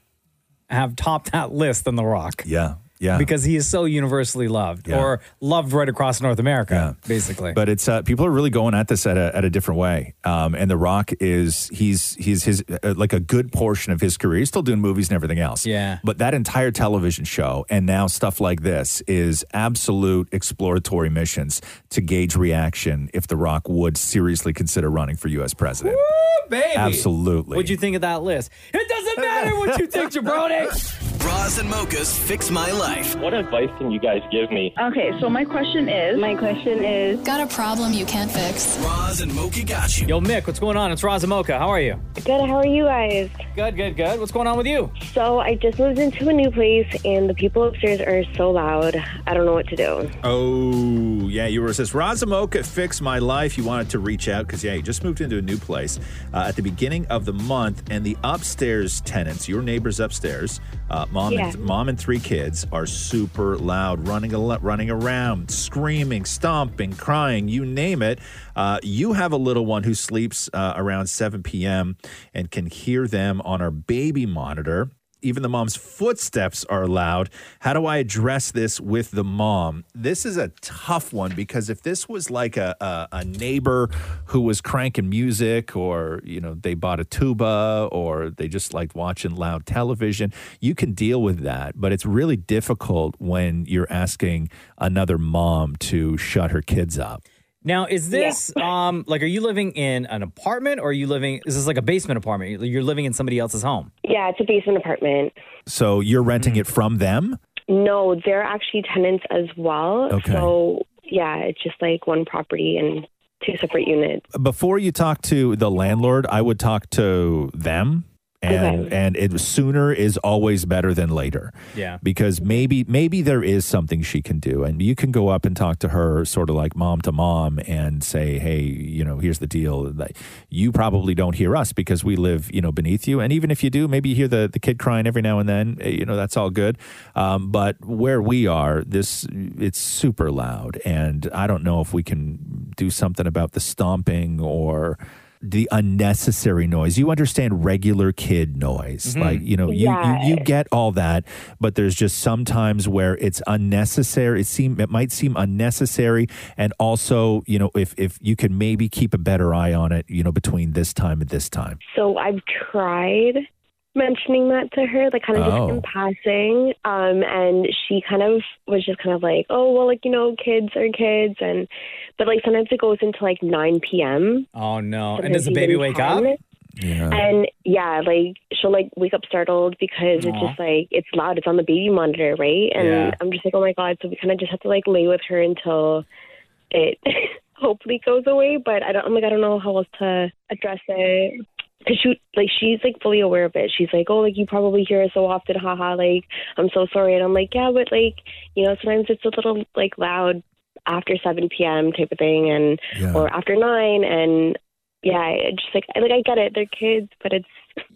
[SPEAKER 8] have topped that list than The Rock.
[SPEAKER 7] Yeah. Yeah.
[SPEAKER 8] Because he is so universally loved
[SPEAKER 7] Yeah.
[SPEAKER 8] or loved right across North America, basically.
[SPEAKER 7] But it's uh, people are really going at this at a, at a different way. Um, and The Rock is he's he's his uh, like a good portion of his career. He's still doing movies and everything else.
[SPEAKER 8] Yeah.
[SPEAKER 7] But that entire television show and now stuff like this is absolute exploratory missions to gauge reaction if The Rock would seriously consider running for U.S. president.
[SPEAKER 8] Baby.
[SPEAKER 7] Absolutely.
[SPEAKER 8] What'd you think of that list? It doesn't matter what you think, jabroni.
[SPEAKER 1] Bras and mochas fix my life.
[SPEAKER 14] What advice can you guys give me?
[SPEAKER 2] Okay, so my question is. My question is. Got a problem you can't fix?
[SPEAKER 8] Roz and Mocha got you. Yo, Mick, what's going on? It's Roz and Mocha. How are you?
[SPEAKER 22] Good, how are you guys?
[SPEAKER 8] Good, good, good. What's going on with you?
[SPEAKER 22] So, I just moved into a new place and the people upstairs are so loud. I don't know what to do.
[SPEAKER 7] Oh, yeah. You were it says Razamoka fixed my life. You wanted to reach out because, yeah, you just moved into a new place uh, at the beginning of the month, and the upstairs tenants, your neighbors upstairs, uh, mom and
[SPEAKER 23] Yeah.
[SPEAKER 7] mom and three kids, are super loud, running a lot, running around, screaming, stomping, crying, you name it. Uh, you have a little one who sleeps uh, around 7 p.m. and can hear them on our baby monitor. Even the mom's footsteps are loud. How do I address this with the mom? Um, This is a tough one because if this was like a, a, a neighbor who was cranking music or, you know, they bought a tuba or they just liked watching loud television, you can deal with that. But it's really difficult when you're asking another mom to shut her kids up.
[SPEAKER 8] Now, is this um like are you living in an apartment or are you living is this like a basement apartment? You're living in somebody else's home.
[SPEAKER 22] Yeah, it's a basement apartment.
[SPEAKER 7] So you're renting it from them?
[SPEAKER 22] No, they're actually tenants as well.
[SPEAKER 7] Okay.
[SPEAKER 22] So, yeah, it's just like one property and two separate units.
[SPEAKER 7] before you talk to the landlord, I would talk to them. And and it sooner is always better than later.
[SPEAKER 8] Yeah.
[SPEAKER 7] Because maybe maybe there is something she can do. And you can go up and talk to her sort of like mom to mom and say, Hey, you know, here's the deal. Like, You probably don't hear us because we live, you know, beneath you. And even if you do, maybe you hear the, the kid crying every now and then, eh, you know, that's all good. Um, but where we are, this it's super loud. And I don't know if we can do something about the stomping or the unnecessary noise. You understand regular kid noise.
[SPEAKER 23] Mhm.
[SPEAKER 7] Like, you know, you,
[SPEAKER 23] Yeah.
[SPEAKER 7] you you get all that, but there's just some times where it's unnecessary. It seem it might seem unnecessary and also, you know, if if you can maybe keep a better eye on it, you know, between this time and this time.
[SPEAKER 22] So, I've tried mentioning that to her, like kind of
[SPEAKER 7] Oh.
[SPEAKER 22] just in passing. Um, and she kind of was just kind of like, oh, well, like, you know, kids are kids. And, but like sometimes it goes into like 9 p.m.
[SPEAKER 8] Oh no.
[SPEAKER 22] Sometimes
[SPEAKER 8] and does the
[SPEAKER 22] even
[SPEAKER 8] baby wake up?
[SPEAKER 22] 10. And yeah, like she'll like wake up startled because it's
[SPEAKER 8] Aw.
[SPEAKER 22] just like it's loud. It's on the baby monitor, right? And
[SPEAKER 8] Yeah.
[SPEAKER 22] I'm just like, oh my god. So we kind of just have to like lay with her until it hopefully goes away. But I don't. I'm like, I don't know how else to address it. Cause she like she's like fully aware of it. She's like, oh, like you probably hear us so often, haha. Like I'm so sorry, and I'm like, yeah, but like you know, sometimes it's a little like loud after 7 p.m. type of thing, and or after nine, and yeah, I just like I- like I get it, they're kids, but it's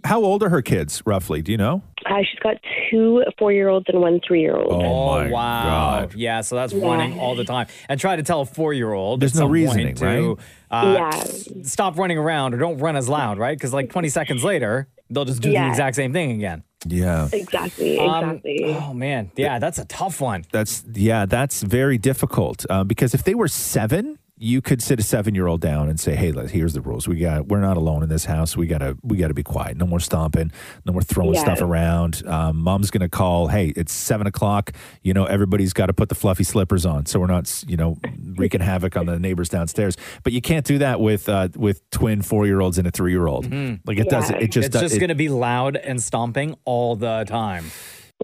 [SPEAKER 7] How old are her kids roughly? Do you know?
[SPEAKER 22] uh, she's got two four year olds and one three year old.
[SPEAKER 8] Oh, wow. Yeah, so that's
[SPEAKER 22] Yeah.
[SPEAKER 8] running all the time. And try to tell a four year old
[SPEAKER 7] There's no reasoning,
[SPEAKER 8] to,
[SPEAKER 7] right?
[SPEAKER 8] Uh,
[SPEAKER 22] Yeah.
[SPEAKER 8] s- Stop running around or don't run as loud, right? Because like 20 seconds later, they'll just do the
[SPEAKER 22] Yeah.
[SPEAKER 8] exact same thing again.
[SPEAKER 7] Yeah.
[SPEAKER 22] Exactly,
[SPEAKER 8] Um,
[SPEAKER 22] exactly.
[SPEAKER 8] oh man, yeah, that's a tough one.
[SPEAKER 7] That's yeah, that's very difficult uh, because if they were seven, you could sit a seven year old down and say, "Hey, let- here's the rules. We got we're not alone in this house. We gotta we gotta be quiet. No more stomping. No more throwing
[SPEAKER 10] Yeah.
[SPEAKER 7] stuff around. Um, Mom's gonna call. Hey, it's seven o'clock. You know, everybody's got to put the fluffy slippers on, so we're not you know wreaking havoc on the neighbors downstairs. But you can't do that with uh, with twin four year olds and a three year old. Like it doesn't. It
[SPEAKER 8] Mm-hmm.
[SPEAKER 7] just
[SPEAKER 8] it's
[SPEAKER 7] does,
[SPEAKER 8] just
[SPEAKER 7] it-
[SPEAKER 8] going to be loud and stomping all the time.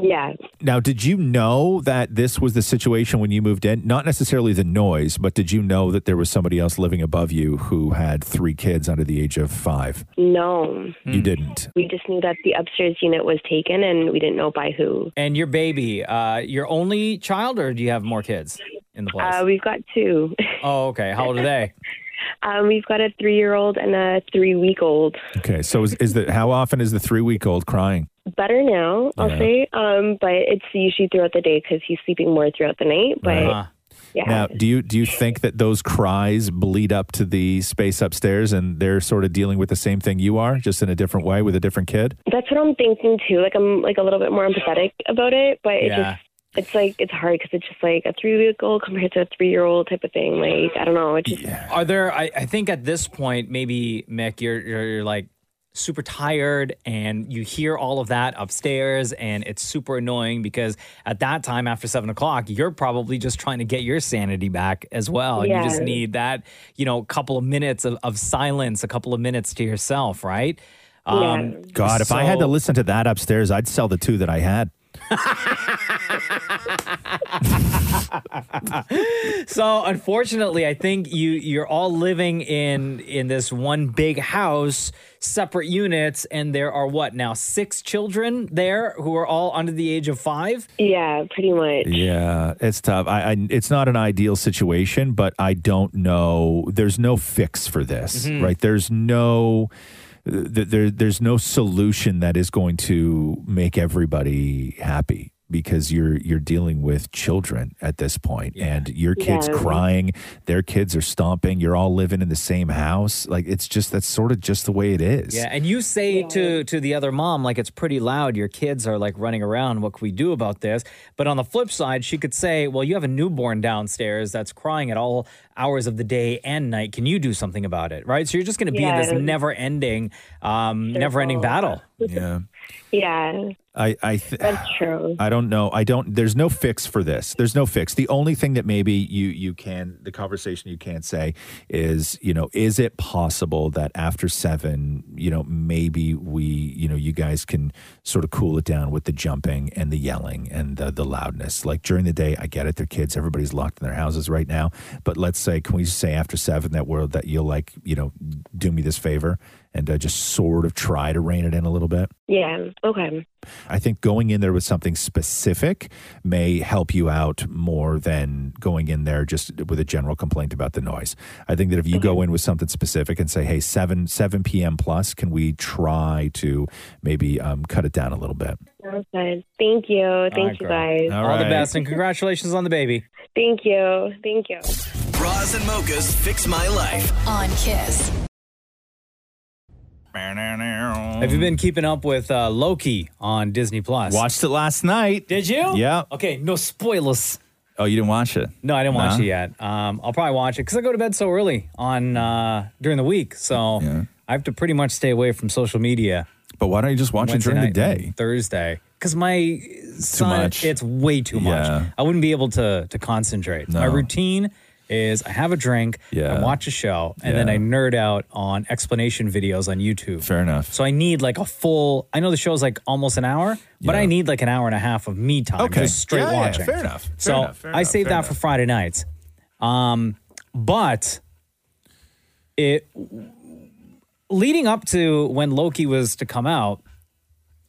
[SPEAKER 22] Yeah.
[SPEAKER 7] Now, did you know that this was the situation when you moved in? Not necessarily the noise, but did you know that there was somebody else living above you who had three kids under the age of five?
[SPEAKER 22] No.
[SPEAKER 7] You didn't.
[SPEAKER 22] We just knew that the upstairs unit was taken and we didn't know by who.
[SPEAKER 8] And your baby, uh, your only child, or do you have more kids in the place?
[SPEAKER 22] Uh, we've got two.
[SPEAKER 8] oh, okay. How old are they?
[SPEAKER 22] Um, we've got a three year old and a three week old.
[SPEAKER 7] Okay, so is, is the how often is the three week old crying?
[SPEAKER 22] Better now, I'll
[SPEAKER 7] Yeah.
[SPEAKER 22] say. Um, but it's usually throughout the day because he's sleeping more throughout the night. But
[SPEAKER 7] Right.
[SPEAKER 22] yeah.
[SPEAKER 7] Now, do you do you think that those cries bleed up to the space upstairs, and they're sort of dealing with the same thing you are, just in a different way with a different kid?
[SPEAKER 22] That's what I'm thinking too. Like I'm like a little bit more empathetic about it, but it
[SPEAKER 7] Yeah.
[SPEAKER 22] just it's like it's hard because it's just like a three week old compared to a three year old type of thing. Like I don't know. It's just,
[SPEAKER 8] Are there? I, I think at this point, maybe Mick, you're, you're you're like super tired, and you hear all of that upstairs, and it's super annoying because at that time, after seven o'clock, you're probably just trying to get your sanity back as well. and You just
[SPEAKER 10] Yeah.
[SPEAKER 8] need that, you know, couple of minutes of, of silence, a couple of minutes to yourself, right?
[SPEAKER 7] God, if I had to
[SPEAKER 8] Um, so-
[SPEAKER 7] listen to that upstairs, I'd sell the two that I had.
[SPEAKER 8] so unfortunately i think you you're all living in in this one big house separate units and there are what now six children there who are all under the age of five
[SPEAKER 22] yeah pretty much
[SPEAKER 7] Yeah, it's tough. I, I it's not an ideal situation, but I don't know. There's no fix for this,
[SPEAKER 1] Mhm.
[SPEAKER 7] right? There's no th- there there's no solution that is going to make everybody happy because you're you're dealing with children at this point and your kids
[SPEAKER 1] Yeah.
[SPEAKER 7] crying their kids are stomping you're all living in the same house like it's just that's sort of just the way it is
[SPEAKER 8] yeah and you say to to the other mom like it's pretty loud your kids are like running around what can we do about this but on the flip side she could say well you have a newborn downstairs that's crying at all hours of the day and night can you do something about it right so you're just going to be in
[SPEAKER 22] Yeah.
[SPEAKER 8] this never ending um never ending battle
[SPEAKER 7] yeah
[SPEAKER 22] yeah,
[SPEAKER 7] i i th-
[SPEAKER 22] that's true.
[SPEAKER 7] I don't know. I don't. There's no fix for this. There's no fix. The only thing that maybe you you can the conversation you can say is you know is it possible that after seven you know maybe we you know you guys can sort of cool it down with the jumping and the yelling and the the loudness. Like during the day, I get it. They're kids. Everybody's locked in their houses right now. But let's say, can we say after seven that world that you'll like you know do me this favor and uh, just sort of try to rein it in a little bit.
[SPEAKER 22] Yeah. Okay.
[SPEAKER 7] I think going in there with something specific may help you out more than going in there just with a general complaint about the noise. I think that if you
[SPEAKER 8] Mm-hmm.
[SPEAKER 7] go in with something specific and say, "Hey, seven seven p.m. plus, can we try to maybe um, cut it down a little bit?"
[SPEAKER 22] Sounds good. Thank you. Thank you guys.
[SPEAKER 7] All
[SPEAKER 8] all the
[SPEAKER 7] right.
[SPEAKER 8] best and congratulations on the baby
[SPEAKER 22] Thank you. Thank you.
[SPEAKER 1] Bras and mochas fix my life.
[SPEAKER 2] on Kiss.
[SPEAKER 8] have you been keeping up with uh, loki on disney plus
[SPEAKER 7] watched it last night
[SPEAKER 8] did you
[SPEAKER 7] Yeah.
[SPEAKER 8] okay no spoilers
[SPEAKER 7] Oh, you didn't watch it?
[SPEAKER 8] no i didn't watch
[SPEAKER 7] No?
[SPEAKER 8] it yet um, i'll probably watch it because i go to bed so early on uh, during the week so i have to pretty much stay away from social media
[SPEAKER 7] but why don't you just watch it during the day?
[SPEAKER 8] thursday because my son,
[SPEAKER 7] much.
[SPEAKER 8] it's way too much
[SPEAKER 7] Yeah.
[SPEAKER 8] i wouldn't be able to to concentrate my
[SPEAKER 7] No.
[SPEAKER 8] routine is I have a drink, I watch a show, and then
[SPEAKER 7] Yeah.
[SPEAKER 8] I nerd out on explanation videos on YouTube.
[SPEAKER 7] Fair enough.
[SPEAKER 8] So I need like a full. I know the show's like almost an hour, but I need like an hour and a half of me time,
[SPEAKER 7] Okay.
[SPEAKER 8] just straight
[SPEAKER 7] Yeah, yeah,
[SPEAKER 8] watching.
[SPEAKER 7] fair enough, fair
[SPEAKER 8] so
[SPEAKER 7] enough, fair
[SPEAKER 8] I
[SPEAKER 7] enough,
[SPEAKER 8] save
[SPEAKER 7] fair
[SPEAKER 8] that
[SPEAKER 7] enough.
[SPEAKER 8] for Friday nights. Um, but it leading up to when Loki was to come out,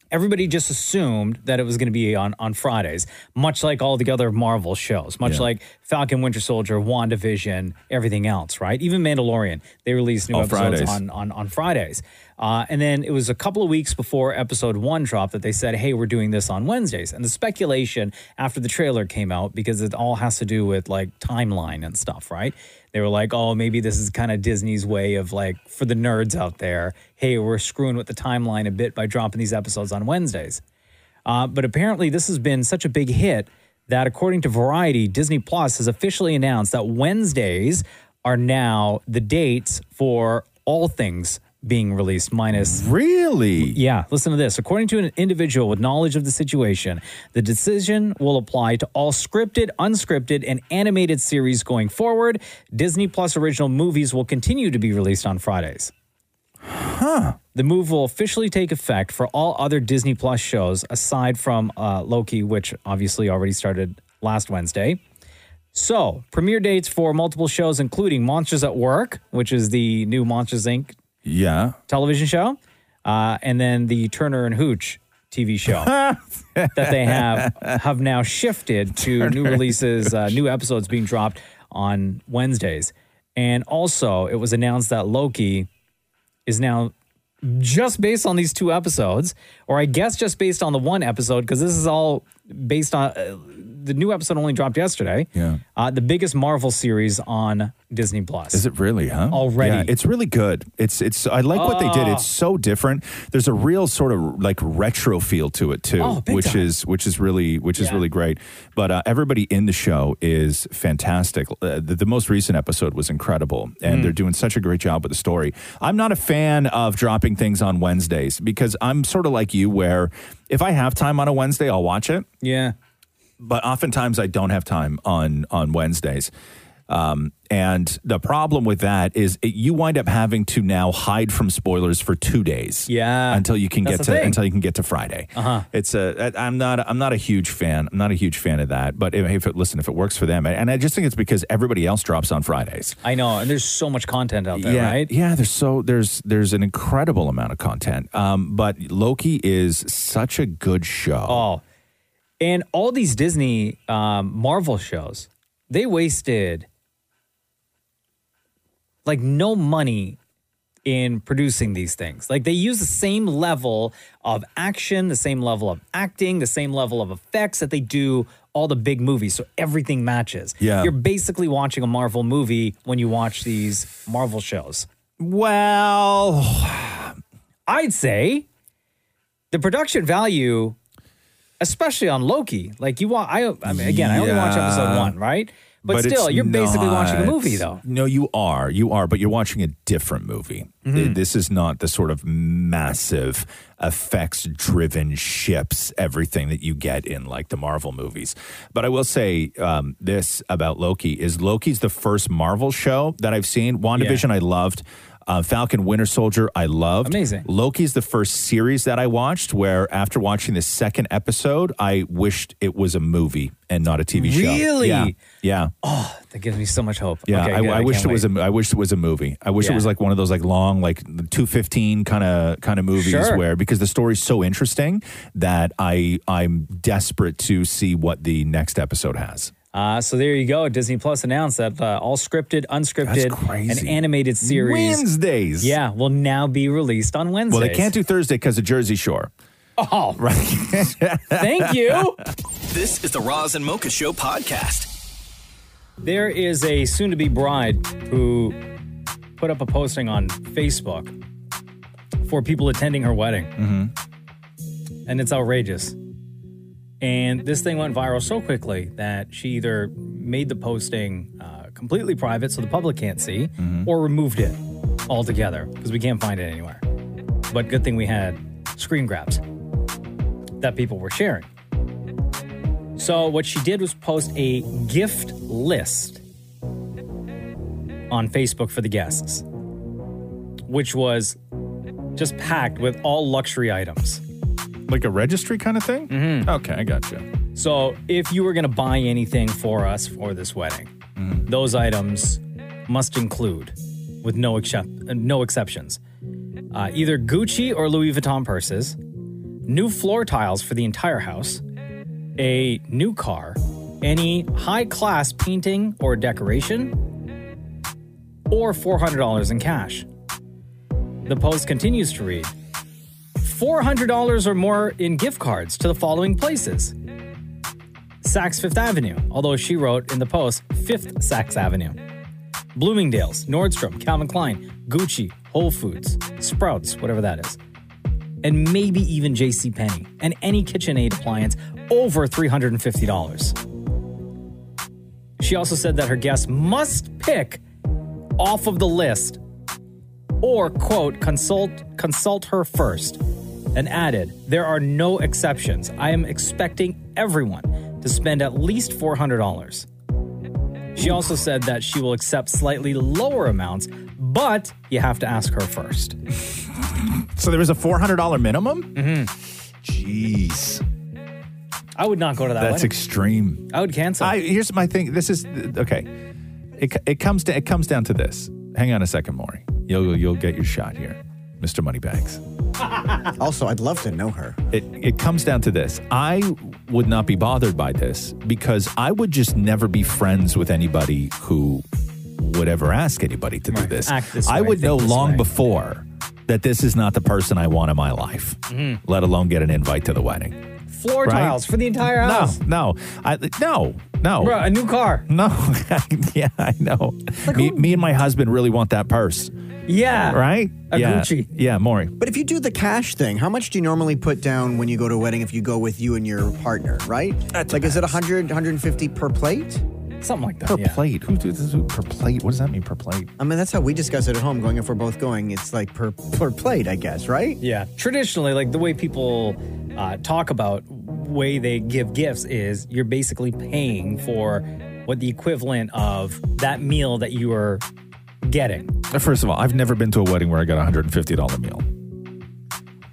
[SPEAKER 8] everybody just assumed that it was going to be on on Fridays, much like all the other Marvel shows, much
[SPEAKER 11] Yeah.
[SPEAKER 8] like Falcon Winter Soldier, WandaVision, everything else, right? Even Mandalorian, they released new
[SPEAKER 11] On
[SPEAKER 8] episodes
[SPEAKER 11] Fridays.
[SPEAKER 8] on on on Fridays. Uh, and then it was a couple of weeks before episode one dropped that they said, "Hey, we're doing this on Wednesdays." And the speculation after the trailer came out, because it all has to do with like timeline and stuff, right? They were like, "Oh, maybe this is kind of Disney's way of like for the nerds out there. Hey, we're screwing with the timeline a bit by dropping these episodes on Wednesdays." Uh, but apparently, this has been such a big hit that, according to Variety, Disney Plus has officially announced that Wednesdays are now the dates for all things being released minus
[SPEAKER 7] really
[SPEAKER 8] yeah listen to this according to an individual with knowledge of the situation the decision will apply to all scripted unscripted and animated series going forward disney plus original movies will continue to be released on fridays huh the move will officially take effect for all other disney plus shows aside from uh, loki which obviously already started last wednesday so, premiere dates for multiple shows, including Monsters at Work, which is the new Monsters Inc.
[SPEAKER 7] Yeah.
[SPEAKER 8] television show, uh, and then the Turner and Hooch TV show that they have have now shifted to new releases, uh, new episodes being dropped on Wednesdays. And also, it was announced that Loki is now just based on these two episodes, or I guess just based on the one episode, because this is all based on uh, the new episode only dropped yesterday.
[SPEAKER 7] Yeah.
[SPEAKER 8] Uh, the biggest Marvel series on Disney Plus.
[SPEAKER 7] Is it really, huh?
[SPEAKER 8] Already.
[SPEAKER 7] Yeah, it's really good. It's it's I like what they did.
[SPEAKER 8] Oh.
[SPEAKER 7] It's so different. There's a real sort of like retro feel to it too,
[SPEAKER 8] Oh, big
[SPEAKER 7] which
[SPEAKER 8] time.
[SPEAKER 7] is which is really which is really great. But uh, everybody in the show is fantastic. Uh, the, the most recent episode was incredible, and
[SPEAKER 10] Mm.
[SPEAKER 7] they're doing such a great job with the story. I'm not a fan of dropping things on Wednesdays because I'm sort of like you, where if I have time on a Wednesday, I'll watch it
[SPEAKER 8] Yeah.
[SPEAKER 7] but oftentimes I don't have time on on Wednesdays. Um, and the problem with that is it, you wind up having to now hide from spoilers for two days.
[SPEAKER 8] Yeah.
[SPEAKER 7] until you can
[SPEAKER 8] That's
[SPEAKER 7] get
[SPEAKER 8] the
[SPEAKER 7] to
[SPEAKER 8] thing.
[SPEAKER 7] until you can get to Friday.
[SPEAKER 8] Uh-huh.
[SPEAKER 7] It's a I- I'm not I'm not a huge fan. I'm not a huge fan of that. But if, if it, listen, if it works for them, and I just think it's because everybody else drops on Fridays.
[SPEAKER 8] I know, and there's so much content out there,
[SPEAKER 7] yeah,
[SPEAKER 8] right?
[SPEAKER 7] yeah. There's so there's there's an incredible amount of content. Um, but Loki is such a good show.
[SPEAKER 8] Oh, And all these Disney um, Marvel shows, they wasted like no money in producing these things. Like they use the same level of action, the same level of acting, the same level of effects that they do all the big movies. So everything matches.
[SPEAKER 7] Yeah.
[SPEAKER 8] You're basically watching a Marvel movie when you watch these Marvel shows.
[SPEAKER 7] Well,
[SPEAKER 8] I'd say the production value, especially on Loki, like you want, I, I mean, again, I only watch episode
[SPEAKER 7] Yeah.
[SPEAKER 8] one, right? But,
[SPEAKER 7] it's
[SPEAKER 8] still, you're basically watching a
[SPEAKER 7] not-
[SPEAKER 8] movie, though.
[SPEAKER 7] No, you are. You are, but you're watching a different movie.
[SPEAKER 8] Mhm.
[SPEAKER 7] Th- This is not the sort of massive effects driven ships, everything that you get in like the Marvel movies. But I will say um, this about Loki is Loki's the first Marvel show that I've seen. WandaVision I loved. Uh, Falcon Winter Soldier, I loved. Amazing. Loki's the first series that I watched where after watching the second episode, I wished it was a movie and not a TV show.
[SPEAKER 8] Really?
[SPEAKER 7] Yeah. Yeah.
[SPEAKER 8] Oh, That gives me so much hope.
[SPEAKER 7] Yeah,
[SPEAKER 8] Okay,
[SPEAKER 7] I,
[SPEAKER 8] good.
[SPEAKER 7] I wished it
[SPEAKER 8] can't
[SPEAKER 7] was
[SPEAKER 8] wait.
[SPEAKER 7] a I wished it was a movie. I wish
[SPEAKER 8] Yeah.
[SPEAKER 7] it was like one of those like long like two fifteen kind of kind of movies
[SPEAKER 8] Sure.
[SPEAKER 7] where because the story's so interesting that I I'm desperate to see what the next episode has.
[SPEAKER 8] Uh, so there you go. Disney Plus announced that uh, all scripted, unscripted, and animated series
[SPEAKER 7] Wednesdays.
[SPEAKER 8] yeah, will now be released on Wednesdays.
[SPEAKER 7] Well, they can't do Thursday because of Jersey Shore.
[SPEAKER 8] Oh,
[SPEAKER 7] right.
[SPEAKER 8] Thank you.
[SPEAKER 1] This is the Roz and Mocha Show podcast.
[SPEAKER 8] There is a soon to be bride who put up a posting on Facebook for people attending her wedding. And it's outrageous. And this thing went viral so quickly that she either made the posting uh, completely private so the public can't see or removed it altogether because we can't find it anywhere. But good thing we had screen grabs that people were sharing. So what she did was post a gift list on Facebook for the guests, which was just packed with all luxury items.
[SPEAKER 7] Like a registry kind of thing? Mm-hmm. Okay, I got you.
[SPEAKER 8] So if you were going to buy anything for us for this wedding,
[SPEAKER 7] Mm.
[SPEAKER 8] those items must include, with no, excep- uh, no exceptions, uh, either Gucci or Louis Vuitton purses, new floor tiles for the entire house, a new car, any high class painting or decoration, or $400 in cash. The post continues to read $400 or more in gift cards to the following places Saks Fifth Avenue, although she wrote in the post Fifth Saks Avenue, Bloomingdale's, Nordstrom, Calvin Klein, Gucci, Whole Foods, Sprouts, whatever that is, and maybe even JCPenney and any KitchenAid appliance over $350. She also said that her guests must pick off of the list or quote consult consult her first and added there are no exceptions i am expecting everyone to spend at least $400 she also said that she will accept slightly lower amounts but you have to ask her first
[SPEAKER 7] So there was a four hundred dollar minimum. Jeez,
[SPEAKER 8] Mm-hmm. I would not go to that.
[SPEAKER 7] that's
[SPEAKER 8] wedding.
[SPEAKER 7] extreme.
[SPEAKER 8] I would cancel.
[SPEAKER 7] I, here's my thing. This is okay. It it comes to it comes down to this. Hang on a second, Maury. You'll you'll get your shot here, Mr. Moneybags.
[SPEAKER 16] also, I'd love to know her.
[SPEAKER 7] It it comes down to this. I would not be bothered by this because I would just never be friends with anybody who would ever ask anybody to do this.
[SPEAKER 1] Act this
[SPEAKER 7] I
[SPEAKER 1] way,
[SPEAKER 7] would
[SPEAKER 1] think
[SPEAKER 7] know
[SPEAKER 1] this
[SPEAKER 7] long
[SPEAKER 1] way.
[SPEAKER 7] before that this is not the person I want in my life,
[SPEAKER 8] Mhm.
[SPEAKER 7] let alone get an invite to the wedding.
[SPEAKER 8] Floor
[SPEAKER 7] Right?
[SPEAKER 8] tiles for the entire house.
[SPEAKER 7] No, no, I, no, no.
[SPEAKER 8] Bro, a new car.
[SPEAKER 7] No, yeah, I know. me, me and my husband really want that purse.
[SPEAKER 8] Yeah.
[SPEAKER 7] Right?
[SPEAKER 16] A
[SPEAKER 7] yeah.
[SPEAKER 16] Gucci.
[SPEAKER 7] Yeah, Maury.
[SPEAKER 16] But if you do the cash thing, how much do you normally put down when you go to a wedding if you go with you and your partner, right? like, is it 100, 150 per plate?
[SPEAKER 8] Something like
[SPEAKER 16] that.
[SPEAKER 7] Per plate. Who does this per plate? What does that mean per plate?
[SPEAKER 16] I mean, that's how we discuss it at home, going if we're both going, it's like per, per plate, I guess, right?
[SPEAKER 8] Yeah. Traditionally, like the way people uh, talk about way they give gifts is you're basically paying for what the equivalent of that meal that you are getting.
[SPEAKER 7] First of all, I've never been to a wedding where I got a $150 meal.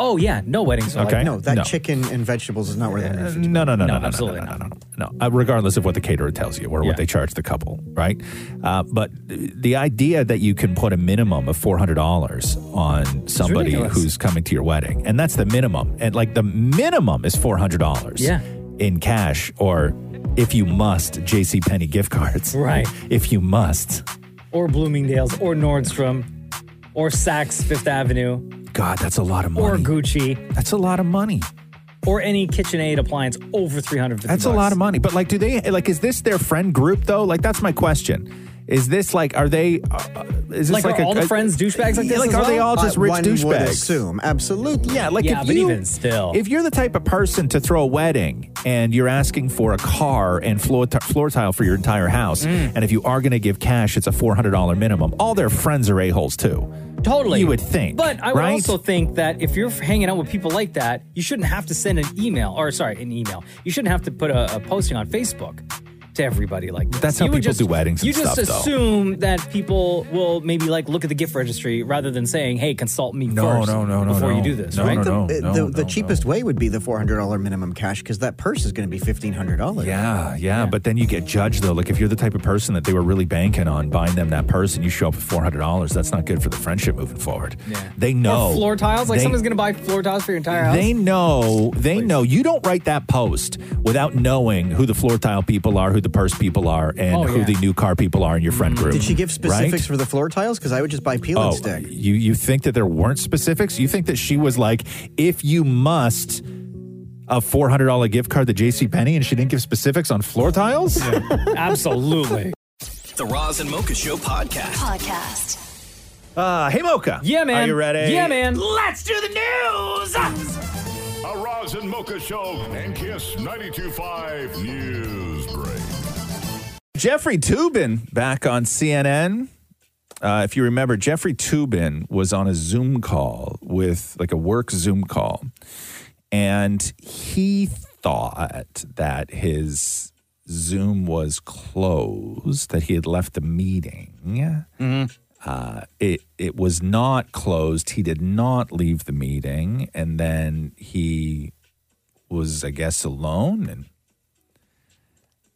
[SPEAKER 8] Oh yeah, no weddings. Are
[SPEAKER 7] Okay.
[SPEAKER 8] Like,
[SPEAKER 16] No, that
[SPEAKER 7] No. Uh,
[SPEAKER 16] chicken and vegetables is not where they're
[SPEAKER 7] No, no, no, no, no, no,
[SPEAKER 8] absolutely
[SPEAKER 7] no, no, no, no, no. Uh, regardless of what the caterer tells you or what they charge the couple, right? Uh, but th- the idea that you can put a minimum of four hundred dollars on somebody
[SPEAKER 1] ridiculous.
[SPEAKER 7] who's coming to your wedding, and that's the minimum, and like the minimum is four hundred dollars,
[SPEAKER 1] Yeah.
[SPEAKER 7] in cash or if you must, J.C. Penney gift cards,
[SPEAKER 8] Right.
[SPEAKER 7] If you must,
[SPEAKER 8] or Bloomingdale's, or Nordstrom, or Saks Fifth Avenue.
[SPEAKER 7] God, that's a lot of money.
[SPEAKER 8] Or Gucci.
[SPEAKER 7] That's a lot of money.
[SPEAKER 8] Or any KitchenAid appliance over three hundred fifty.
[SPEAKER 7] That's a lot of money. But like, do they like? Is this their friend group though? Like, that's my question. Is this like? Are they? Uh, uh, is this
[SPEAKER 8] Like,
[SPEAKER 7] like,
[SPEAKER 8] are
[SPEAKER 7] a-
[SPEAKER 8] all the
[SPEAKER 7] a-
[SPEAKER 8] friends douchebags like this
[SPEAKER 7] Like,
[SPEAKER 8] as
[SPEAKER 7] are they
[SPEAKER 8] well?
[SPEAKER 7] all just
[SPEAKER 8] Uh,
[SPEAKER 7] rich
[SPEAKER 8] one would
[SPEAKER 7] douchebags?
[SPEAKER 8] assume.
[SPEAKER 16] Absolutely.
[SPEAKER 7] Yeah, like
[SPEAKER 8] Yeah,
[SPEAKER 7] if
[SPEAKER 8] but
[SPEAKER 7] you,
[SPEAKER 8] even still.
[SPEAKER 7] if you're the type of person to throw a wedding and you're asking for a car and floor, t- floor tile for your entire house,
[SPEAKER 8] Mm.
[SPEAKER 7] and if you are going to give cash, it's a four hundred dollar minimum. All their friends are a holes too.
[SPEAKER 8] Totally.
[SPEAKER 7] you would think.
[SPEAKER 8] But I would
[SPEAKER 7] right?
[SPEAKER 8] also think that if you're hanging out with people like that, you shouldn't have to send an email, or sorry, an email. You shouldn't have to put a, a posting on Facebook to everybody like this.
[SPEAKER 7] That's how
[SPEAKER 8] You would
[SPEAKER 7] people
[SPEAKER 8] just-
[SPEAKER 7] do weddings and
[SPEAKER 8] You just
[SPEAKER 7] stuff, though.
[SPEAKER 8] assume that people will maybe like look at the gift registry rather than saying, "Hey, consult me
[SPEAKER 7] No,
[SPEAKER 8] first
[SPEAKER 7] no, no, no,
[SPEAKER 8] before
[SPEAKER 7] no.
[SPEAKER 8] you do this."
[SPEAKER 7] No,
[SPEAKER 8] right?
[SPEAKER 7] no,
[SPEAKER 16] the,
[SPEAKER 7] no,
[SPEAKER 16] the,
[SPEAKER 7] no,
[SPEAKER 16] the,
[SPEAKER 7] no, no.
[SPEAKER 16] cheapest way would be the $400 minimum cash because that purse is going to be $1,500.
[SPEAKER 7] Yeah, yeah, but then you get judged though. Like if you're the type of person that they were really banking on buying them that purse, and you show up with four hundred dollars, that's not good for the friendship moving forward. Yeah, they know
[SPEAKER 8] Or floor tiles. Like
[SPEAKER 7] They-
[SPEAKER 8] someone's gonna buy floor tiles for your entire house.
[SPEAKER 7] They know. They know. You don't write that post without knowing who the floor tile people are, who the purse people are, and
[SPEAKER 16] Oh,
[SPEAKER 7] who
[SPEAKER 16] yeah.
[SPEAKER 7] the new car people are in your
[SPEAKER 8] Mm.
[SPEAKER 7] friend group.
[SPEAKER 16] Did she give specifics
[SPEAKER 7] Right?
[SPEAKER 16] for the floor tiles? Because I would just buy peel and
[SPEAKER 7] Oh,
[SPEAKER 16] stick.
[SPEAKER 7] you you think that there weren't specifics? You think that she was like, if you must, a four hundred dollar gift card to J.C. Penney, and she didn't give specifics on floor tiles?
[SPEAKER 8] Absolutely.
[SPEAKER 1] The Roz and Mocha Show podcast. Podcast.
[SPEAKER 7] Uh, hey, Mocha.
[SPEAKER 1] Yeah,
[SPEAKER 7] Are you ready?
[SPEAKER 1] Let's do the news.
[SPEAKER 10] A Roz and Mocha Show and Kiss 92.5 News Break.
[SPEAKER 7] Jeffrey Tubin back on CNN. Uh, if you remember, Jeffrey Tubin was on a Zoom call with like a work Zoom call, and he thought that his Zoom was closed, that he had left the meeting. Yeah. Uh, it it was not closed. He did not leave the meeting, and then he was, I guess, alone and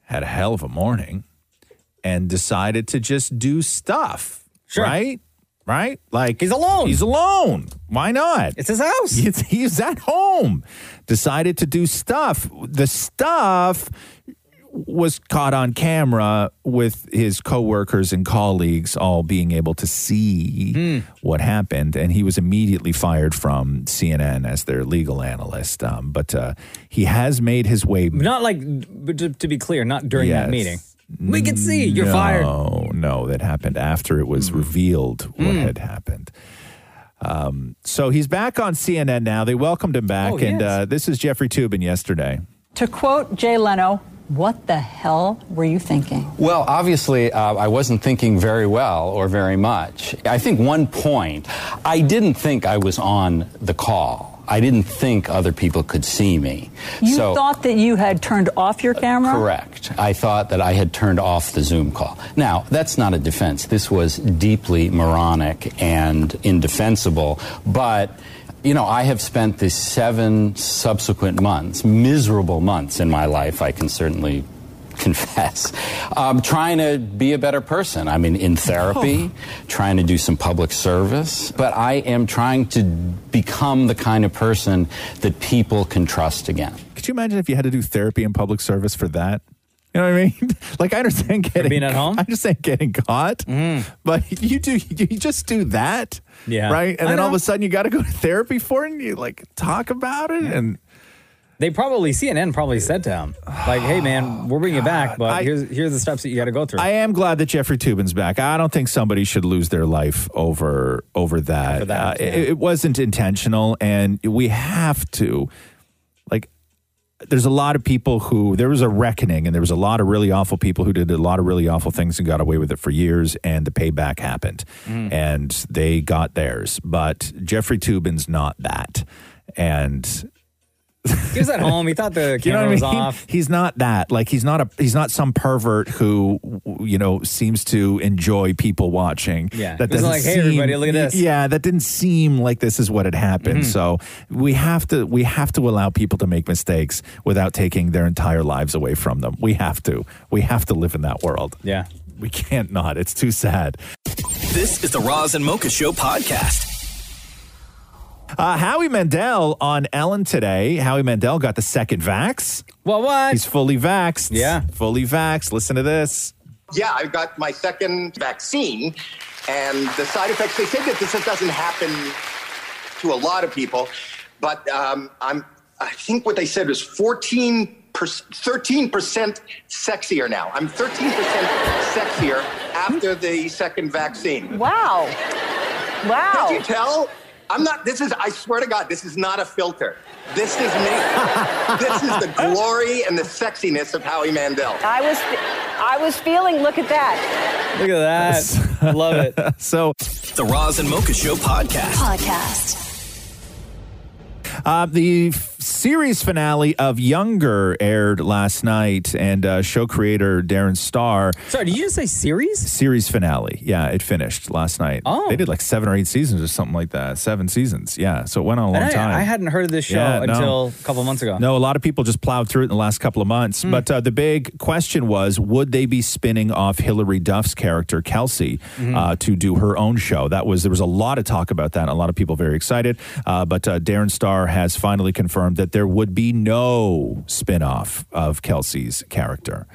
[SPEAKER 7] had a hell of a morning and decided to just do stuff. Right? Right? Like he's
[SPEAKER 8] alone.
[SPEAKER 7] He's alone. Why not?
[SPEAKER 8] It's his house.
[SPEAKER 7] He's, he's at home. Decided to do stuff. The stuff was caught on camera with his coworkers and colleagues all being able to see
[SPEAKER 8] Hmm.
[SPEAKER 7] what happened and he was immediately fired from CNN as their legal analyst um, but uh, he has made his way
[SPEAKER 8] Not like but to, to be clear, not during that
[SPEAKER 7] Yes.
[SPEAKER 8] meeting. We can see you're fired. Hmm.
[SPEAKER 7] No, no, that happened after it was revealed what had happened. Um, so he's back on
[SPEAKER 8] Oh,
[SPEAKER 7] CNN now. They welcomed him back, and uh, this is Jeffrey Tubin yesterday.
[SPEAKER 11] To quote Jay Leno,
[SPEAKER 24] What the hell were you thinking?
[SPEAKER 25] Well, obviously, uh, I wasn't thinking very well or very much. I think one point, I didn't think I was on the call. I didn't think other people could see me.
[SPEAKER 24] You
[SPEAKER 25] so,
[SPEAKER 24] thought that you had turned off your camera?
[SPEAKER 25] correct. I thought that I had turned off the Zoom call. Now, that's not a defense. This was deeply moronic and indefensible, but. You know, I have spent the seven subsequent months, miserable months in my life, I can certainly confess, um, trying to be a better person. I mean, in therapy, trying to do some public service, but I am trying to become the kind of person that people can trust again.
[SPEAKER 7] Could you imagine if you had to do therapy and public service for that? You know what I mean? Like I understand getting being at home. I understand getting caught, but you do you just do that,
[SPEAKER 8] Mm-hmm. Yeah.
[SPEAKER 7] right? And
[SPEAKER 8] I
[SPEAKER 7] then all of
[SPEAKER 8] know.
[SPEAKER 7] a sudden you got to go to therapy for it, and you like talk about it, and
[SPEAKER 8] They probably CNN probably said to him, like, "Hey man, we're bringing you back, but here's here's the steps that you got to go through."
[SPEAKER 7] I am glad that Jeffrey Tubin's back. I don't think somebody should lose their life over over that. Uh, it, it wasn't intentional, and we have to like. There's a lot of people who there was a reckoning, and there was a lot of really awful people who did a lot of really awful things and got away with it for years, and the payback happened, and they got theirs. But Jeffrey Tubin's not that, and
[SPEAKER 8] he was at home. He thought the camera was off.
[SPEAKER 7] He's not that. Like he's not a he's not some pervert who you know seems to enjoy people watching.
[SPEAKER 8] Yeah.
[SPEAKER 7] that
[SPEAKER 8] He was
[SPEAKER 7] doesn't
[SPEAKER 8] like, "Hey,
[SPEAKER 7] seem-
[SPEAKER 8] everybody, look at this."
[SPEAKER 7] Yeah, that didn't seem like this is what had happened.
[SPEAKER 8] Mhm.
[SPEAKER 7] So we have to we have to allow people to make mistakes without taking their entire lives away from them. We have to we have to live in that world.
[SPEAKER 8] Yeah,
[SPEAKER 7] we can't not. It's too sad.
[SPEAKER 1] This is the Roz and Mocha Show podcast.
[SPEAKER 7] Uh, Howie Mandel on Ellen today. Howie Mandel got the second vax.
[SPEAKER 8] Well, what?
[SPEAKER 7] He's fully vaxxed. Yeah. Fully vaxxed. Listen to this.
[SPEAKER 23] Yeah, I got my second vaccine, and the side effects, they say that this doesn't happen to a lot of people, but um, I'm, I think what they said was 14 13% sexier now. I'm 13% sexier after the second vaccine. Wow. Wow. Did you tell? I'm not, this is, I swear to God, this is not a filter. This is me. this is the glory and the sexiness of Howie Mandel.
[SPEAKER 11] I was, I was feeling. Look at that.
[SPEAKER 8] Look at that. I love it.
[SPEAKER 7] so
[SPEAKER 1] The Roz and Mocha Show podcast.
[SPEAKER 11] Podcast.
[SPEAKER 7] Uh, the f- series finale of Younger aired last night, and uh, show creator Darren Star.
[SPEAKER 8] Sorry, did you just say series?
[SPEAKER 7] Series finale. Yeah, it finished last night. Oh. They did like seven or eight seasons or something like that. Seven seasons. Yeah. So it went on a long
[SPEAKER 8] And I,
[SPEAKER 7] time.
[SPEAKER 8] I hadn't heard of this show
[SPEAKER 7] Yeah, no.
[SPEAKER 8] until a couple months ago.
[SPEAKER 7] No, a lot of people just plowed through it in the last couple of months. But uh, the big question was would they be spinning off Hillary Duff's character, Kelsey, uh, to do her own show? That was, there was a lot of talk about that. And a lot of people very excited. Uh, but uh, Darren Starr has finally confirmed that there would be no spin off of Kelsey's character.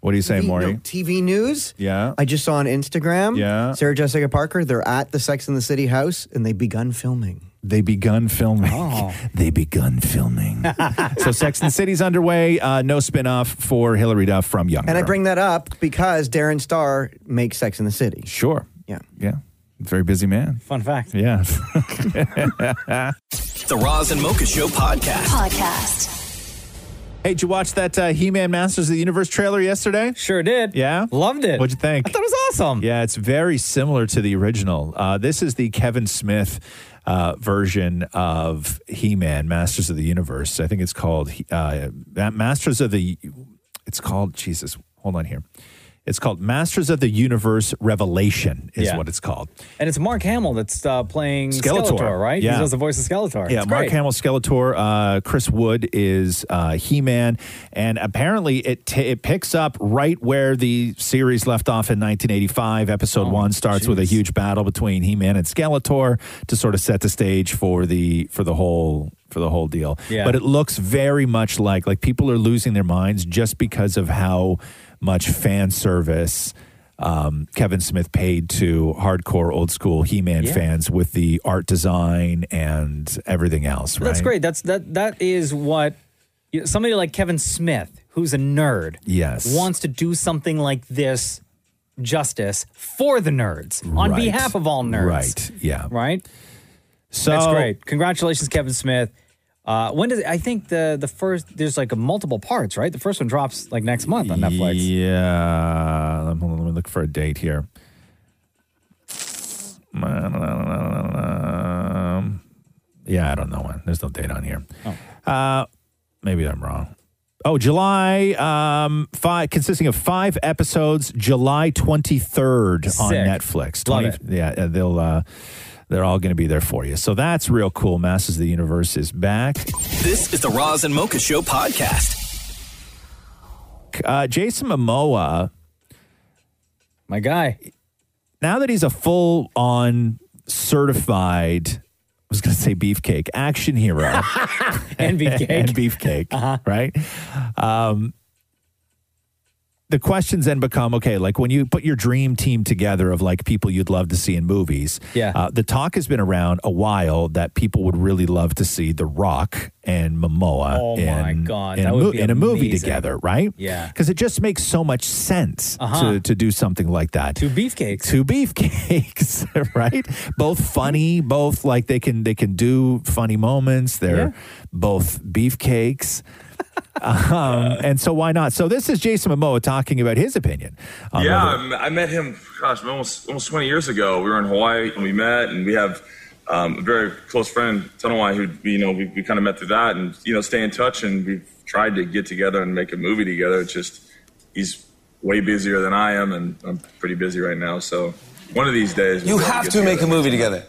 [SPEAKER 7] What do you say,
[SPEAKER 16] TV,
[SPEAKER 7] Maury?
[SPEAKER 16] no, TV news.
[SPEAKER 7] Yeah.
[SPEAKER 16] I just saw on Instagram.
[SPEAKER 7] Yeah.
[SPEAKER 16] Sarah Jessica Parker. They're at the Sex in the City house, and they begun filming. Oh.
[SPEAKER 7] They begun filming. They begun filming. so Sex and the City's underway. Uh, no spin-off for Hillary Duff from Younger.
[SPEAKER 16] And I bring that up because Darren Star makes Sex in the City.
[SPEAKER 7] Sure.
[SPEAKER 16] Yeah.
[SPEAKER 7] Yeah. Very busy man.
[SPEAKER 8] Fun fact.
[SPEAKER 7] Yeah.
[SPEAKER 1] The Roz and Mocha Show podcast.
[SPEAKER 11] Podcast.
[SPEAKER 7] hey, did you watch that uh, He-Man Masters of the Universe trailer yesterday?
[SPEAKER 8] Sure did.
[SPEAKER 7] Yeah?
[SPEAKER 8] Loved it.
[SPEAKER 7] What'd you think? I thought
[SPEAKER 8] it was awesome.
[SPEAKER 7] Yeah, it's very similar to the original. Uh, this is the Kevin Smith uh, version of He-Man Masters of the Universe. I think it's called uh, Ma- Masters of the... It's called... Jesus, hold on here. It's called Masters of the Universe Revelation is
[SPEAKER 8] Yeah.
[SPEAKER 7] what it's called.
[SPEAKER 8] And it's Mark Hamill that's uh, playing
[SPEAKER 7] Skeletor.
[SPEAKER 8] Skeletor, right?
[SPEAKER 7] Yeah.
[SPEAKER 8] He does the voice of Skeletor.
[SPEAKER 7] Yeah,
[SPEAKER 8] It's
[SPEAKER 7] Mark
[SPEAKER 8] great.
[SPEAKER 7] Hamill, Skeletor. Uh, Chris Wood is uh, He Man, and apparently it t- it picks up right where the series left off in 1985. Episode
[SPEAKER 8] Oh,
[SPEAKER 7] one starts with a huge battle between He Man and Skeletor to sort of set the stage for the for the whole for the whole deal.
[SPEAKER 26] Yeah.
[SPEAKER 7] But it looks very much like like people are losing their minds just because of how much fan service. Um, Kevin Smith paid to hardcore old school He Man
[SPEAKER 8] Yeah.
[SPEAKER 7] fans with the art design and everything else, right?
[SPEAKER 8] That's great. That's that. That is what you know, somebody like Kevin Smith, who's a nerd,
[SPEAKER 7] Yes.
[SPEAKER 8] wants to do something like this justice for the nerds on
[SPEAKER 7] Right.
[SPEAKER 8] behalf of all nerds.
[SPEAKER 7] Right. Yeah.
[SPEAKER 8] Right.
[SPEAKER 7] So
[SPEAKER 8] that's great. Congratulations, Kevin Smith. Uh, when does I think the the first there's like a multiple parts, right? The first one drops like next month on Netflix.
[SPEAKER 7] Yeah. Let me, let me look for a date here. Um, yeah, I don't know when. There's no date on here. Uh, maybe I'm wrong. Oh, July um, five, consisting of five episodes, July 23rd on
[SPEAKER 1] Sick.
[SPEAKER 7] Netflix.
[SPEAKER 1] Love
[SPEAKER 7] Yeah, uh, they'll. Uh, they're all going to be there for you. So that's real cool. Masters of the Universe is back.
[SPEAKER 1] This is the Roz and Mocha Show podcast.
[SPEAKER 7] uh, Jason Momoa,
[SPEAKER 8] my guy.
[SPEAKER 7] Now that he's a full on certified, I was going to say beefcake action hero
[SPEAKER 8] And beefcake.
[SPEAKER 7] and beefcake,
[SPEAKER 1] Uh-huh.
[SPEAKER 7] right? Um, the questions then become okay. Like when you put your dream team together of like people you'd love to see in movies.
[SPEAKER 1] Yeah.
[SPEAKER 7] Uh, the talk has been around a while that people would really love to see The Rock and Momoa.
[SPEAKER 1] Oh,
[SPEAKER 7] in,
[SPEAKER 1] my God,
[SPEAKER 7] in
[SPEAKER 1] that
[SPEAKER 7] a,
[SPEAKER 1] would
[SPEAKER 7] mo-
[SPEAKER 1] be
[SPEAKER 7] in a movie
[SPEAKER 1] amazing.
[SPEAKER 7] together, right?
[SPEAKER 1] Yeah.
[SPEAKER 7] because it just makes so much sense
[SPEAKER 1] Uh-huh.
[SPEAKER 7] to to do something like that. Two
[SPEAKER 8] beefcakes.
[SPEAKER 7] Two beefcakes, right? both funny, both like they can they can do funny moments. They're both beefcakes. um, and so why not? So this is Jason Momoa talking about his opinion. on
[SPEAKER 3] yeah,
[SPEAKER 7] whether-
[SPEAKER 3] I m- I met him, gosh, almost almost 20 years ago. We were in Hawaii and we met, and we have um, a very close friend, Tonawai, who we- you know we, we kind of met through that, and you know stay in touch, and we've tried to get together and make a movie together. It's just he's way busier than I am, and I'm pretty busy right now. So one of these days,
[SPEAKER 13] You have to make a movie together.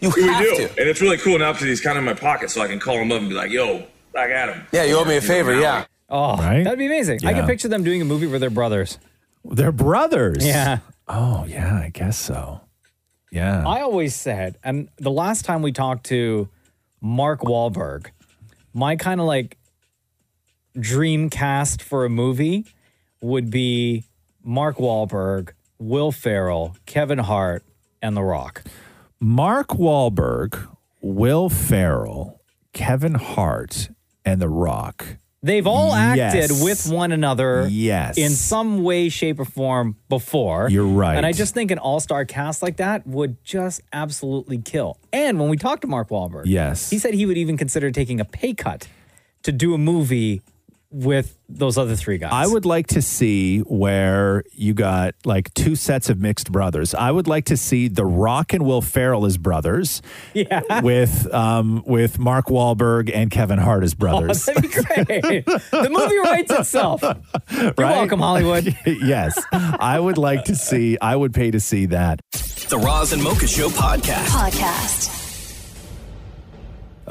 [SPEAKER 13] You
[SPEAKER 3] we
[SPEAKER 13] have
[SPEAKER 3] do,
[SPEAKER 13] to.
[SPEAKER 3] and it's really cool now because he's kind of in my pocket, so I can call him up and be like, "Yo, back at him."
[SPEAKER 13] Yeah, you owe me a
[SPEAKER 3] know,
[SPEAKER 13] favor,
[SPEAKER 3] now.
[SPEAKER 13] yeah.
[SPEAKER 8] Oh, that'd be amazing. I
[SPEAKER 3] Yeah.
[SPEAKER 8] can picture them doing a movie where they're brothers.
[SPEAKER 7] They're brothers.
[SPEAKER 8] Yeah.
[SPEAKER 7] Oh yeah, I guess so. Yeah.
[SPEAKER 8] I always said, and the last time we talked to Mark Wahlberg, my kind of like dream cast for a movie would be Mark Wahlberg, Will Ferrell, Kevin Hart, and The Rock.
[SPEAKER 7] Mark Wahlberg, Will Ferrell, Kevin Hart, and The Rock.
[SPEAKER 8] They've all acted
[SPEAKER 7] Yes.
[SPEAKER 8] with one another
[SPEAKER 7] Yes.
[SPEAKER 8] in some way, shape, or form before.
[SPEAKER 7] You're right.
[SPEAKER 8] And I just think an all star cast like that would just absolutely kill. And when we talked to Mark Wahlberg,
[SPEAKER 7] Yes.
[SPEAKER 8] he said he would even consider taking a pay cut to do a movie with those other three guys.
[SPEAKER 7] I would like to see where you got like two sets of mixed brothers. I would like to see The Rock and Will Ferrell as brothers,
[SPEAKER 8] yeah.
[SPEAKER 7] with um, with Mark Wahlberg and Kevin Hart as brothers.
[SPEAKER 8] that'd be great. the movie writes itself. You're welcome, Hollywood.
[SPEAKER 7] yes, I would like to see. I would pay to see that.
[SPEAKER 1] The Roz and Mocha Show podcast.
[SPEAKER 27] Podcast.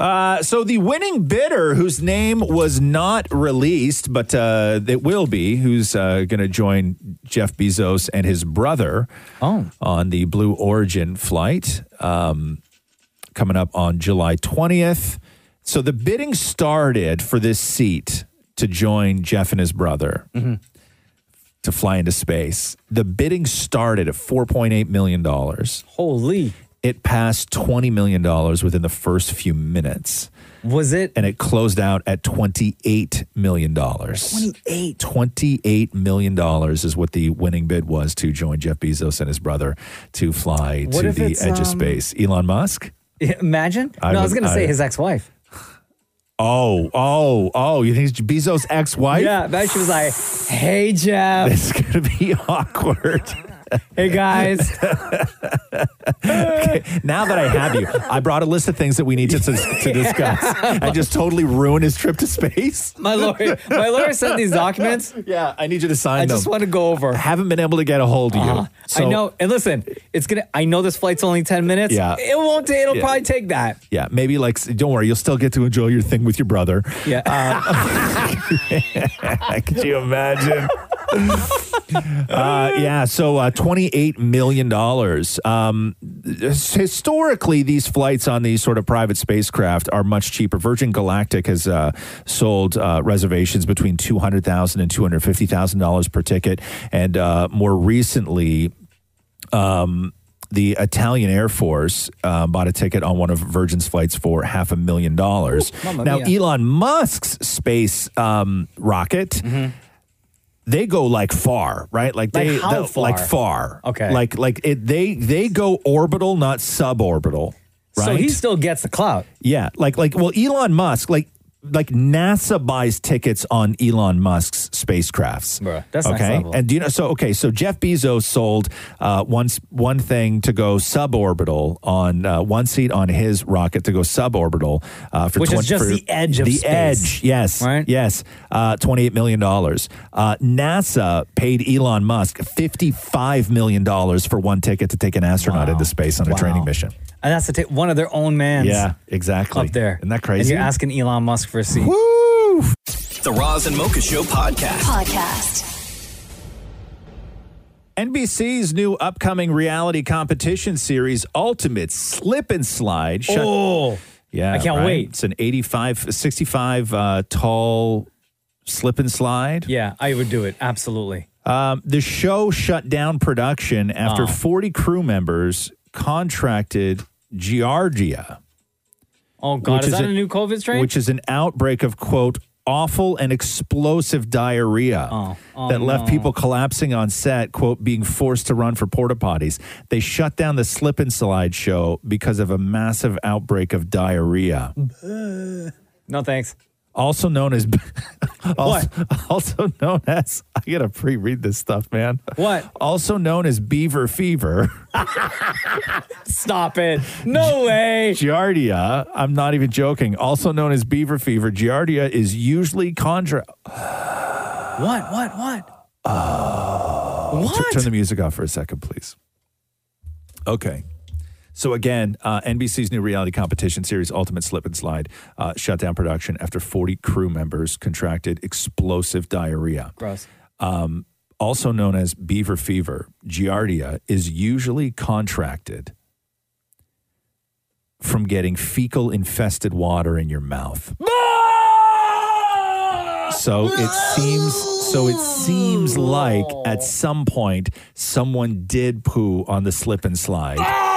[SPEAKER 7] Uh, so the winning bidder, whose name was not released, but uh, it will be, who's uh, going to join Jeff Bezos and his brother on the Blue Origin flight um, coming up on July 20th. So the bidding started for this seat to join Jeff and his brother to fly into space. The bidding started at $4.8 million.
[SPEAKER 8] Holy.
[SPEAKER 7] It passed $20 million within the first few minutes.
[SPEAKER 8] Was it?
[SPEAKER 7] And it closed out at $28 million.
[SPEAKER 8] 28.
[SPEAKER 7] $28 million is what the winning bid was to join Jeff Bezos and his brother to fly
[SPEAKER 8] What
[SPEAKER 7] to
[SPEAKER 8] if
[SPEAKER 7] the
[SPEAKER 8] it's,
[SPEAKER 7] edge
[SPEAKER 8] um,
[SPEAKER 7] of space. Elon Musk?
[SPEAKER 8] Imagine.
[SPEAKER 7] I
[SPEAKER 8] no, I was
[SPEAKER 7] would-
[SPEAKER 8] going to
[SPEAKER 7] I-
[SPEAKER 8] say his ex wife.
[SPEAKER 7] Oh, oh, oh. You think it's Bezos' ex wife?
[SPEAKER 8] Yeah, but she was like, hey, Jeff.
[SPEAKER 7] It's going to be awkward.
[SPEAKER 8] Hey, guys.
[SPEAKER 7] now that I have you, I brought a list of things that we need to, to discuss. I just totally ruined his trip to space.
[SPEAKER 8] My lawyer, my lawyer sent these documents.
[SPEAKER 7] Yeah, I need you to sign
[SPEAKER 8] I
[SPEAKER 7] them.
[SPEAKER 8] just want to go over. Uh-huh.
[SPEAKER 7] haven't been able to get a hold of you.
[SPEAKER 8] I know, and listen, it's gonna. I know this flight's only ten minutes.
[SPEAKER 7] Yeah.
[SPEAKER 8] it won't. ta- It'll
[SPEAKER 7] Yeah.
[SPEAKER 8] probably take that.
[SPEAKER 7] Yeah, maybe like s- don't worry, you'll still get to enjoy your thing with your brother.
[SPEAKER 8] Yeah.
[SPEAKER 7] Uh, could you imagine? uh, yeah, so uh, $28 million. Um, s- historically, these flights on these sort of private spacecraft are much cheaper. Virgin Galactic has uh, sold uh, reservations between $200,000 and $250,000 per ticket. And uh, more recently, um, the Italian Air Force uh, bought a ticket on one of Virgin's flights for half a million dollars.
[SPEAKER 1] mamma
[SPEAKER 7] Now,
[SPEAKER 1] mia.
[SPEAKER 7] Elon Musk's space um, rocket,
[SPEAKER 1] Mm-hmm.
[SPEAKER 7] they go like far, right? Like
[SPEAKER 1] Like
[SPEAKER 7] they
[SPEAKER 1] how
[SPEAKER 7] the-
[SPEAKER 1] far?
[SPEAKER 7] like far.
[SPEAKER 1] Okay.
[SPEAKER 7] Like like it they they go orbital, not suborbital.
[SPEAKER 8] So
[SPEAKER 7] Right?
[SPEAKER 8] he still gets the clout.
[SPEAKER 7] Yeah, like like well, Elon Musk, like like NASA buys tickets on Elon Musk's spacecrafts.
[SPEAKER 8] that's next
[SPEAKER 7] okay.
[SPEAKER 8] level.
[SPEAKER 7] And do you know? So okay, so Jeff Bezos sold uh, once one thing to go suborbital on uh, one seat on his rocket to go suborbital uh, for
[SPEAKER 8] Which is
[SPEAKER 7] 20
[SPEAKER 8] just
[SPEAKER 7] for-
[SPEAKER 8] the edge of
[SPEAKER 7] the
[SPEAKER 8] space.
[SPEAKER 7] edge. Yes, right. Yes, uh, twenty eight million dollars. Uh, NASA paid Elon Musk fifty five million dollars for one ticket to take an astronaut into space on a
[SPEAKER 8] Wow.
[SPEAKER 7] training mission.
[SPEAKER 8] And that's to take one of their own mans.
[SPEAKER 7] Yeah, exactly.
[SPEAKER 8] Up there.
[SPEAKER 7] Isn't that crazy?
[SPEAKER 8] And you're asking Elon Musk for a seat.
[SPEAKER 1] The Roz and Mocha Show podcast.
[SPEAKER 27] Podcast.
[SPEAKER 7] NBC's new upcoming reality competition series, Ultimate Slip and Slide. shut-
[SPEAKER 8] Oh.
[SPEAKER 7] yeah,
[SPEAKER 8] I can't
[SPEAKER 7] right?
[SPEAKER 8] wait.
[SPEAKER 7] It's an 85, 65 uh, tall slip and slide.
[SPEAKER 8] Yeah, I would do it. Absolutely.
[SPEAKER 7] Um, the show shut down production after
[SPEAKER 8] Oh.
[SPEAKER 7] 40 crew members contracted Giardia.
[SPEAKER 8] Oh, God.
[SPEAKER 7] Which
[SPEAKER 8] Is,
[SPEAKER 7] is
[SPEAKER 8] that
[SPEAKER 7] a-
[SPEAKER 8] a new COVID strain?
[SPEAKER 7] Which is an outbreak of, quote, awful and explosive diarrhea
[SPEAKER 8] Oh,
[SPEAKER 7] that left
[SPEAKER 8] no.
[SPEAKER 7] people collapsing on set, quote, being forced to run for porta potties. They shut down the slip and slide show because of a massive outbreak of diarrhea.
[SPEAKER 8] No, thanks.
[SPEAKER 7] Also known as, also, also known as, I gotta pre read this stuff, man.
[SPEAKER 8] What?
[SPEAKER 7] Also known as beaver fever.
[SPEAKER 8] Stop it. No way.
[SPEAKER 7] Giardia, I'm not even joking, also known as beaver fever, Giardia is usually contra.
[SPEAKER 8] What? What? What?
[SPEAKER 7] T- turn the music off for a second, please. Okay. So again, uh, NBC's new reality competition series, Ultimate Slip and Slide, uh, shut down production after 40 crew members contracted explosive diarrhea.
[SPEAKER 8] Gross.
[SPEAKER 7] Um, also known as beaver fever, Giardia is usually contracted from getting fecal infested water in your mouth. So it seems so it seems like at some point someone did poo on the slip and slide.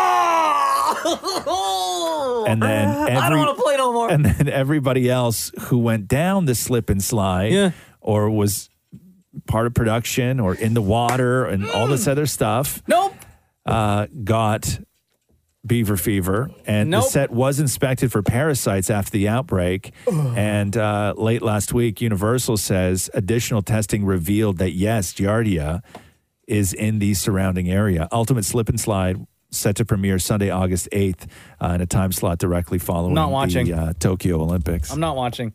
[SPEAKER 7] And then every,
[SPEAKER 8] Oh, ah, I don't want to play no more.
[SPEAKER 7] And then everybody else who went down the slip and slide or was part of production or in the water and all this other stuff.
[SPEAKER 8] Mm. Nope.
[SPEAKER 7] Uh, got beaver fever and the
[SPEAKER 8] Nope.
[SPEAKER 7] set was inspected for parasites after the outbreak
[SPEAKER 8] Ugh.
[SPEAKER 7] and uh, late last week universal says additional testing revealed that yes giardia is in the surrounding area ultimate slip and slide set to premiere sunday august 8th uh, in a time slot directly following
[SPEAKER 8] Not watching.
[SPEAKER 7] the uh, tokyo olympics
[SPEAKER 8] I'm not watching.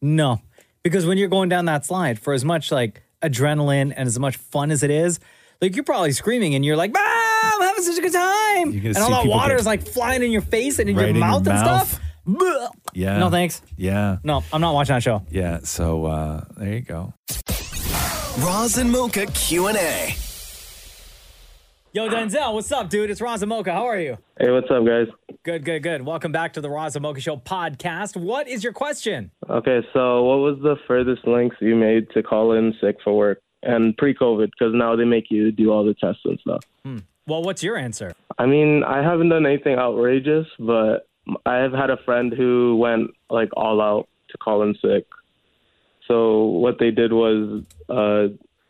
[SPEAKER 8] No, because when you're going down that slide, for as much like adrenaline and as much fun as it is, like you're probably screaming and you're like, ah, I'm having such a good time,
[SPEAKER 7] gonna
[SPEAKER 8] and
[SPEAKER 7] see
[SPEAKER 8] all that
[SPEAKER 7] people
[SPEAKER 8] water
[SPEAKER 7] get-
[SPEAKER 8] is like flying in your face and in
[SPEAKER 7] Right
[SPEAKER 8] your
[SPEAKER 7] in your
[SPEAKER 8] mouth and
[SPEAKER 7] mouth.
[SPEAKER 8] stuff. Bleh.
[SPEAKER 7] yeah
[SPEAKER 8] No thanks.
[SPEAKER 7] yeah
[SPEAKER 8] No, I'm not watching that show.
[SPEAKER 7] yeah so uh, there you go
[SPEAKER 1] Roz and Mocha Q&A.
[SPEAKER 8] Yo, Denzel, what's up, dude? It's Roz and Mocha. How are you?
[SPEAKER 14] Hey, what's up, guys?
[SPEAKER 8] Good, good, good. Welcome back to the Roz and Mocha Show podcast. What is your question?
[SPEAKER 14] Okay, so what was the furthest links you made to call in sick for work and pre-COVID? Because now they make you do all the tests and stuff.
[SPEAKER 8] Well, what's your answer?
[SPEAKER 14] I mean, I haven't done anything outrageous, but I have had a friend who went like all out to call in sick. So what they did was uh,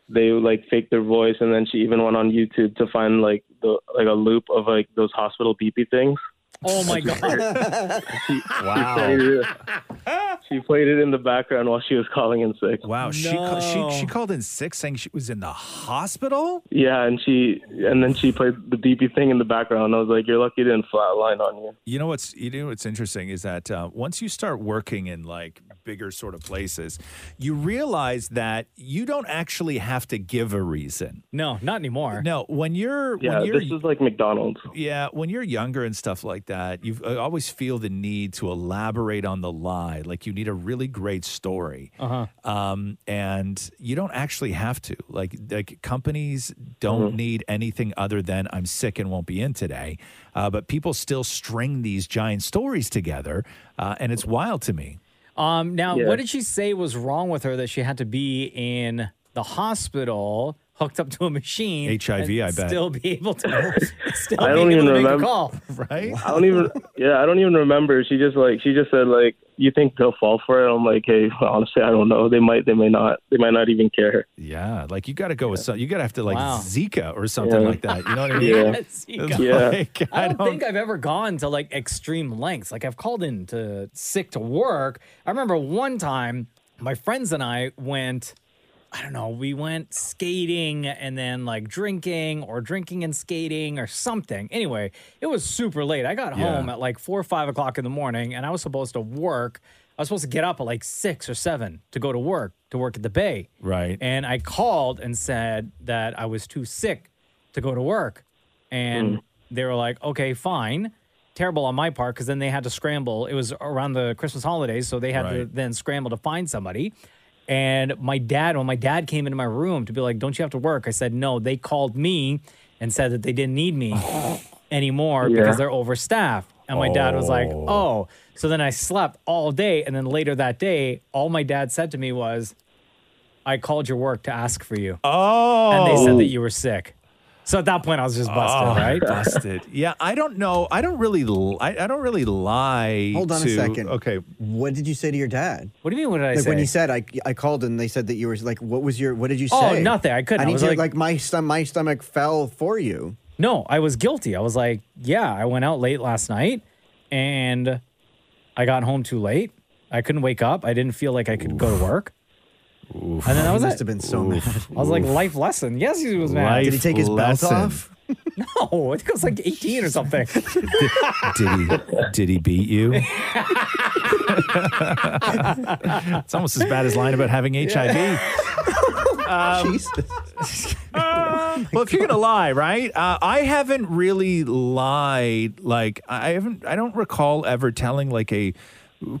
[SPEAKER 14] they like faked their voice, and then she even went on YouTube to find like the like a loop of like those hospital beepy things.
[SPEAKER 8] Oh my god.
[SPEAKER 14] She played, it, she played it in the background while she was calling in sick.
[SPEAKER 7] Wow, she, ca- she she called in sick saying she was in the hospital
[SPEAKER 14] Yeah, and she and then she played the beepy thing in the background. I was like, "You're lucky it didn't flatline on you."
[SPEAKER 7] You know what's you know what's interesting is that uh, once you start working in like bigger sort of places, you realize that you don't actually have to give a reason.
[SPEAKER 8] No, not anymore.
[SPEAKER 7] No, when you're
[SPEAKER 14] Yeah,
[SPEAKER 7] when you're
[SPEAKER 14] this is like McDonald's.
[SPEAKER 7] yeah when you're younger and stuff like that, you always feel the need to elaborate on the lie. Like you need a really great story.
[SPEAKER 8] Uh-huh.
[SPEAKER 7] um, and you don't actually have to. Like, like companies don't need anything other than "I'm sick and won't be in today," uh, but people still string these giant stories together, uh, and it's wild to me.
[SPEAKER 8] Um, now,
[SPEAKER 7] Yeah.
[SPEAKER 8] what did she say was wrong with her that she had to be in the hospital hooked up to a machine.
[SPEAKER 7] HIV,
[SPEAKER 8] and
[SPEAKER 7] I bet.
[SPEAKER 8] Still be able to. still
[SPEAKER 14] I
[SPEAKER 8] being able
[SPEAKER 14] don't even
[SPEAKER 8] to make a
[SPEAKER 14] remember.
[SPEAKER 8] call.
[SPEAKER 7] Right?
[SPEAKER 14] I don't even. Yeah, I don't even remember. She just like she just said like, "You think they'll fall for it?" I'm like, "Hey, honestly, I don't know. They might. They may not. They might not even care."
[SPEAKER 7] Yeah, like you got to go with some. You got to have to like
[SPEAKER 8] Wow.
[SPEAKER 7] Zika or something
[SPEAKER 14] Yeah.
[SPEAKER 7] like that. You know what I mean?
[SPEAKER 8] Yes, you
[SPEAKER 7] It's
[SPEAKER 8] got-
[SPEAKER 7] like,
[SPEAKER 8] I, don't think I've ever gone to like extreme lengths. Like I've called in to sick to work. I remember one time my friends and I went. I don't know. We went skating and then like drinking or drinking and skating or something. Anyway, it was super late. I got
[SPEAKER 5] Yeah.
[SPEAKER 8] home at like four or five o'clock in the morning and I was supposed to work. I was supposed to get up at like six or seven to go to work, to work at the bay.
[SPEAKER 7] Right.
[SPEAKER 8] And I called and said that I was too sick to go to work. And they were like, okay, fine. Terrible on my part because then they had to scramble. It was around the Christmas holidays, so they had to
[SPEAKER 7] Right.
[SPEAKER 8] then scramble to find somebody. And my dad, when my dad came into my room to be like, don't you have to work? I said, no. They called me and said that they didn't need me anymore
[SPEAKER 5] Yeah.
[SPEAKER 8] because they're overstaffed. And my dad was like, oh. So then I slept all day. And then later that day, all my dad said to me was, I called your work to ask for you.
[SPEAKER 7] Oh.
[SPEAKER 8] And they said that you were sick. So at that point, I was just busted,
[SPEAKER 7] Oh,
[SPEAKER 8] right?
[SPEAKER 7] Busted. Yeah, I don't know. I don't really. Li- I, I don't really lie.
[SPEAKER 16] Hold on a
[SPEAKER 7] to-
[SPEAKER 16] second.
[SPEAKER 7] Okay.
[SPEAKER 16] What did you say to your dad?
[SPEAKER 8] What do you mean? What did I
[SPEAKER 16] like when
[SPEAKER 8] say?
[SPEAKER 16] you said I, I called and they said that you were like, what was your? What did you
[SPEAKER 8] Oh,
[SPEAKER 16] say?
[SPEAKER 8] nothing. I couldn't.
[SPEAKER 16] I
[SPEAKER 8] I
[SPEAKER 16] need
[SPEAKER 8] was
[SPEAKER 16] to like,
[SPEAKER 8] like-
[SPEAKER 16] my stom- my stomach fell for you.
[SPEAKER 8] No, I was guilty. I was like, yeah, I went out late last night and I got home too late. I couldn't wake up. I didn't feel like I could go to work. And then that
[SPEAKER 16] He
[SPEAKER 8] was
[SPEAKER 16] must
[SPEAKER 8] it.
[SPEAKER 16] have been so mad.
[SPEAKER 8] I was like, life lesson. Yes, he was mad.
[SPEAKER 16] Did he take his belt off?
[SPEAKER 8] No, I think I was like 18 or something.
[SPEAKER 7] Did he? did he beat you? it's almost as bad as lying about having HIV. Um, well, if you're gonna lie, right? Uh, I haven't really lied. Like I haven't. I don't recall ever telling like a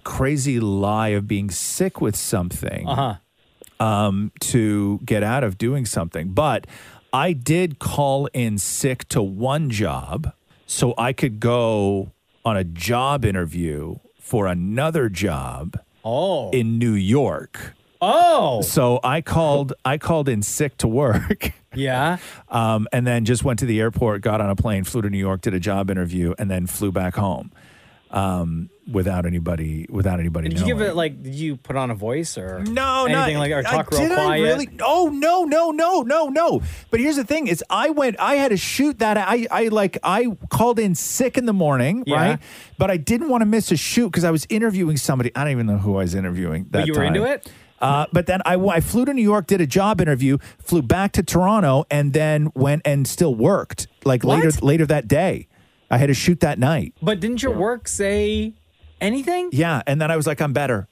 [SPEAKER 7] crazy lie of being sick with something
[SPEAKER 8] Uh-huh.
[SPEAKER 7] um, to get out of doing something. But I did call in sick to one job so I could go on a job interview for another job.
[SPEAKER 8] Oh.
[SPEAKER 7] in New York.
[SPEAKER 8] Oh.
[SPEAKER 7] So I called I called in sick to work.
[SPEAKER 8] Yeah.
[SPEAKER 7] Um, and then just went to the airport, got on a plane, flew to New York, did a job interview, and then flew back home um, without anybody without anybody
[SPEAKER 8] Did you
[SPEAKER 7] knowing.
[SPEAKER 8] give it like? Did you put on a voice or
[SPEAKER 7] no,
[SPEAKER 8] anything
[SPEAKER 7] not-
[SPEAKER 8] like or
[SPEAKER 7] I-
[SPEAKER 8] talk real
[SPEAKER 7] did I
[SPEAKER 8] quiet?
[SPEAKER 7] really? Oh no, no, no, no, no. But here's the thing: is I went, I had to shoot that. I, I like, I called in sick in the morning,
[SPEAKER 8] Yeah.
[SPEAKER 7] right? But I didn't want to miss a shoot because I was interviewing somebody. I don't even know who I was interviewing. That
[SPEAKER 8] But you were into
[SPEAKER 7] time.
[SPEAKER 8] it?
[SPEAKER 7] Uh, but then I, I flew to New York, did a job interview, flew back to Toronto, and then went and still worked. Like later, later that day, I had to shoot that night.
[SPEAKER 8] But didn't your work say anything?
[SPEAKER 7] Yeah, and then I was like, I'm better.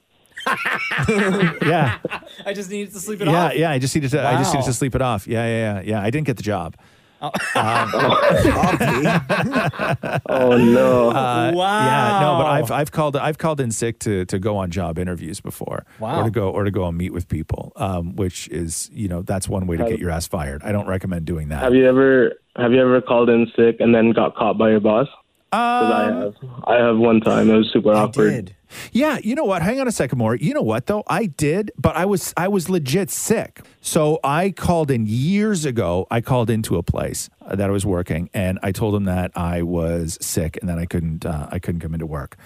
[SPEAKER 7] yeah.
[SPEAKER 8] I just needed to sleep it
[SPEAKER 7] yeah,
[SPEAKER 8] off.
[SPEAKER 7] yeah. I just needed to. I just needed
[SPEAKER 8] Wow.
[SPEAKER 7] to sleep it off. Yeah, yeah, yeah, yeah. I didn't get the job. Um,
[SPEAKER 14] oh no!
[SPEAKER 7] Uh, Yeah, no. But
[SPEAKER 14] Wow.
[SPEAKER 7] I've I've called I've called in sick to to go on job interviews before.
[SPEAKER 14] Wow.
[SPEAKER 7] Or to go or to go and meet with people, um, which is you know that's one way to get your ass fired. I don't recommend doing that.
[SPEAKER 14] Have you ever have you ever called in sick and then got caught by your boss? 'Cause
[SPEAKER 7] Uh,
[SPEAKER 14] I have. I have one time. It was super awkward.
[SPEAKER 7] Yeah, you know what? Hang on a second, more. You know what though? I did, but I was I was legit sick. So I called in years ago. I called into a place uh, that I was working, and I told them that I was sick and that I couldn't uh, I couldn't come into work.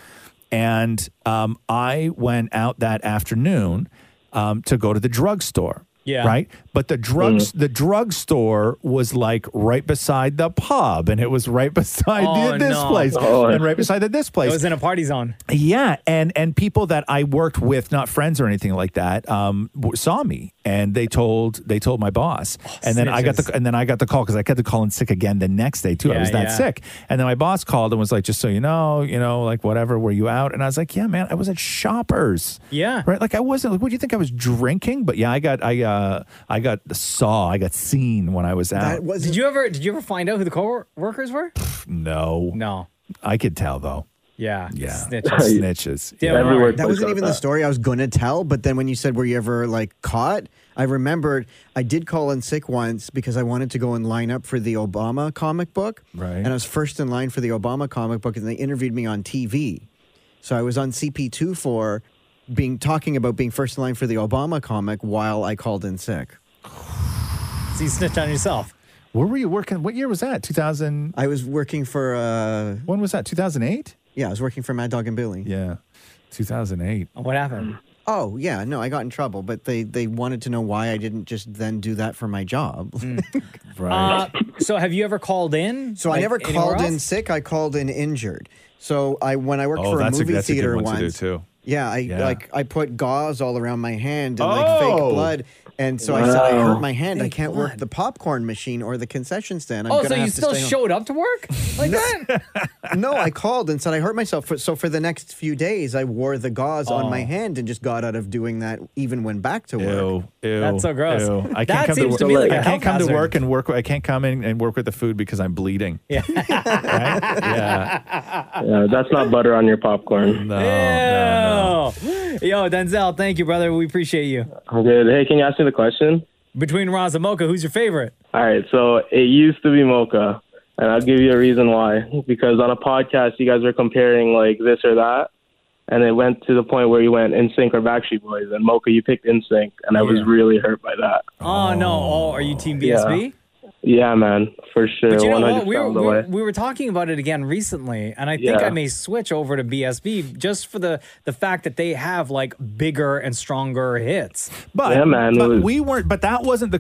[SPEAKER 7] And um, I went out that afternoon um, to go to the drugstore.
[SPEAKER 5] Yeah.
[SPEAKER 7] Right. But the drugs,
[SPEAKER 8] Mm-hmm.
[SPEAKER 7] the drugstore was like right beside the pub, and it was right beside
[SPEAKER 8] Oh,
[SPEAKER 7] this
[SPEAKER 8] no.
[SPEAKER 7] place,
[SPEAKER 8] Oh.
[SPEAKER 7] and right beside the this place.
[SPEAKER 8] It was in a party zone.
[SPEAKER 7] Yeah, and and people that I worked with, not friends or anything like that, um, w- saw me and they told they told my boss,
[SPEAKER 8] Oh,
[SPEAKER 7] and then I got the
[SPEAKER 5] snitches.
[SPEAKER 7] and then I got the call because I kept calling sick again the next day too. I
[SPEAKER 5] Yeah,
[SPEAKER 7] was that
[SPEAKER 5] yeah.
[SPEAKER 7] sick, and then my boss called and was like, "Just so you know, you know, like whatever, were you out?" And I was like, "Yeah, man, I was at Shoppers."
[SPEAKER 8] Yeah,
[SPEAKER 7] right. Like I wasn't. Like, what do you think I was drinking? But yeah, I got I uh I got saw I got seen when I was out.
[SPEAKER 8] did you ever? Did you ever find out who the co-workers were?
[SPEAKER 7] no,
[SPEAKER 8] no,
[SPEAKER 7] I could tell though.
[SPEAKER 8] Yeah.
[SPEAKER 7] Yeah,
[SPEAKER 8] Snitches.
[SPEAKER 7] snitches.
[SPEAKER 8] Yeah, Every right. word
[SPEAKER 16] That
[SPEAKER 8] plays
[SPEAKER 16] wasn't
[SPEAKER 8] out
[SPEAKER 16] even
[SPEAKER 8] that.
[SPEAKER 16] the story I was going to tell, but then when you said, were you ever like caught? I remembered I did call in sick once because I wanted to go and line up for the Obama comic book.
[SPEAKER 7] Right.
[SPEAKER 16] And I was first in line for the Obama comic book, and they interviewed me on TV. So I was on CP2 for being talking about being first in line for the Obama comic while I called in sick.
[SPEAKER 8] So you snitched on yourself.
[SPEAKER 7] Where were you working? What year was that? 2000?
[SPEAKER 16] I was working for. Uh,
[SPEAKER 7] when was that? 2008?
[SPEAKER 16] Yeah, I was working for Mad Dog and Billy.
[SPEAKER 7] Yeah. 2008.
[SPEAKER 8] What happened?
[SPEAKER 16] Oh, yeah. No, I got in trouble, but they, they wanted to know why I didn't just then do that for my job.
[SPEAKER 8] Right. Hmm. Uh, so have you ever called in?
[SPEAKER 16] So I
[SPEAKER 8] Like,
[SPEAKER 16] never
[SPEAKER 8] anywhere
[SPEAKER 16] called in
[SPEAKER 8] else?
[SPEAKER 16] sick. I called in injured. So I when I worked
[SPEAKER 7] Oh,
[SPEAKER 16] for a
[SPEAKER 7] that's a-
[SPEAKER 16] movie
[SPEAKER 7] that's a good
[SPEAKER 16] theater
[SPEAKER 7] one to do,
[SPEAKER 16] once,
[SPEAKER 7] too.
[SPEAKER 16] Yeah, I
[SPEAKER 7] Yeah.
[SPEAKER 16] like I put gauze all around my hand and like fake
[SPEAKER 7] Oh!
[SPEAKER 16] blood, and so I said I
[SPEAKER 7] Wow.
[SPEAKER 16] hurt my hand. I can't work the popcorn machine or the concession stand. I'm
[SPEAKER 8] oh,
[SPEAKER 16] gonna
[SPEAKER 8] so
[SPEAKER 16] have
[SPEAKER 8] you
[SPEAKER 16] to
[SPEAKER 8] still
[SPEAKER 16] stay home."
[SPEAKER 8] showed up to work? Like that?
[SPEAKER 16] no, I called and said I hurt myself. For, so for the next few days, I wore the gauze
[SPEAKER 8] Oh.
[SPEAKER 16] on my hand and just got out of doing that. Even when back to work,
[SPEAKER 7] Ew, ew. I can't come to work. I can't come to work and work. I can't come in and work with the food because I'm bleeding. Yeah,
[SPEAKER 14] Yeah, that's not butter on your popcorn.
[SPEAKER 7] No.
[SPEAKER 8] no. Yo, Denzel, thank you, brother. We appreciate you.
[SPEAKER 14] Good. Hey, can you ask me the question?
[SPEAKER 8] Between Roz and Mocha, who's your favorite?
[SPEAKER 14] All right, so it used to be mocha, and I'll give you a reason why. Because on a podcast, you guys were comparing like this or that, and it went to the point where you went NSYNC or Backstreet Boys, and mocha you picked NSYNC, and I was really hurt by that.
[SPEAKER 8] Oh, no. Oh, are you Team BSB?
[SPEAKER 14] Yeah, man, for sure,
[SPEAKER 8] But you know
[SPEAKER 14] one
[SPEAKER 8] what?
[SPEAKER 14] hundred
[SPEAKER 8] We were,
[SPEAKER 14] thousand
[SPEAKER 8] we, were,
[SPEAKER 14] away.
[SPEAKER 8] we were talking about it again recently, and I think
[SPEAKER 14] Yeah.
[SPEAKER 8] I may switch over to BSB just for the, the fact that they have like bigger and stronger hits.
[SPEAKER 7] But, but we weren't. But that wasn't the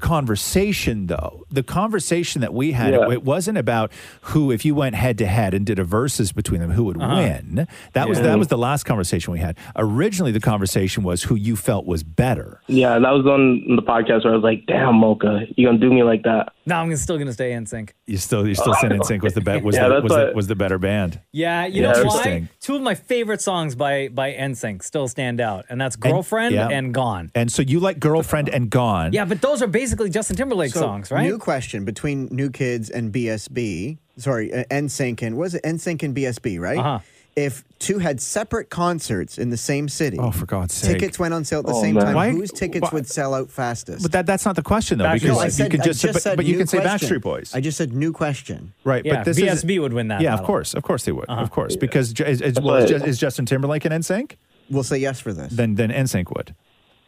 [SPEAKER 7] conversation, though. The conversation that we had,
[SPEAKER 8] Yeah.
[SPEAKER 7] it, wasn't about who, if you went head to head and did a versus between them, who would
[SPEAKER 5] Uh-huh.
[SPEAKER 7] win. That was
[SPEAKER 5] Yeah.
[SPEAKER 7] that was the last conversation we had. Originally, the conversation was who you felt was better.
[SPEAKER 14] Yeah, that was on the podcast where I was like, "Damn, mocha, you gonna do me like that?"
[SPEAKER 8] No, I'm still going to stay in sync.
[SPEAKER 7] You still you still sitting in sync with the bet was
[SPEAKER 14] Yeah,
[SPEAKER 7] the,
[SPEAKER 14] that's
[SPEAKER 7] was,
[SPEAKER 14] what-
[SPEAKER 7] the, was the better band.
[SPEAKER 8] Yeah, you know why? Two of my favorite songs by by NSYNC still stand out, and that's Girlfriend and,
[SPEAKER 7] yeah.
[SPEAKER 8] Gone.
[SPEAKER 7] And so you like girlfriend and gone.
[SPEAKER 8] Yeah, but those are basically Justin Timberlake
[SPEAKER 16] So,
[SPEAKER 8] songs, right?
[SPEAKER 16] New question between New Kids and BSB. Sorry, uh, NSYNC and was it NSYNC and BSB, right?
[SPEAKER 8] Uh-huh.
[SPEAKER 16] If two had separate concerts in the same city, oh
[SPEAKER 7] for God's sake.
[SPEAKER 16] tickets went on sale at the
[SPEAKER 7] Oh,
[SPEAKER 16] same
[SPEAKER 7] man.
[SPEAKER 16] time.
[SPEAKER 7] Why-
[SPEAKER 16] Whose tickets
[SPEAKER 7] why-
[SPEAKER 16] would sell out fastest?
[SPEAKER 7] But that that's not the question though,
[SPEAKER 16] Backstreet
[SPEAKER 7] because
[SPEAKER 16] Boys. No, I
[SPEAKER 7] you
[SPEAKER 16] said-
[SPEAKER 7] can
[SPEAKER 16] I
[SPEAKER 7] just,
[SPEAKER 16] just
[SPEAKER 7] but-
[SPEAKER 16] said
[SPEAKER 7] but, you
[SPEAKER 16] new
[SPEAKER 7] can say
[SPEAKER 16] question.
[SPEAKER 7] Backstreet Boys.
[SPEAKER 16] I just said new question.
[SPEAKER 7] Right,
[SPEAKER 8] Yeah,
[SPEAKER 7] but this
[SPEAKER 8] BSB
[SPEAKER 7] is,
[SPEAKER 8] would win that
[SPEAKER 7] Yeah,
[SPEAKER 8] battle. Uh-huh.
[SPEAKER 7] of course, of course they would, of course, because ju- is, is, well,
[SPEAKER 16] But-
[SPEAKER 7] is, Ju- is Justin Timberlake in NSYNC?
[SPEAKER 16] We'll say yes for this.
[SPEAKER 7] Then then NSYNC would.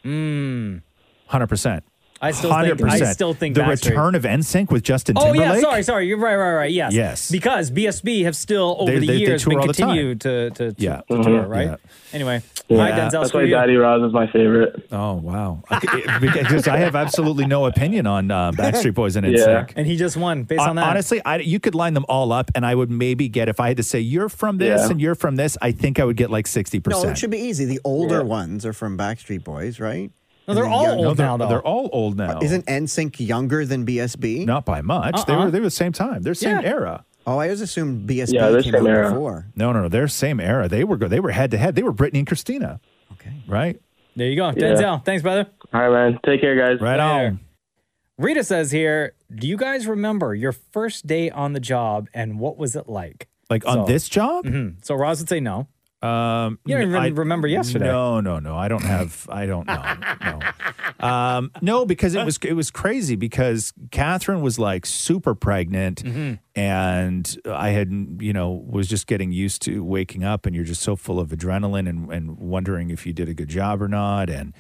[SPEAKER 8] Mm.
[SPEAKER 7] Hundred percent.
[SPEAKER 8] I still think- I still think
[SPEAKER 7] the
[SPEAKER 8] Backstreet.
[SPEAKER 7] return of NSYNC with Justin
[SPEAKER 8] Oh
[SPEAKER 7] Timberlake.
[SPEAKER 8] yeah, sorry, sorry. You're right, right, right. Yes,
[SPEAKER 7] Yes.
[SPEAKER 8] Because BSB have still over
[SPEAKER 7] They-
[SPEAKER 8] the
[SPEAKER 7] they- they
[SPEAKER 8] years
[SPEAKER 7] tour
[SPEAKER 8] been
[SPEAKER 7] all the time.
[SPEAKER 8] continued to to, to,
[SPEAKER 7] Yeah.
[SPEAKER 8] to
[SPEAKER 7] Mhm.
[SPEAKER 8] tour,
[SPEAKER 14] Mm-hmm.
[SPEAKER 8] right?
[SPEAKER 7] Yeah.
[SPEAKER 8] Anyway,
[SPEAKER 7] Yeah.
[SPEAKER 8] all right, Denzel,
[SPEAKER 7] That's
[SPEAKER 8] screw
[SPEAKER 7] why
[SPEAKER 8] you.
[SPEAKER 7] Daddy
[SPEAKER 14] Roz is my favorite.
[SPEAKER 7] Oh wow! Okay, because I have absolutely no opinion on uh, Backstreet Boys and NSYNC.
[SPEAKER 8] and he just won based
[SPEAKER 7] Hon-
[SPEAKER 8] on that.
[SPEAKER 7] Honestly, I, you could line them all up, and I would maybe get if I had to say you're from this
[SPEAKER 16] Yeah.
[SPEAKER 7] and you're from this. I think I would get like sixty
[SPEAKER 16] No, it
[SPEAKER 7] percent.
[SPEAKER 16] should be easy. The older ones are from Backstreet Boys, right?
[SPEAKER 7] No,
[SPEAKER 16] And
[SPEAKER 7] they're
[SPEAKER 16] the
[SPEAKER 7] all
[SPEAKER 16] young-
[SPEAKER 7] old No, they're- now, though. they're all old now.
[SPEAKER 16] Isn't NSYNC younger than BSB?
[SPEAKER 7] Not by much. They
[SPEAKER 8] Uh-uh.
[SPEAKER 7] were they were the same time. They're same era.
[SPEAKER 16] Oh, I always assumed BSB
[SPEAKER 7] Yeah, they're
[SPEAKER 16] came
[SPEAKER 7] same
[SPEAKER 16] out
[SPEAKER 7] era.
[SPEAKER 16] before.
[SPEAKER 7] No, no, no. They're same era. They were go- they were head to head. They were Britney and Christina. Okay. Right.
[SPEAKER 8] there you go,
[SPEAKER 7] Yeah.
[SPEAKER 8] Denzel. Thanks, brother.
[SPEAKER 14] All right, man, take care, guys.
[SPEAKER 7] Right on.
[SPEAKER 8] Rita says here, do you guys remember your first day on the job and what was it like?
[SPEAKER 7] Like on
[SPEAKER 8] So-
[SPEAKER 7] this job.
[SPEAKER 8] Mhm. So Roz would say no.
[SPEAKER 7] Um,
[SPEAKER 8] You don't even
[SPEAKER 7] I-
[SPEAKER 8] remember yesterday.
[SPEAKER 7] No, no, no. I don't have. I don't know. No, um, no, because it was it was crazy because Catherine was like super pregnant,
[SPEAKER 8] Mm-hmm.
[SPEAKER 5] Mhm.
[SPEAKER 7] and I had you know was just getting used to waking up, and you're just so full of adrenaline and and wondering if you did a good job or not, and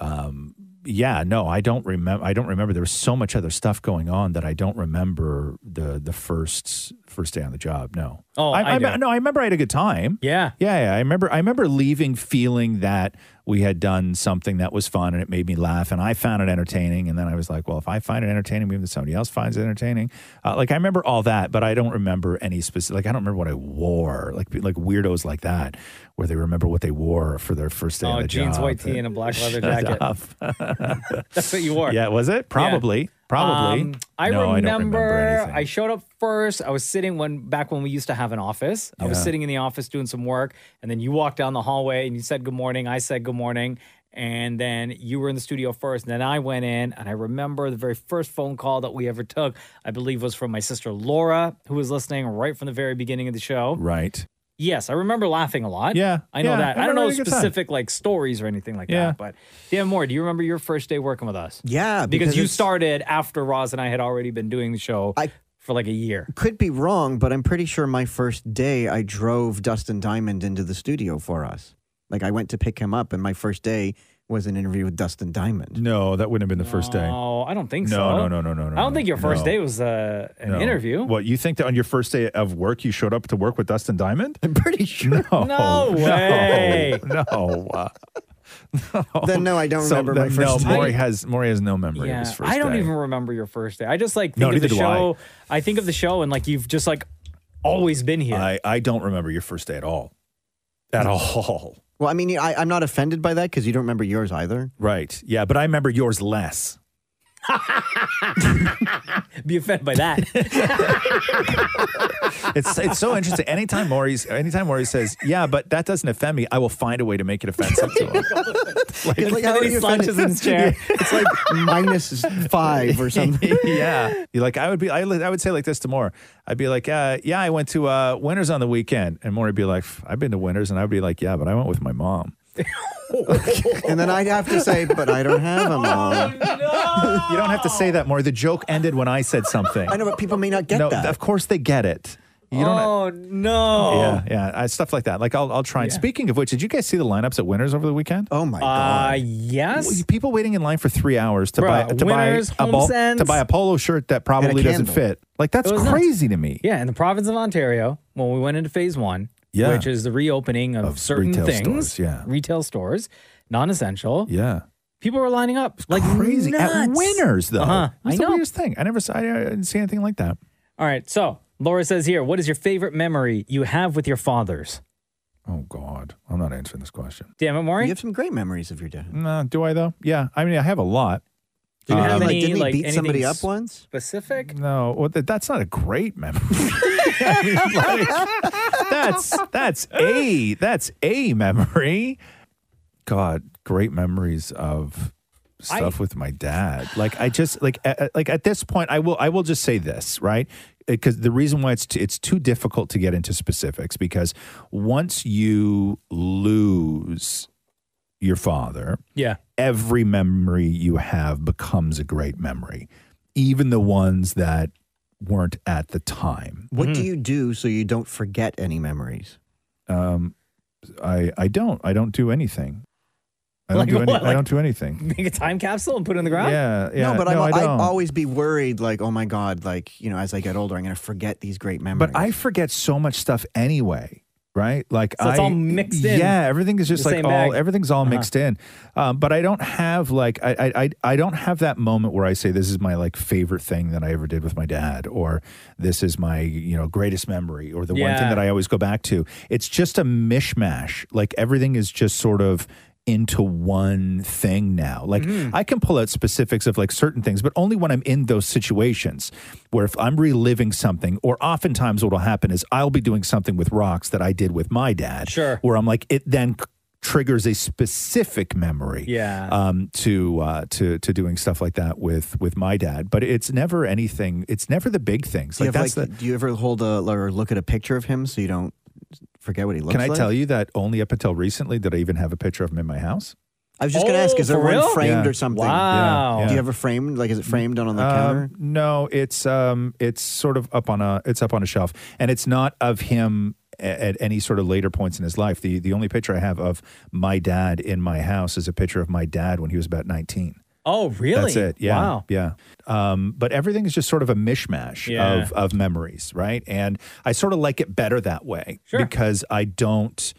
[SPEAKER 7] um, yeah, no, I don't remember. I don't remember. There was so much other stuff going on that I don't remember the the first first day on the job. No.
[SPEAKER 5] Oh, I do.
[SPEAKER 7] no, I remember I had a good time.
[SPEAKER 8] Yeah.
[SPEAKER 7] yeah, yeah. I remember. I remember leaving feeling that we had done something that was fun and it made me laugh, and I found it entertaining. And then I was like, well, if I find it entertaining, maybe somebody else finds it entertaining. Uh, like I remember all that, but I don't remember any specific. Like I don't remember what I wore. Like like weirdos like that, where they remember what they wore for their first day
[SPEAKER 8] Oh,
[SPEAKER 7] on the
[SPEAKER 8] jeans,
[SPEAKER 7] job.
[SPEAKER 8] white tee, and a black leather
[SPEAKER 7] Shut
[SPEAKER 8] jacket.
[SPEAKER 7] up.
[SPEAKER 8] That's what you wore.
[SPEAKER 7] Yeah, was it? Probably.
[SPEAKER 8] Yeah.
[SPEAKER 7] Probably.
[SPEAKER 8] Um, I
[SPEAKER 7] No, I
[SPEAKER 8] remember.
[SPEAKER 7] don't
[SPEAKER 8] I,
[SPEAKER 7] remember anything.
[SPEAKER 8] showed up first. I was sitting when back when we used to have an office. I was
[SPEAKER 7] Yeah.
[SPEAKER 8] sitting in the office doing some work, and then you walked down the hallway and you said good morning. I said good morning, and then you were in the studio first, and then I went in. And I remember the very first phone call that we ever took. I believe was from my sister Laura, who was listening right from the very beginning of the show.
[SPEAKER 7] Right.
[SPEAKER 8] Yes, I remember laughing a lot.
[SPEAKER 7] Yeah,
[SPEAKER 8] I know
[SPEAKER 7] yeah,
[SPEAKER 8] that.
[SPEAKER 7] I
[SPEAKER 8] I don't
[SPEAKER 7] remember
[SPEAKER 8] know
[SPEAKER 7] a good time.
[SPEAKER 8] specific like stories or anything like
[SPEAKER 7] Yeah.
[SPEAKER 8] that. But Dan Moore, do you remember your first day working with us?
[SPEAKER 16] Yeah,
[SPEAKER 8] because,
[SPEAKER 16] because
[SPEAKER 8] you
[SPEAKER 16] it's-
[SPEAKER 8] started after Roz and I had already been doing the show for like a year.
[SPEAKER 16] Could be wrong, but I'm pretty sure my first day I drove Dustin Diamond into the studio for us. Like I went to pick him up, and my first day was an interview with Dustin Diamond.
[SPEAKER 7] No, that wouldn't have been the first day.
[SPEAKER 8] Oh, I don't think
[SPEAKER 7] No,
[SPEAKER 8] so.
[SPEAKER 7] no, no, no, no, no,
[SPEAKER 8] I don't think your first
[SPEAKER 7] no.
[SPEAKER 8] day was uh, an
[SPEAKER 7] No.
[SPEAKER 8] interview.
[SPEAKER 7] What you think that on your first day of work you showed up to work with Dustin Diamond? I'm pretty sure. No,
[SPEAKER 8] No way.
[SPEAKER 7] No. no, uh,
[SPEAKER 16] Then no, I don't
[SPEAKER 7] so
[SPEAKER 16] remember my
[SPEAKER 7] then,
[SPEAKER 16] first
[SPEAKER 7] No,
[SPEAKER 16] day.
[SPEAKER 7] Maury has Maury has no memory of
[SPEAKER 8] Yeah,
[SPEAKER 7] his first
[SPEAKER 8] I don't
[SPEAKER 7] day.
[SPEAKER 8] even remember your first day. I just like
[SPEAKER 7] No,
[SPEAKER 8] think of the
[SPEAKER 7] neither do I.
[SPEAKER 8] show. I. think of the show and like you've just like always been here.
[SPEAKER 7] I, I don't remember your first day at all. At all.
[SPEAKER 16] Well, I mean, I, I'm not offended by that because you don't remember yours either.
[SPEAKER 7] Right. Yeah, but I remember yours less.
[SPEAKER 8] Be offended by that.
[SPEAKER 7] It's it's so interesting. Anytime Maury's anytime Maury says, "Yeah, but that doesn't offend me," I will find a way to make it offensive to him.
[SPEAKER 16] It's like, how are you offended? it's like minus five or something.
[SPEAKER 7] yeah. You're like, I would be, I, li- I would say like this to Moore. I'd be like, uh, yeah, I went to uh, Winners on the weekend. And Moore would be like, I've been to Winners. And I'd be like, yeah, but I went with my mom.
[SPEAKER 16] and then I'd have to say, but I don't have a mom.
[SPEAKER 7] You don't have to say that, Moore. The joke ended when I said something.
[SPEAKER 16] I know, but people may not get
[SPEAKER 7] no,
[SPEAKER 16] that.
[SPEAKER 7] of course they get it. You don't.
[SPEAKER 8] oh no.
[SPEAKER 7] Yeah, yeah, I, stuff like that. Like I'll, I'll try. And speaking of which, did you guys see the lineups at Winners over the weekend?
[SPEAKER 16] Oh my
[SPEAKER 8] Uh, yes.
[SPEAKER 7] People waiting in line for three hours to
[SPEAKER 8] Bruh,
[SPEAKER 7] buy to
[SPEAKER 8] Winners,
[SPEAKER 7] buy a ball,
[SPEAKER 8] HomeSense.
[SPEAKER 7] to buy a polo shirt that probably doesn't
[SPEAKER 8] candle.
[SPEAKER 7] fit. Like that's
[SPEAKER 8] It was nuts.
[SPEAKER 7] crazy to me.
[SPEAKER 8] Yeah, in the province of Ontario, when we went into phase one,
[SPEAKER 7] Yeah.
[SPEAKER 8] which is the reopening of, certain
[SPEAKER 7] retail
[SPEAKER 8] things,
[SPEAKER 7] stores, yeah.
[SPEAKER 8] retail stores, non-essential.
[SPEAKER 7] Yeah.
[SPEAKER 8] people were lining up like
[SPEAKER 7] crazy at
[SPEAKER 8] nuts.
[SPEAKER 7] Winners though.
[SPEAKER 8] Uh-huh.
[SPEAKER 7] That's
[SPEAKER 8] I
[SPEAKER 7] the
[SPEAKER 8] know.
[SPEAKER 7] weirdest thing. I never saw. I didn't see anything like that.
[SPEAKER 8] All right, so Laura says here, what is your favorite memory you have with your fathers?
[SPEAKER 7] Oh God, I'm not answering this question.
[SPEAKER 8] Damn it, Maury.
[SPEAKER 16] You have some great memories of your dad.
[SPEAKER 7] No, Uh, do I though? Yeah, I mean, I have a lot.
[SPEAKER 16] Did you have
[SPEAKER 7] Um,
[SPEAKER 16] Uh, like, didn't he beat somebody up once?
[SPEAKER 8] Specific?
[SPEAKER 7] No, well, th- that's not a great memory. that's that's a that's a memory. God, great memories of stuff with my dad. Like I just like a- a- like at this point, I will I will just say this right because the reason why it's t- it's too difficult to get into specifics because once you lose your father,
[SPEAKER 8] Yeah.
[SPEAKER 7] every memory you have becomes a great memory, even the ones that weren't at the time.
[SPEAKER 16] What do you do so you don't forget any memories?
[SPEAKER 7] Um, I I don't I don't do anything. I don't
[SPEAKER 16] Like
[SPEAKER 7] do any,
[SPEAKER 16] what?
[SPEAKER 7] I don't do anything.
[SPEAKER 8] Make a time capsule and put it in the ground?
[SPEAKER 7] Yeah, yeah.
[SPEAKER 16] no, but
[SPEAKER 7] no,
[SPEAKER 16] I'm,
[SPEAKER 7] I
[SPEAKER 16] I'd
[SPEAKER 7] don't.
[SPEAKER 16] always be worried, like, oh my God, like, you know, as I get older, I'm going to forget these great memories.
[SPEAKER 7] But I forget so much stuff anyway, right? Like
[SPEAKER 16] So it's
[SPEAKER 7] I,
[SPEAKER 16] all mixed in.
[SPEAKER 7] Yeah, everything is just
[SPEAKER 16] The
[SPEAKER 7] like
[SPEAKER 16] same
[SPEAKER 7] all
[SPEAKER 16] bag.
[SPEAKER 7] everything's all
[SPEAKER 16] Uh-huh.
[SPEAKER 7] mixed in. Um, but I don't have like I, I I I don't have that moment where I say this is my like favorite thing that I ever did with my dad, or this is my you know greatest memory, or the one thing
[SPEAKER 5] Yeah.
[SPEAKER 7] that I always go back to. It's just a mishmash. Like everything is just sort of into one thing now. Like
[SPEAKER 16] Mm-hmm.
[SPEAKER 7] I can pull out specifics of like certain things, but only when I'm in those situations where if I'm reliving something, or oftentimes what will happen is I'll be doing something with rocks that I did with my dad. Sure. Where I'm like, it then c- triggers a specific memory
[SPEAKER 8] Yeah.
[SPEAKER 7] um, to uh, to to doing stuff like that with with my dad. But it's never anything. It's never the big things.
[SPEAKER 16] do, you
[SPEAKER 7] Like
[SPEAKER 16] have,
[SPEAKER 7] that's
[SPEAKER 16] like,
[SPEAKER 7] the.
[SPEAKER 16] do you ever hold a or look at a picture of him so you don't forget what he looks
[SPEAKER 7] Can I
[SPEAKER 16] like?
[SPEAKER 7] tell you that only up until recently did I even have a picture of him in my house?
[SPEAKER 16] I was just going to
[SPEAKER 7] Oh,
[SPEAKER 16] ask, is there
[SPEAKER 7] for
[SPEAKER 16] one
[SPEAKER 7] real?
[SPEAKER 16] framed
[SPEAKER 7] Yeah.
[SPEAKER 16] or something?
[SPEAKER 7] Wow. Yeah,
[SPEAKER 16] Do
[SPEAKER 7] yeah.
[SPEAKER 16] you have a framed? Like, is it framed down on the
[SPEAKER 7] Um,
[SPEAKER 16] counter?
[SPEAKER 7] No, it's um, it's sort of up on a it's up on a shelf, and it's not of him a- at any sort of later points in his life. the The only picture I have of my dad in my house is a picture of my dad when he was about nineteen.
[SPEAKER 8] Oh, really?
[SPEAKER 7] That's it. Yeah.
[SPEAKER 8] Wow.
[SPEAKER 7] Yeah. Um, but everything is just sort of a mishmash
[SPEAKER 8] Yeah.
[SPEAKER 7] of, of memories, right? And I sort of like it better that way
[SPEAKER 8] Sure.
[SPEAKER 7] because I don't.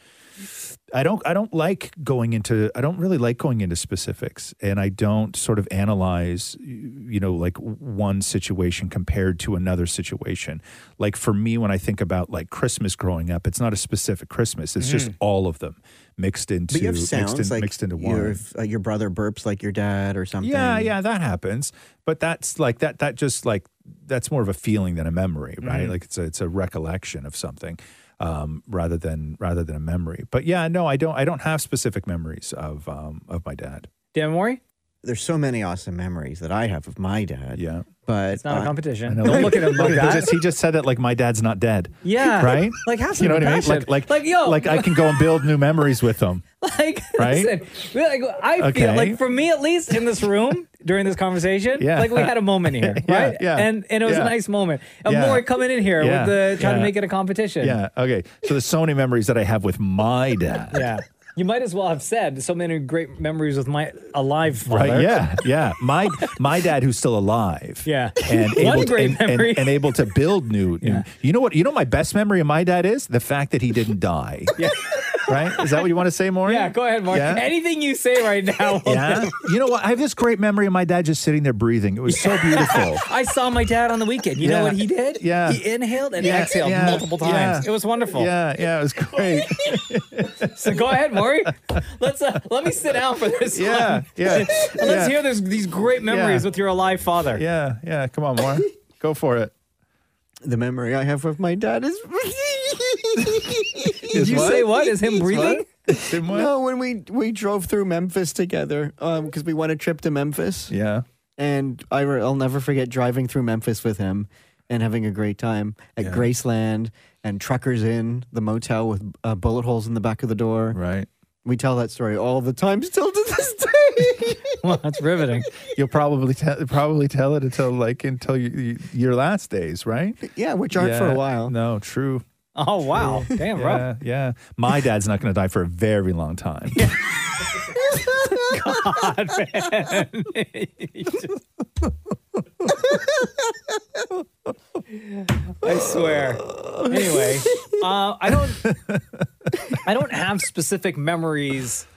[SPEAKER 7] I don't I don't like going into I don't really like going into specifics and I don't sort of analyze you know like one situation compared to another situation. Like for me when I think about like Christmas growing up, it's not a specific Christmas, it's just
[SPEAKER 8] Mm.
[SPEAKER 16] Mhm.
[SPEAKER 7] all of them mixed into
[SPEAKER 16] But you have
[SPEAKER 7] mixed,
[SPEAKER 16] sounds
[SPEAKER 7] in,
[SPEAKER 16] like
[SPEAKER 7] mixed into one.
[SPEAKER 16] your, if, uh, your brother burps like your dad or something.
[SPEAKER 7] Yeah, yeah, that happens. But that's like that that just like that's more of a feeling than a memory, right?
[SPEAKER 16] Mhm.
[SPEAKER 7] Like it's a it's a recollection of something um, rather than rather than a memory. But yeah, no, I don't I don't have specific memories of um, of my dad.
[SPEAKER 8] Dan Mori?
[SPEAKER 16] There's so many awesome memories that I have of my dad.
[SPEAKER 7] Yeah.
[SPEAKER 16] But
[SPEAKER 8] It's not a
[SPEAKER 16] uh,
[SPEAKER 8] competition.
[SPEAKER 7] I know,
[SPEAKER 8] Don't
[SPEAKER 7] like-
[SPEAKER 8] look at him like
[SPEAKER 7] he
[SPEAKER 8] that.
[SPEAKER 7] just- he just said it like my dad's not dead.
[SPEAKER 8] Yeah.
[SPEAKER 7] Right?
[SPEAKER 8] Like, have some
[SPEAKER 7] you know what I mean?
[SPEAKER 8] compassion.
[SPEAKER 7] Like, like,
[SPEAKER 8] Like, yo.
[SPEAKER 7] like I can go and build new memories with them.
[SPEAKER 8] Like,
[SPEAKER 7] Right?
[SPEAKER 8] listen, we're like, I feel
[SPEAKER 7] Okay.
[SPEAKER 8] like for me at least in this room during this conversation,
[SPEAKER 7] Yeah.
[SPEAKER 8] like we had a moment here,
[SPEAKER 7] Yeah,
[SPEAKER 8] right?
[SPEAKER 7] yeah,
[SPEAKER 8] and and it was
[SPEAKER 7] yeah.
[SPEAKER 8] a nice moment. And
[SPEAKER 7] Yeah.
[SPEAKER 8] Maury coming in here
[SPEAKER 7] Yeah,
[SPEAKER 8] with the trying
[SPEAKER 7] yeah.
[SPEAKER 8] to make it a competition.
[SPEAKER 7] Yeah. Okay. So there's so many memories that I have with my dad.
[SPEAKER 8] Yeah. You might as well have said so many great memories with my alive father.
[SPEAKER 7] Right? Yeah, yeah. My my dad, who's still alive,
[SPEAKER 8] Yeah.
[SPEAKER 7] and
[SPEAKER 8] One
[SPEAKER 7] able
[SPEAKER 8] great
[SPEAKER 7] to, and, and,
[SPEAKER 8] memory.
[SPEAKER 7] and able to build new, new- You know what? You know what my best memory of my dad is the fact that he didn't die. Yeah. Right? Is that what you want to say, Maureen?
[SPEAKER 8] Yeah, go ahead, Mark.
[SPEAKER 7] Yeah?
[SPEAKER 8] Anything you say right now. will-
[SPEAKER 7] Yeah. You know what? I have this great memory of my dad just sitting there breathing. It was so beautiful.
[SPEAKER 8] I saw my dad on the weekend. You
[SPEAKER 7] Yeah.
[SPEAKER 8] know what he did?
[SPEAKER 7] Yeah.
[SPEAKER 8] He inhaled and
[SPEAKER 7] Yeah,
[SPEAKER 8] exhaled
[SPEAKER 7] yeah,
[SPEAKER 8] multiple times.
[SPEAKER 7] yeah.
[SPEAKER 8] It was wonderful.
[SPEAKER 7] Yeah, yeah, it was great.
[SPEAKER 8] So go ahead, Maury. Let's uh, let me sit down for this.
[SPEAKER 7] Yeah,
[SPEAKER 8] one.
[SPEAKER 7] yeah,
[SPEAKER 8] And let's
[SPEAKER 7] yeah.
[SPEAKER 8] hear this, these great memories
[SPEAKER 7] Yeah.
[SPEAKER 8] with your alive father.
[SPEAKER 7] Yeah, yeah. Come on, Maureen. Go for it.
[SPEAKER 16] The memory I have with my dad is.
[SPEAKER 8] Did you say what? Is him breathing?
[SPEAKER 16] No, when we we drove through Memphis together, um, because we went a trip to Memphis.
[SPEAKER 7] Yeah.
[SPEAKER 16] And I re- I'll never forget driving through Memphis with him and having a great time at
[SPEAKER 7] Yeah.
[SPEAKER 16] Graceland and Truckers Inn, the motel with uh, bullet holes in the back of the door.
[SPEAKER 7] Right.
[SPEAKER 16] We tell that story all the time, still to this day.
[SPEAKER 8] well, that's riveting.
[SPEAKER 7] You'll probably te- probably tell it until like until you, you, your last days, right?
[SPEAKER 16] Yeah, which aren't for a while.
[SPEAKER 7] No, true.
[SPEAKER 8] Oh wow! Damn,
[SPEAKER 7] yeah,
[SPEAKER 8] bro.
[SPEAKER 7] Yeah, my dad's not going to die for a very long time.
[SPEAKER 8] God, man. You just- I swear. Anyway, uh, I don't. I don't have specific memories.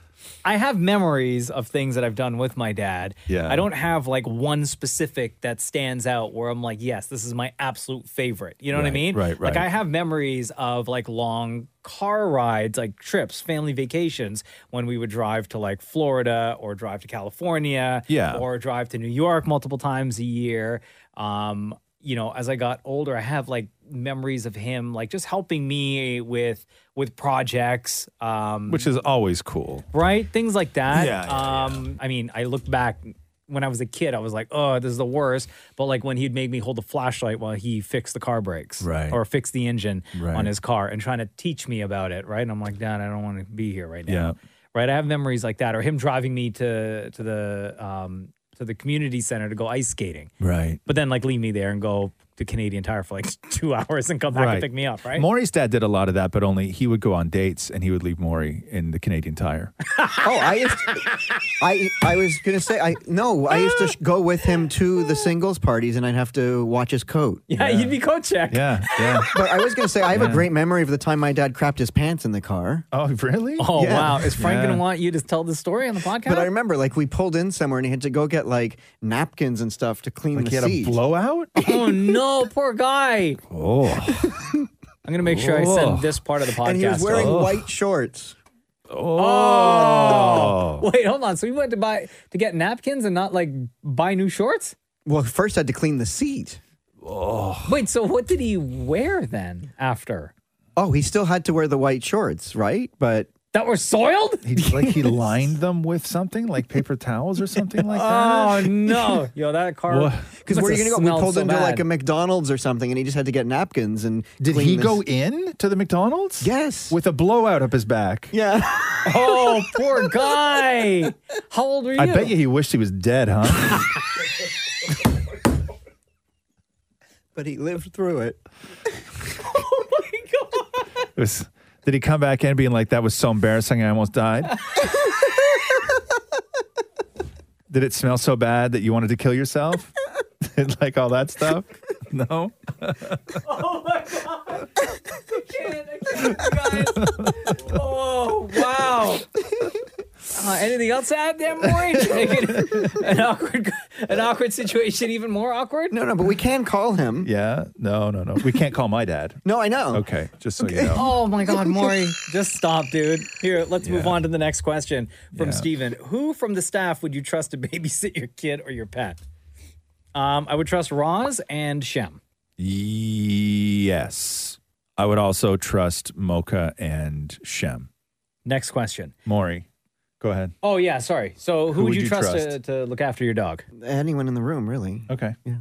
[SPEAKER 8] I have memories of things that I've done with my dad.
[SPEAKER 7] Yeah.
[SPEAKER 8] I don't have like one specific that stands out where I'm like, yes, this is my absolute favorite. You know what I
[SPEAKER 7] Right,
[SPEAKER 8] mean?
[SPEAKER 7] right,
[SPEAKER 8] Like
[SPEAKER 7] right.
[SPEAKER 8] I have memories of like long car rides, like trips, family vacations when we would drive to like Florida or drive to California
[SPEAKER 7] Yeah.
[SPEAKER 8] or drive to New York multiple times a year. Um, you know, as I got older, I have like memories of him like just helping me with with projects. Um
[SPEAKER 7] Which is always cool.
[SPEAKER 8] right? Things like that.
[SPEAKER 7] Yeah,
[SPEAKER 8] um, I mean, I look back when I was a kid, I was like, oh, this is the worst. But like when he'd make me hold the flashlight while he fixed the car brakes
[SPEAKER 7] Right.
[SPEAKER 8] or fixed the engine
[SPEAKER 7] Right.
[SPEAKER 8] on his car and trying to teach me about it, right? And I'm like, Dad, I don't want to be here right now.
[SPEAKER 7] Yeah.
[SPEAKER 8] Right. I have memories like that, or him driving me to to the um to the community center to go ice skating.
[SPEAKER 7] Right.
[SPEAKER 8] But then like leave me there and go to Canadian Tire for like two hours and come back and pick me up, right?
[SPEAKER 7] Maury's dad did a lot of that, but only he would go on dates and he would leave Maury in the Canadian Tire.
[SPEAKER 16] Oh, I used I I was gonna say I no, I used to sh- go with him to the singles parties, and I'd have to watch his coat.
[SPEAKER 8] yeah, you'd be coat check.
[SPEAKER 7] Yeah, yeah.
[SPEAKER 16] But I was gonna say I have
[SPEAKER 7] Yeah.
[SPEAKER 16] a great memory of the time my dad crapped his pants in the car.
[SPEAKER 7] Oh, really?
[SPEAKER 8] Oh
[SPEAKER 16] Yeah.
[SPEAKER 8] wow! Is Frank
[SPEAKER 16] Yeah.
[SPEAKER 8] gonna want you to tell the story on the podcast?
[SPEAKER 16] But I remember, like, we pulled in somewhere and he had to go get like napkins and stuff to clean
[SPEAKER 7] Like
[SPEAKER 16] the
[SPEAKER 7] he had a
[SPEAKER 16] seat.
[SPEAKER 7] blowout.
[SPEAKER 8] oh no, poor guy.
[SPEAKER 7] Oh,
[SPEAKER 8] I'm gonna make sure I
[SPEAKER 7] Oh.
[SPEAKER 8] send this part of the podcast.
[SPEAKER 16] And he was wearing
[SPEAKER 8] out.
[SPEAKER 16] white shorts.
[SPEAKER 8] Oh. wait, hold on. So we went to buy to get napkins and not like buy new shorts.
[SPEAKER 16] Well, first I had to clean the seat.
[SPEAKER 8] Wait, so what did he wear then after?
[SPEAKER 16] Oh, he still had to wear the white shorts, right? But
[SPEAKER 8] that were soiled.
[SPEAKER 7] he, like he lined them with something like paper towels or something like
[SPEAKER 8] Oh
[SPEAKER 7] that.
[SPEAKER 8] no, yo, that car.
[SPEAKER 16] Because where are you
[SPEAKER 8] must have
[SPEAKER 16] going to go? We pulled
[SPEAKER 8] smelled so
[SPEAKER 16] into like
[SPEAKER 8] bad.
[SPEAKER 16] a McDonald's or something, and he just had to get napkins. And
[SPEAKER 7] Did he go in to the McDonald's?
[SPEAKER 16] Yes,
[SPEAKER 7] with a blowout up his back.
[SPEAKER 16] Yeah.
[SPEAKER 8] oh, poor guy. How old were you?
[SPEAKER 7] I bet you he wished he was dead, huh?
[SPEAKER 16] but he lived through it.
[SPEAKER 7] It was- did he come back in being like, "That was so embarrassing, I almost died"? did it smell so bad that you wanted to kill yourself? like all that stuff? No.
[SPEAKER 8] Oh my god! I can't, I can't, guys. Oh wow! Uh, anything else to add there, Maury? To make it an awkward, an awkward situation even more awkward.
[SPEAKER 16] No, no, but we can call him.
[SPEAKER 7] Yeah. No. No. No. We can't call my dad.
[SPEAKER 16] No, I know.
[SPEAKER 7] Okay. Just so you know.
[SPEAKER 8] Oh my God, Maury, just stop, dude. Here, let's move on to the next question from Steven. Who from the staff would you trust to babysit your kid or your pet? Um, I would trust Roz and Shem.
[SPEAKER 7] Yes. I would also trust Mocha and Shem.
[SPEAKER 8] Next question.
[SPEAKER 7] Maury, go ahead.
[SPEAKER 8] Oh yeah, sorry. So who, would you, trust, To, to look after your dog?
[SPEAKER 16] Anyone in the room, really?
[SPEAKER 7] Okay.
[SPEAKER 16] Yeah.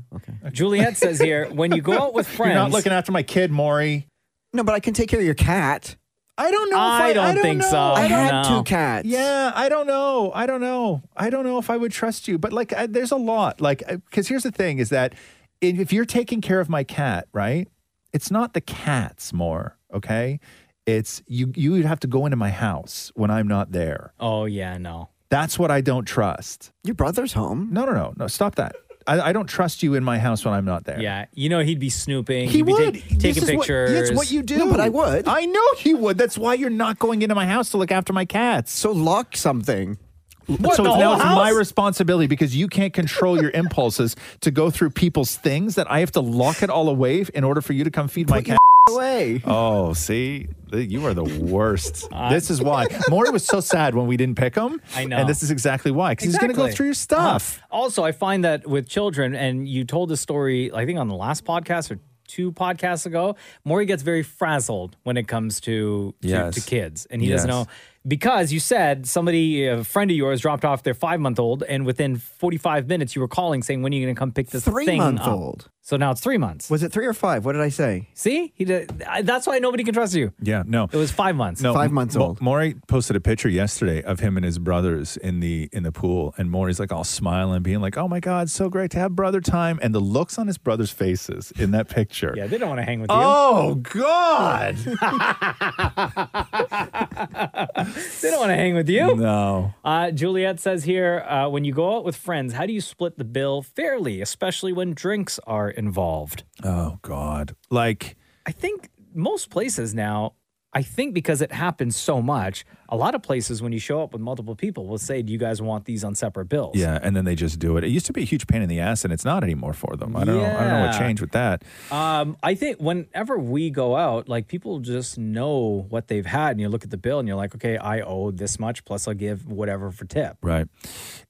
[SPEAKER 8] Juliet says here, when you go out with friends,
[SPEAKER 7] You're not looking after my kid, Maury.
[SPEAKER 16] No, but I can take care of your cat.
[SPEAKER 7] I don't know. If
[SPEAKER 8] I
[SPEAKER 7] I,
[SPEAKER 8] don't think so.
[SPEAKER 7] know.
[SPEAKER 8] I
[SPEAKER 16] I
[SPEAKER 8] don't
[SPEAKER 16] had
[SPEAKER 8] know.
[SPEAKER 16] two cats.
[SPEAKER 7] Yeah, I don't know. I don't know. I don't know if I would trust you. But like, I, there's a lot. Like, because here's the thing: is that if if you're taking care of my cat, right? It's not the cats more, okay? It's you. You would have to go into my house when I'm not there.
[SPEAKER 8] Oh yeah, no.
[SPEAKER 7] That's what I don't trust.
[SPEAKER 16] Your brother's home.
[SPEAKER 7] No, no, no, no. Stop that. I, I don't trust you in my house when I'm not there.
[SPEAKER 8] Yeah, you know he'd be snooping.
[SPEAKER 7] He
[SPEAKER 8] he'd be
[SPEAKER 7] would.
[SPEAKER 8] take-
[SPEAKER 7] This
[SPEAKER 8] taking
[SPEAKER 7] is what-
[SPEAKER 8] pictures.
[SPEAKER 7] That's what you do.
[SPEAKER 16] No, but I would.
[SPEAKER 7] I know he would. That's why you're not going into my house to look after my cats.
[SPEAKER 16] So lock something.
[SPEAKER 7] so
[SPEAKER 16] the
[SPEAKER 7] it's now
[SPEAKER 16] whole
[SPEAKER 7] it's my
[SPEAKER 16] house?
[SPEAKER 7] responsibility because you can't control your impulses to go through people's things that I have to lock it all away in order for you to come feed my cat.
[SPEAKER 16] away.
[SPEAKER 7] Oh, see, Th- you are the worst. this is why Maury was so sad when we didn't pick him.
[SPEAKER 8] I know.
[SPEAKER 7] and this is exactly why because he's going to
[SPEAKER 8] Exactly.
[SPEAKER 7] go through your stuff.
[SPEAKER 8] Uh-huh. Also, I find that with children, and you told this story, I think on the last podcast or two podcasts ago, Maury gets very frazzled when it comes to to,
[SPEAKER 7] Yes.
[SPEAKER 8] to kids, and he doesn't
[SPEAKER 7] Yes.
[SPEAKER 8] know because you said somebody, a friend of yours, dropped off their five month old, and within forty five minutes, you were calling saying, "When are you going to come pick this
[SPEAKER 16] Three
[SPEAKER 8] thing
[SPEAKER 16] month
[SPEAKER 8] up?"
[SPEAKER 16] old.
[SPEAKER 8] So now it's three months.
[SPEAKER 16] Was it three or five? What did I say?
[SPEAKER 8] See, he did, I, that's why nobody can trust you.
[SPEAKER 7] Yeah, no.
[SPEAKER 8] It was five months.
[SPEAKER 7] M- Mo- Maury posted a picture yesterday of him and his brothers in the in the pool, and Maury's like all smiling, being like, "Oh my god, so great to have brother time!" And the looks on his brothers' faces in that picture.
[SPEAKER 8] Yeah, they don't want to hang with you.
[SPEAKER 7] Oh God!
[SPEAKER 8] They don't want to hang with you.
[SPEAKER 7] No.
[SPEAKER 8] Uh, Juliet says here uh, when you go out with friends, how do you split the bill fairly, especially when drinks are involved?
[SPEAKER 7] Oh God! Like,
[SPEAKER 8] I think most places now, I think because it happens so much, a lot of places when you show up with multiple people will say, do you guys want these on separate bills?
[SPEAKER 7] Yeah, and then they just do it. It used to be a huge pain in the ass, and it's not anymore for them. I don't know. I don't know what
[SPEAKER 8] Yeah.
[SPEAKER 7] changed with that.
[SPEAKER 8] Um, I think whenever we go out, like people just know what they've had, and you look at the bill and you're like, okay, I owe this much, plus I'll give whatever for tip.
[SPEAKER 7] Right.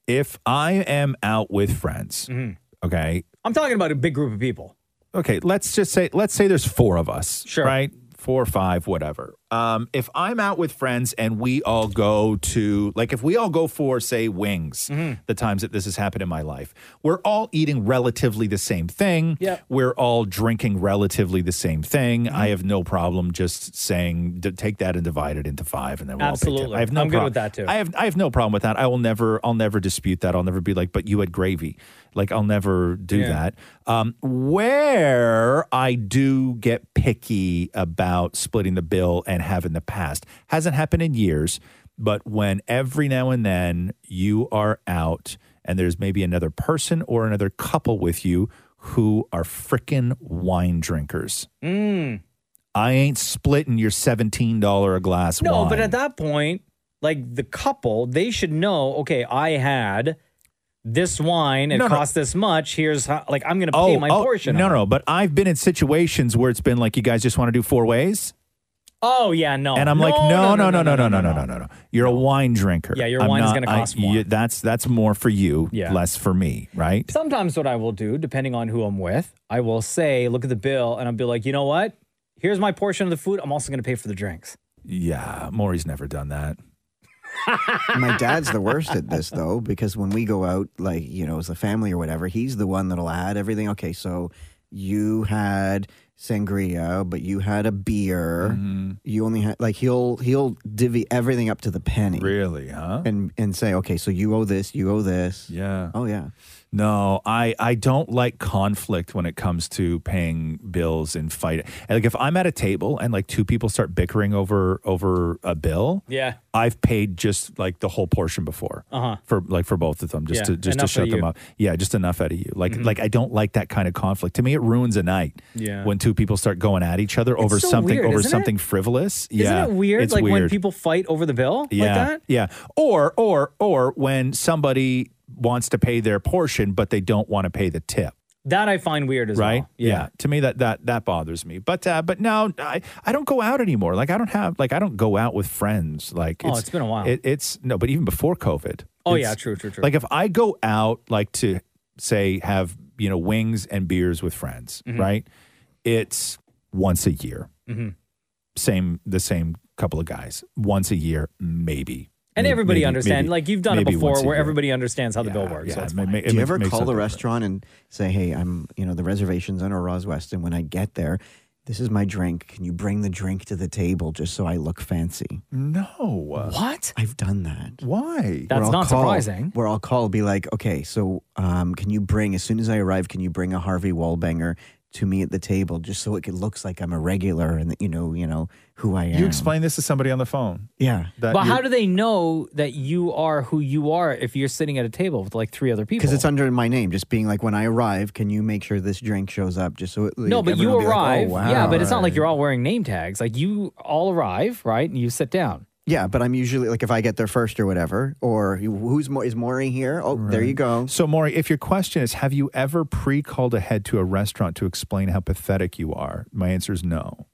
[SPEAKER 7] If I am out with friends,
[SPEAKER 8] Mhm.
[SPEAKER 7] okay.
[SPEAKER 8] I'm talking about a big group of people.
[SPEAKER 7] Okay, let's just say let's say there's four of us.
[SPEAKER 8] Sure.
[SPEAKER 7] Right? Four or five, whatever. Um, if I'm out with friends and we all go to like if we all go for, say, wings,
[SPEAKER 8] Mm-hmm.
[SPEAKER 7] the times that this has happened in my life, we're all eating relatively the same thing.
[SPEAKER 1] Yep.
[SPEAKER 7] We're all drinking relatively the same thing.
[SPEAKER 8] Mm-hmm.
[SPEAKER 7] I have no problem just saying d- take that and divide it into five and then we'll all pick
[SPEAKER 8] Absolutely.
[SPEAKER 7] it. I have no
[SPEAKER 8] I'm good
[SPEAKER 7] prob-
[SPEAKER 8] with that, too.
[SPEAKER 7] I have I have no problem with that. I will never I'll never dispute that. I'll never be like, but you had gravy. Like I'll never do
[SPEAKER 1] Yeah.
[SPEAKER 7] that. Um, where I do get picky about splitting the bill and have in the past hasn't happened in years, but when every now and then you are out and there's maybe another person or another couple with you who are frickin' wine drinkers.
[SPEAKER 8] Mm.
[SPEAKER 7] I ain't splitting your seventeen dollar a glass
[SPEAKER 8] No,
[SPEAKER 7] wine.
[SPEAKER 8] but at that point, like the couple, they should know. Okay, I had this wine. It
[SPEAKER 7] No, no.
[SPEAKER 8] cost this much. Here's how. Like I'm going to pay my portion.
[SPEAKER 7] Oh, No,
[SPEAKER 8] of it.
[SPEAKER 7] no, but I've been in situations where it's been like, you guys just want to do four ways,
[SPEAKER 8] Oh yeah, no.
[SPEAKER 7] and I'm like, no, no, no, no, no, no, no, no, no, You're a wine drinker.
[SPEAKER 8] Yeah, your
[SPEAKER 7] I'm
[SPEAKER 8] wine's
[SPEAKER 7] not-
[SPEAKER 8] gonna
[SPEAKER 7] I-
[SPEAKER 8] cost
[SPEAKER 7] you- that's that's more for you,
[SPEAKER 8] Yeah.
[SPEAKER 7] less for me, right?
[SPEAKER 8] Sometimes what I will do, depending on who I'm with, I will say, look at the bill, and I'll be like, you know what? Here's my portion of the food. I'm also going to pay for the drinks.
[SPEAKER 7] Yeah, Maury's never done that.
[SPEAKER 16] My dad's the worst at this though, because when we go out, like you know, as a family or whatever, he's the one that'll add everything. Okay, so you had sangria, but you had a beer.
[SPEAKER 7] Mm-hmm.
[SPEAKER 16] You only had like he'll he'll divvy everything up to the penny.
[SPEAKER 7] Really, huh?
[SPEAKER 16] And and say, okay, so you owe this, you owe this.
[SPEAKER 7] Yeah.
[SPEAKER 16] Oh yeah.
[SPEAKER 7] No, I, I don't like conflict when it comes to paying bills and fighting. And, Like if I'm at a table and like two people start bickering over over a bill,
[SPEAKER 8] Yeah.
[SPEAKER 7] I've paid just like the whole portion before.
[SPEAKER 8] Uh huh.
[SPEAKER 7] for like for both of them just
[SPEAKER 8] Yeah,
[SPEAKER 7] to just
[SPEAKER 8] enough
[SPEAKER 7] to
[SPEAKER 8] of
[SPEAKER 7] shut them
[SPEAKER 8] you. Mm-hmm.
[SPEAKER 7] up yeah just enough out of you like like i don't like that kind of conflict to me it ruins a night
[SPEAKER 8] Yeah.
[SPEAKER 7] when two people start going at each other over
[SPEAKER 8] so
[SPEAKER 7] something
[SPEAKER 8] weird,
[SPEAKER 7] over
[SPEAKER 8] isn't it?
[SPEAKER 7] something frivolous yeah
[SPEAKER 8] Isn't it weird?
[SPEAKER 7] it's
[SPEAKER 8] like when
[SPEAKER 7] weird.
[SPEAKER 8] people fight over the bill
[SPEAKER 7] yeah
[SPEAKER 8] like that.
[SPEAKER 7] yeah or or or when somebody wants to pay their portion but they don't want to pay the tip
[SPEAKER 8] That I find weird as
[SPEAKER 7] right
[SPEAKER 8] well.
[SPEAKER 7] yeah. to me that that that bothers me but uh but now i i don't go out anymore like i don't have like i don't go out with friends like
[SPEAKER 8] Oh, it's been a while.
[SPEAKER 7] it, it's no but even before covid
[SPEAKER 8] Oh
[SPEAKER 7] it's-
[SPEAKER 8] yeah, true, true, true.
[SPEAKER 7] like if I go out, like to say have you know wings and beers with friends,
[SPEAKER 8] Mhm.
[SPEAKER 7] right? It's once a year,
[SPEAKER 8] hmm
[SPEAKER 7] same the same couple of guys, once a year maybe.
[SPEAKER 8] And
[SPEAKER 7] May-
[SPEAKER 8] everybody
[SPEAKER 7] maybe-
[SPEAKER 8] understands.
[SPEAKER 7] maybe-
[SPEAKER 8] Like you've done it
[SPEAKER 7] maybe
[SPEAKER 8] before,
[SPEAKER 7] once a
[SPEAKER 8] where
[SPEAKER 7] year.
[SPEAKER 8] everybody understands how the bill works. so it's fine.
[SPEAKER 16] Do you ever call the restaurant and say, "Hey, I'm you know the reservations on a Roswest, and when I get there, this is my drink. Can you bring the drink to the table just so I look fancy?"
[SPEAKER 7] No.
[SPEAKER 8] What?
[SPEAKER 16] I've done that.
[SPEAKER 7] Why?
[SPEAKER 16] Where I'll call- Where I'll call, be like, "Okay, so um, can you bring as soon as I arrive? Can you bring a Harvey Wallbanger to me at the table just so it could- looks like I'm a regular and that you know, you know who I am.
[SPEAKER 7] You explained this to somebody on the phone.
[SPEAKER 16] Yeah.
[SPEAKER 8] but how do they know that you are who you are if you're sitting at a table with like three other people?
[SPEAKER 16] because it's under my name, just being like when I arrive, can you make sure this drink shows up just so it
[SPEAKER 8] no,
[SPEAKER 16] like,
[SPEAKER 8] but you
[SPEAKER 16] everyone will be like,
[SPEAKER 8] arrive.
[SPEAKER 16] "Oh, wow."
[SPEAKER 8] Yeah, but it's not like you're all wearing name tags. Like you all arrive, right? And you sit down.
[SPEAKER 16] Yeah, but I'm usually like if I get there first or whatever, or who's Mo- is Maury here? Oh, there you go.
[SPEAKER 7] So, Maury, if your question is, have you ever pre called ahead to a restaurant to explain how pathetic you are? My answer is no.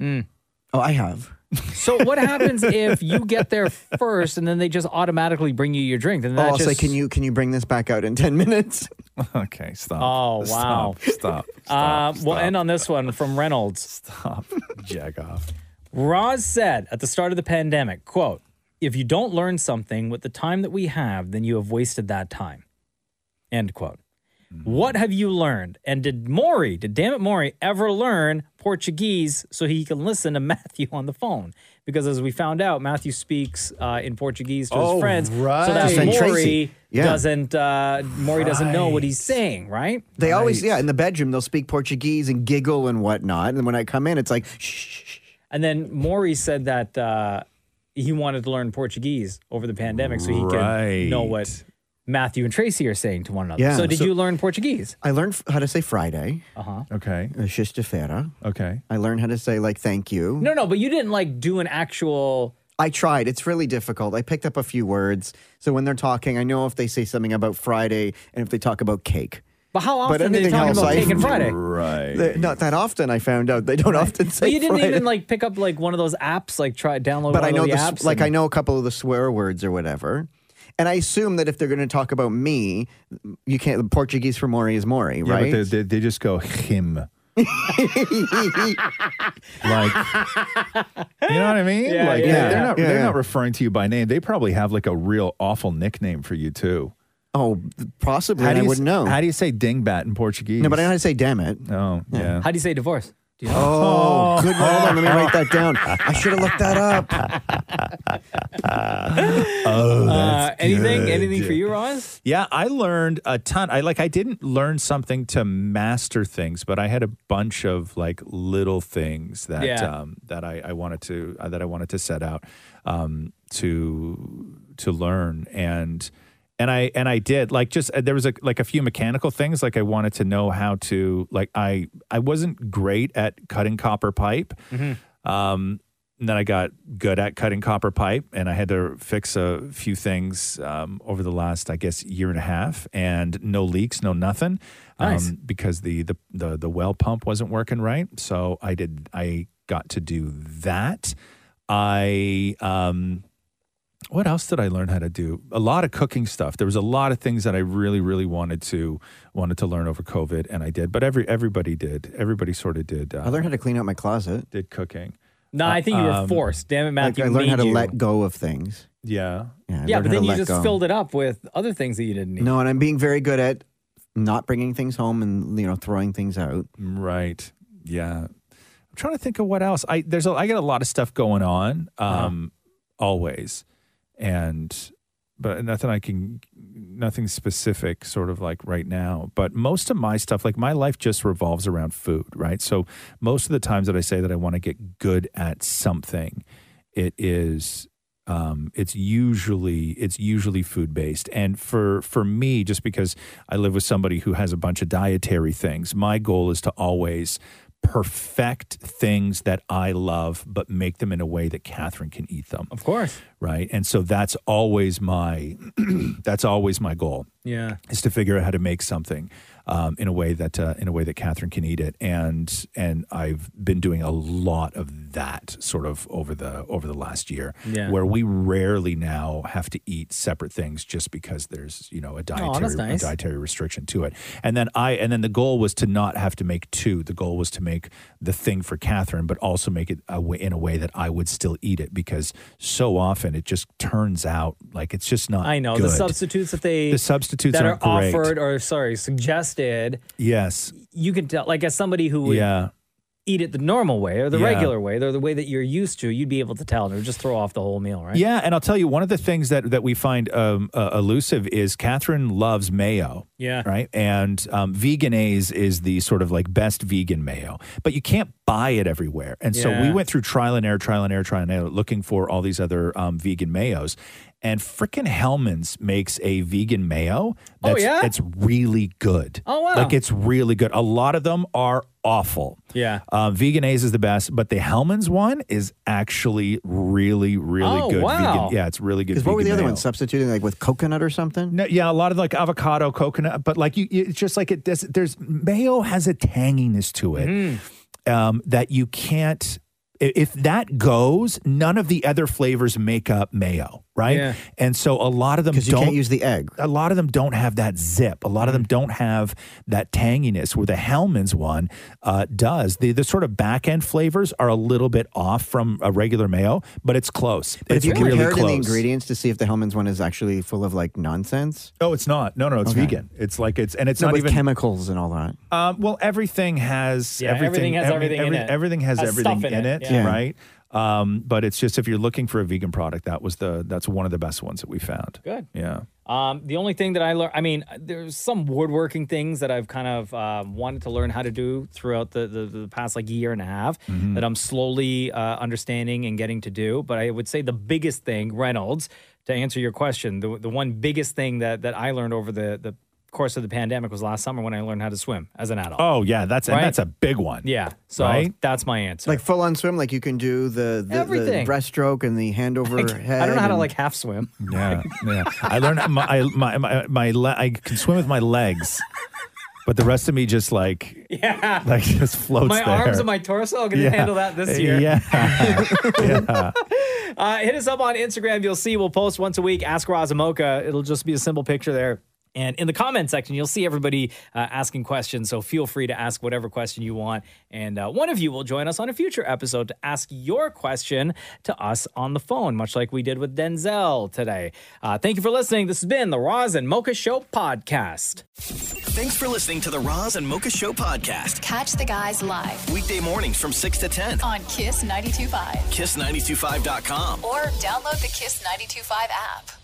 [SPEAKER 16] Oh, I have.
[SPEAKER 8] So what happens if you get there first and then they just automatically bring you your drink? And
[SPEAKER 16] Oh,
[SPEAKER 8] that
[SPEAKER 16] I'll
[SPEAKER 8] just
[SPEAKER 16] say, can you can you bring this back out in ten minutes?
[SPEAKER 7] okay, stop.
[SPEAKER 8] Oh wow!
[SPEAKER 7] Stop, stop,
[SPEAKER 8] uh, we'll end on this one from Reynolds.
[SPEAKER 7] Stop. Jack off.
[SPEAKER 8] Roz said at the start of the pandemic, "quote If you don't learn something with the time that we have, then you have wasted that time." End quote. What have you learned? And did Maury, did damn it Maury, ever learn Portuguese so he can listen to Matthew on the phone? Because as we found out, Matthew speaks uh, in Portuguese to
[SPEAKER 16] Oh,
[SPEAKER 8] his friends, so
[SPEAKER 16] right.
[SPEAKER 8] that
[SPEAKER 16] Just like
[SPEAKER 8] Maury
[SPEAKER 16] Tracy. Yeah.
[SPEAKER 8] doesn't uh, Maury doesn't know what he's saying, right?
[SPEAKER 16] They always yeah in the bedroom they'll speak Portuguese and giggle and whatnot, and when I come in it's like shh.
[SPEAKER 8] And then Maury said that uh, he wanted to learn Portuguese over the pandemic so he
[SPEAKER 16] Right.
[SPEAKER 8] can know what Matthew and Tracy are saying to one another.
[SPEAKER 16] Yeah,
[SPEAKER 8] so did
[SPEAKER 16] so-
[SPEAKER 8] you learn Portuguese?
[SPEAKER 16] I learned f- how to say Friday.
[SPEAKER 8] Uh huh.
[SPEAKER 7] Okay.
[SPEAKER 16] Sexta-feira.
[SPEAKER 7] Okay.
[SPEAKER 16] I learned how to say like thank you.
[SPEAKER 8] No, no, but you didn't like do an actual.
[SPEAKER 16] I tried. It's really difficult. I picked up a few words. So when they're talking, I know if they say something about Friday and if they talk about cake.
[SPEAKER 8] But how often are they
[SPEAKER 16] anything
[SPEAKER 8] talking
[SPEAKER 16] else,
[SPEAKER 8] about
[SPEAKER 16] I-
[SPEAKER 8] cake and Friday?
[SPEAKER 7] Right.
[SPEAKER 16] They- Not that often. I found out they don't often say.
[SPEAKER 8] But you didn't
[SPEAKER 16] Friday.
[SPEAKER 8] even like pick up like one of those apps, like try download.
[SPEAKER 16] But
[SPEAKER 8] one
[SPEAKER 16] I know
[SPEAKER 8] of
[SPEAKER 16] the,
[SPEAKER 8] the
[SPEAKER 16] s-
[SPEAKER 8] apps.
[SPEAKER 16] like
[SPEAKER 8] and-
[SPEAKER 16] I know a couple of the swear words or whatever. And I assume that if they're going to talk about me, you can't. Portuguese for Maury is Maury,
[SPEAKER 7] Yeah, but
[SPEAKER 16] right?
[SPEAKER 7] they, they, they just go, him. Like, you know what I mean?
[SPEAKER 16] Yeah,
[SPEAKER 7] like,
[SPEAKER 16] yeah,
[SPEAKER 7] they're,
[SPEAKER 16] yeah.
[SPEAKER 7] not,
[SPEAKER 16] Yeah,
[SPEAKER 7] they're
[SPEAKER 16] yeah.
[SPEAKER 7] not referring to you by name. They probably have like a real awful nickname for you, too.
[SPEAKER 16] Oh, possibly.
[SPEAKER 7] How
[SPEAKER 16] and
[SPEAKER 7] do
[SPEAKER 16] I
[SPEAKER 7] you,
[SPEAKER 16] wouldn't know.
[SPEAKER 7] How do you say dingbat in Portuguese?
[SPEAKER 16] No, but I know how to say damn it.
[SPEAKER 7] Oh, yeah.
[SPEAKER 8] How do you say divorce? Do you know?
[SPEAKER 16] Oh, good. Hold on. Let me write that down. I should have looked that up.
[SPEAKER 7] oh,
[SPEAKER 8] Uh, anything?
[SPEAKER 7] good.
[SPEAKER 8] Anything for you, Roz?
[SPEAKER 7] Yeah, I learned a ton. I like I didn't learn something to master things, but I had a bunch of like little things that
[SPEAKER 5] Yeah.
[SPEAKER 7] um, that I, I wanted to uh, that I wanted to set out um, to to learn and and I and I did like just uh, there was a, like a few mechanical things like I wanted to know how to like I I wasn't great at cutting copper pipe. Um, and then I got good at cutting copper pipe, and I had to fix a few things um, over the last, I guess, year and a half, and no leaks, no nothing, um,
[SPEAKER 5] Nice.
[SPEAKER 7] because the, the the the well pump wasn't working right. So I did, I got to do that. I um, what else did I learn how to do? A lot of cooking stuff. There was a lot of things that I really, really wanted to wanted to learn over COVID, and I did. But every everybody did. Everybody sort of did. Uh,
[SPEAKER 16] I learned how to clean out my closet.
[SPEAKER 7] did cooking.
[SPEAKER 8] No, I think you were
[SPEAKER 7] Um,
[SPEAKER 8] forced. Damn it,
[SPEAKER 16] Like,
[SPEAKER 8] Matthew.
[SPEAKER 16] I learned how
[SPEAKER 8] made
[SPEAKER 16] to
[SPEAKER 8] you.
[SPEAKER 16] let go of things.
[SPEAKER 7] Yeah.
[SPEAKER 16] Yeah, I
[SPEAKER 8] Yeah,
[SPEAKER 16] learned
[SPEAKER 8] but
[SPEAKER 16] how to
[SPEAKER 8] then you
[SPEAKER 16] let
[SPEAKER 8] just
[SPEAKER 16] go.
[SPEAKER 8] filled it up with other things that you didn't need.
[SPEAKER 16] No, and I'm being very good at not bringing things home and you know throwing things out.
[SPEAKER 7] Right. Yeah. I'm trying to think of what else. I there's a, I got a lot of stuff going on, um, always, and but nothing I can, nothing specific, sort of like right now. But most of my stuff, like my life, just revolves around food, right? So most of the times that I say that I want to get good at something, it is um, it's usually it's usually food based and for for me just because i live with somebody who has a bunch of dietary things my goal is to always perfect things that i love but make them in a way that catherine can eat them
[SPEAKER 8] of course
[SPEAKER 7] right and so that's always my that's always my goal
[SPEAKER 8] Yeah.
[SPEAKER 7] is to figure out how to make something um, in a way that uh, in a way that Catherine can eat it, and and I've been doing a lot of that sort of over the over the last year,
[SPEAKER 5] Yeah.
[SPEAKER 7] where we rarely now have to eat separate things just because there's you know a
[SPEAKER 5] Oh,
[SPEAKER 7] dietary
[SPEAKER 5] that's nice.
[SPEAKER 7] a dietary restriction to it, and then I and then the goal was to not have to make two. The goal was to make the thing for Catherine, but also make it a way, in a way that I would still eat it because so often it just turns out like it's just not.
[SPEAKER 8] I know
[SPEAKER 7] good.
[SPEAKER 8] the substitutes that they
[SPEAKER 7] The substitutes
[SPEAKER 8] that are
[SPEAKER 7] aren't great.
[SPEAKER 8] offered or sorry suggested.
[SPEAKER 7] Yes.
[SPEAKER 8] You can tell, like as somebody who would
[SPEAKER 7] yeah.
[SPEAKER 8] eat it the normal way or the
[SPEAKER 7] Yeah.
[SPEAKER 8] regular way or the way that you're used to, you'd be able to tell and it would just throw off the whole meal, right?
[SPEAKER 7] Yeah, and I'll tell you one of the things that that we find um, uh, elusive is Catherine loves mayo.
[SPEAKER 8] Yeah.
[SPEAKER 7] right. And um, veganaise is the sort of like best vegan mayo, but you can't buy it everywhere. And so we
[SPEAKER 5] Yeah.
[SPEAKER 7] went through trial and error, trial and error, trial and error, looking for all these other um, vegan mayos. And frickin' Hellman's makes a vegan mayo.
[SPEAKER 5] Oh,
[SPEAKER 7] That's,
[SPEAKER 5] yeah?
[SPEAKER 7] it's really good.
[SPEAKER 5] Oh, wow.
[SPEAKER 7] Like it's really good. A lot of them are awful.
[SPEAKER 5] Yeah.
[SPEAKER 7] Um, vegan A's is the best, but the Hellman's one is actually really, really
[SPEAKER 16] Oh,
[SPEAKER 7] good.
[SPEAKER 16] wow.
[SPEAKER 7] Vegan. Yeah, it's really good.
[SPEAKER 16] Because what were
[SPEAKER 7] vegan
[SPEAKER 16] the other
[SPEAKER 7] mayo.
[SPEAKER 16] ones substituting, like with coconut or something?
[SPEAKER 7] No, yeah, a lot of like avocado, coconut, but like you, you- it's just like it does. There's mayo has a tanginess to it um, that you can't. i- If that goes, none of the other flavors make up mayo, right?
[SPEAKER 16] Yeah.
[SPEAKER 7] And so a lot of them
[SPEAKER 16] 'Cause
[SPEAKER 7] don't
[SPEAKER 16] you can't use the egg.
[SPEAKER 7] A lot of them don't have that zip. A lot of them don't have that tanginess. Where the Hellman's one uh, does. The the sort of back end flavors are a little bit off from a regular mayo, but it's close.
[SPEAKER 16] But
[SPEAKER 7] it's
[SPEAKER 16] if you
[SPEAKER 7] really
[SPEAKER 16] compared in
[SPEAKER 7] close.
[SPEAKER 16] the ingredients to see if the Hellman's one is actually full of like nonsense,
[SPEAKER 7] No, Oh, it's not. No, no, it's
[SPEAKER 16] Okay.
[SPEAKER 7] vegan. It's like it's and it's
[SPEAKER 16] No,
[SPEAKER 7] not
[SPEAKER 16] but
[SPEAKER 7] even
[SPEAKER 16] chemicals and all that.
[SPEAKER 7] Um, well, everything has
[SPEAKER 16] Yeah, everything has everything in it.
[SPEAKER 7] Everything has,
[SPEAKER 16] Has
[SPEAKER 7] everything
[SPEAKER 16] stuff
[SPEAKER 7] in,
[SPEAKER 16] in
[SPEAKER 7] it,
[SPEAKER 16] it, yeah.
[SPEAKER 7] right? Um, but it's just if you're looking for a vegan product, that was the that's one of the best ones that we found.
[SPEAKER 8] Good.
[SPEAKER 7] Yeah.
[SPEAKER 8] Um, the only thing that I learned, I mean, there's some woodworking things that I've kind of um, wanted to learn how to do throughout the, the, the past like year and a half
[SPEAKER 7] Mm-hmm.
[SPEAKER 5] Mhm.
[SPEAKER 8] that I'm slowly uh, understanding and getting to do. But I would say the biggest thing, Reynolds, to answer your question, the, the one biggest thing that, that I learned over the, the course of the pandemic was last summer when I learned how to swim as an adult.
[SPEAKER 7] Oh yeah, that's
[SPEAKER 8] Right?
[SPEAKER 7] and that's a big one.
[SPEAKER 8] Yeah. So
[SPEAKER 7] Right?
[SPEAKER 8] that's my answer.
[SPEAKER 16] Like full on swim, like you can do the, the, the
[SPEAKER 8] Everything.
[SPEAKER 16] breaststroke and the hand over head.
[SPEAKER 8] I don't know how to
[SPEAKER 16] and-
[SPEAKER 8] like half swim.
[SPEAKER 7] Yeah, yeah. I learned my I, my my, my le- I can swim with my legs, but the rest of me just like
[SPEAKER 8] Yeah.
[SPEAKER 7] like just floats
[SPEAKER 8] my
[SPEAKER 7] there.
[SPEAKER 8] arms and my torso. I'm gonna
[SPEAKER 7] Yeah.
[SPEAKER 8] handle that this year.
[SPEAKER 7] Yeah. yeah.
[SPEAKER 8] Uh, hit us up on Instagram. You'll see we'll post once a week. Ask Razamoka. It'll just be a simple picture there. And in the comment section, you'll see everybody uh, asking questions. So feel free to ask whatever question you want. And uh, one of you will join us on a future episode to ask your question to us on the phone, much like we did with Denzel today. Uh, thank you for listening. This has been the Roz and Mocha Show podcast.
[SPEAKER 6] Thanks for listening to the Roz and Mocha Show podcast.
[SPEAKER 27] Catch the guys live
[SPEAKER 6] Weekday mornings from 6 to 10.
[SPEAKER 27] on Kiss 92.5
[SPEAKER 6] Kiss925.com.
[SPEAKER 27] or download the Kiss 92.5 app.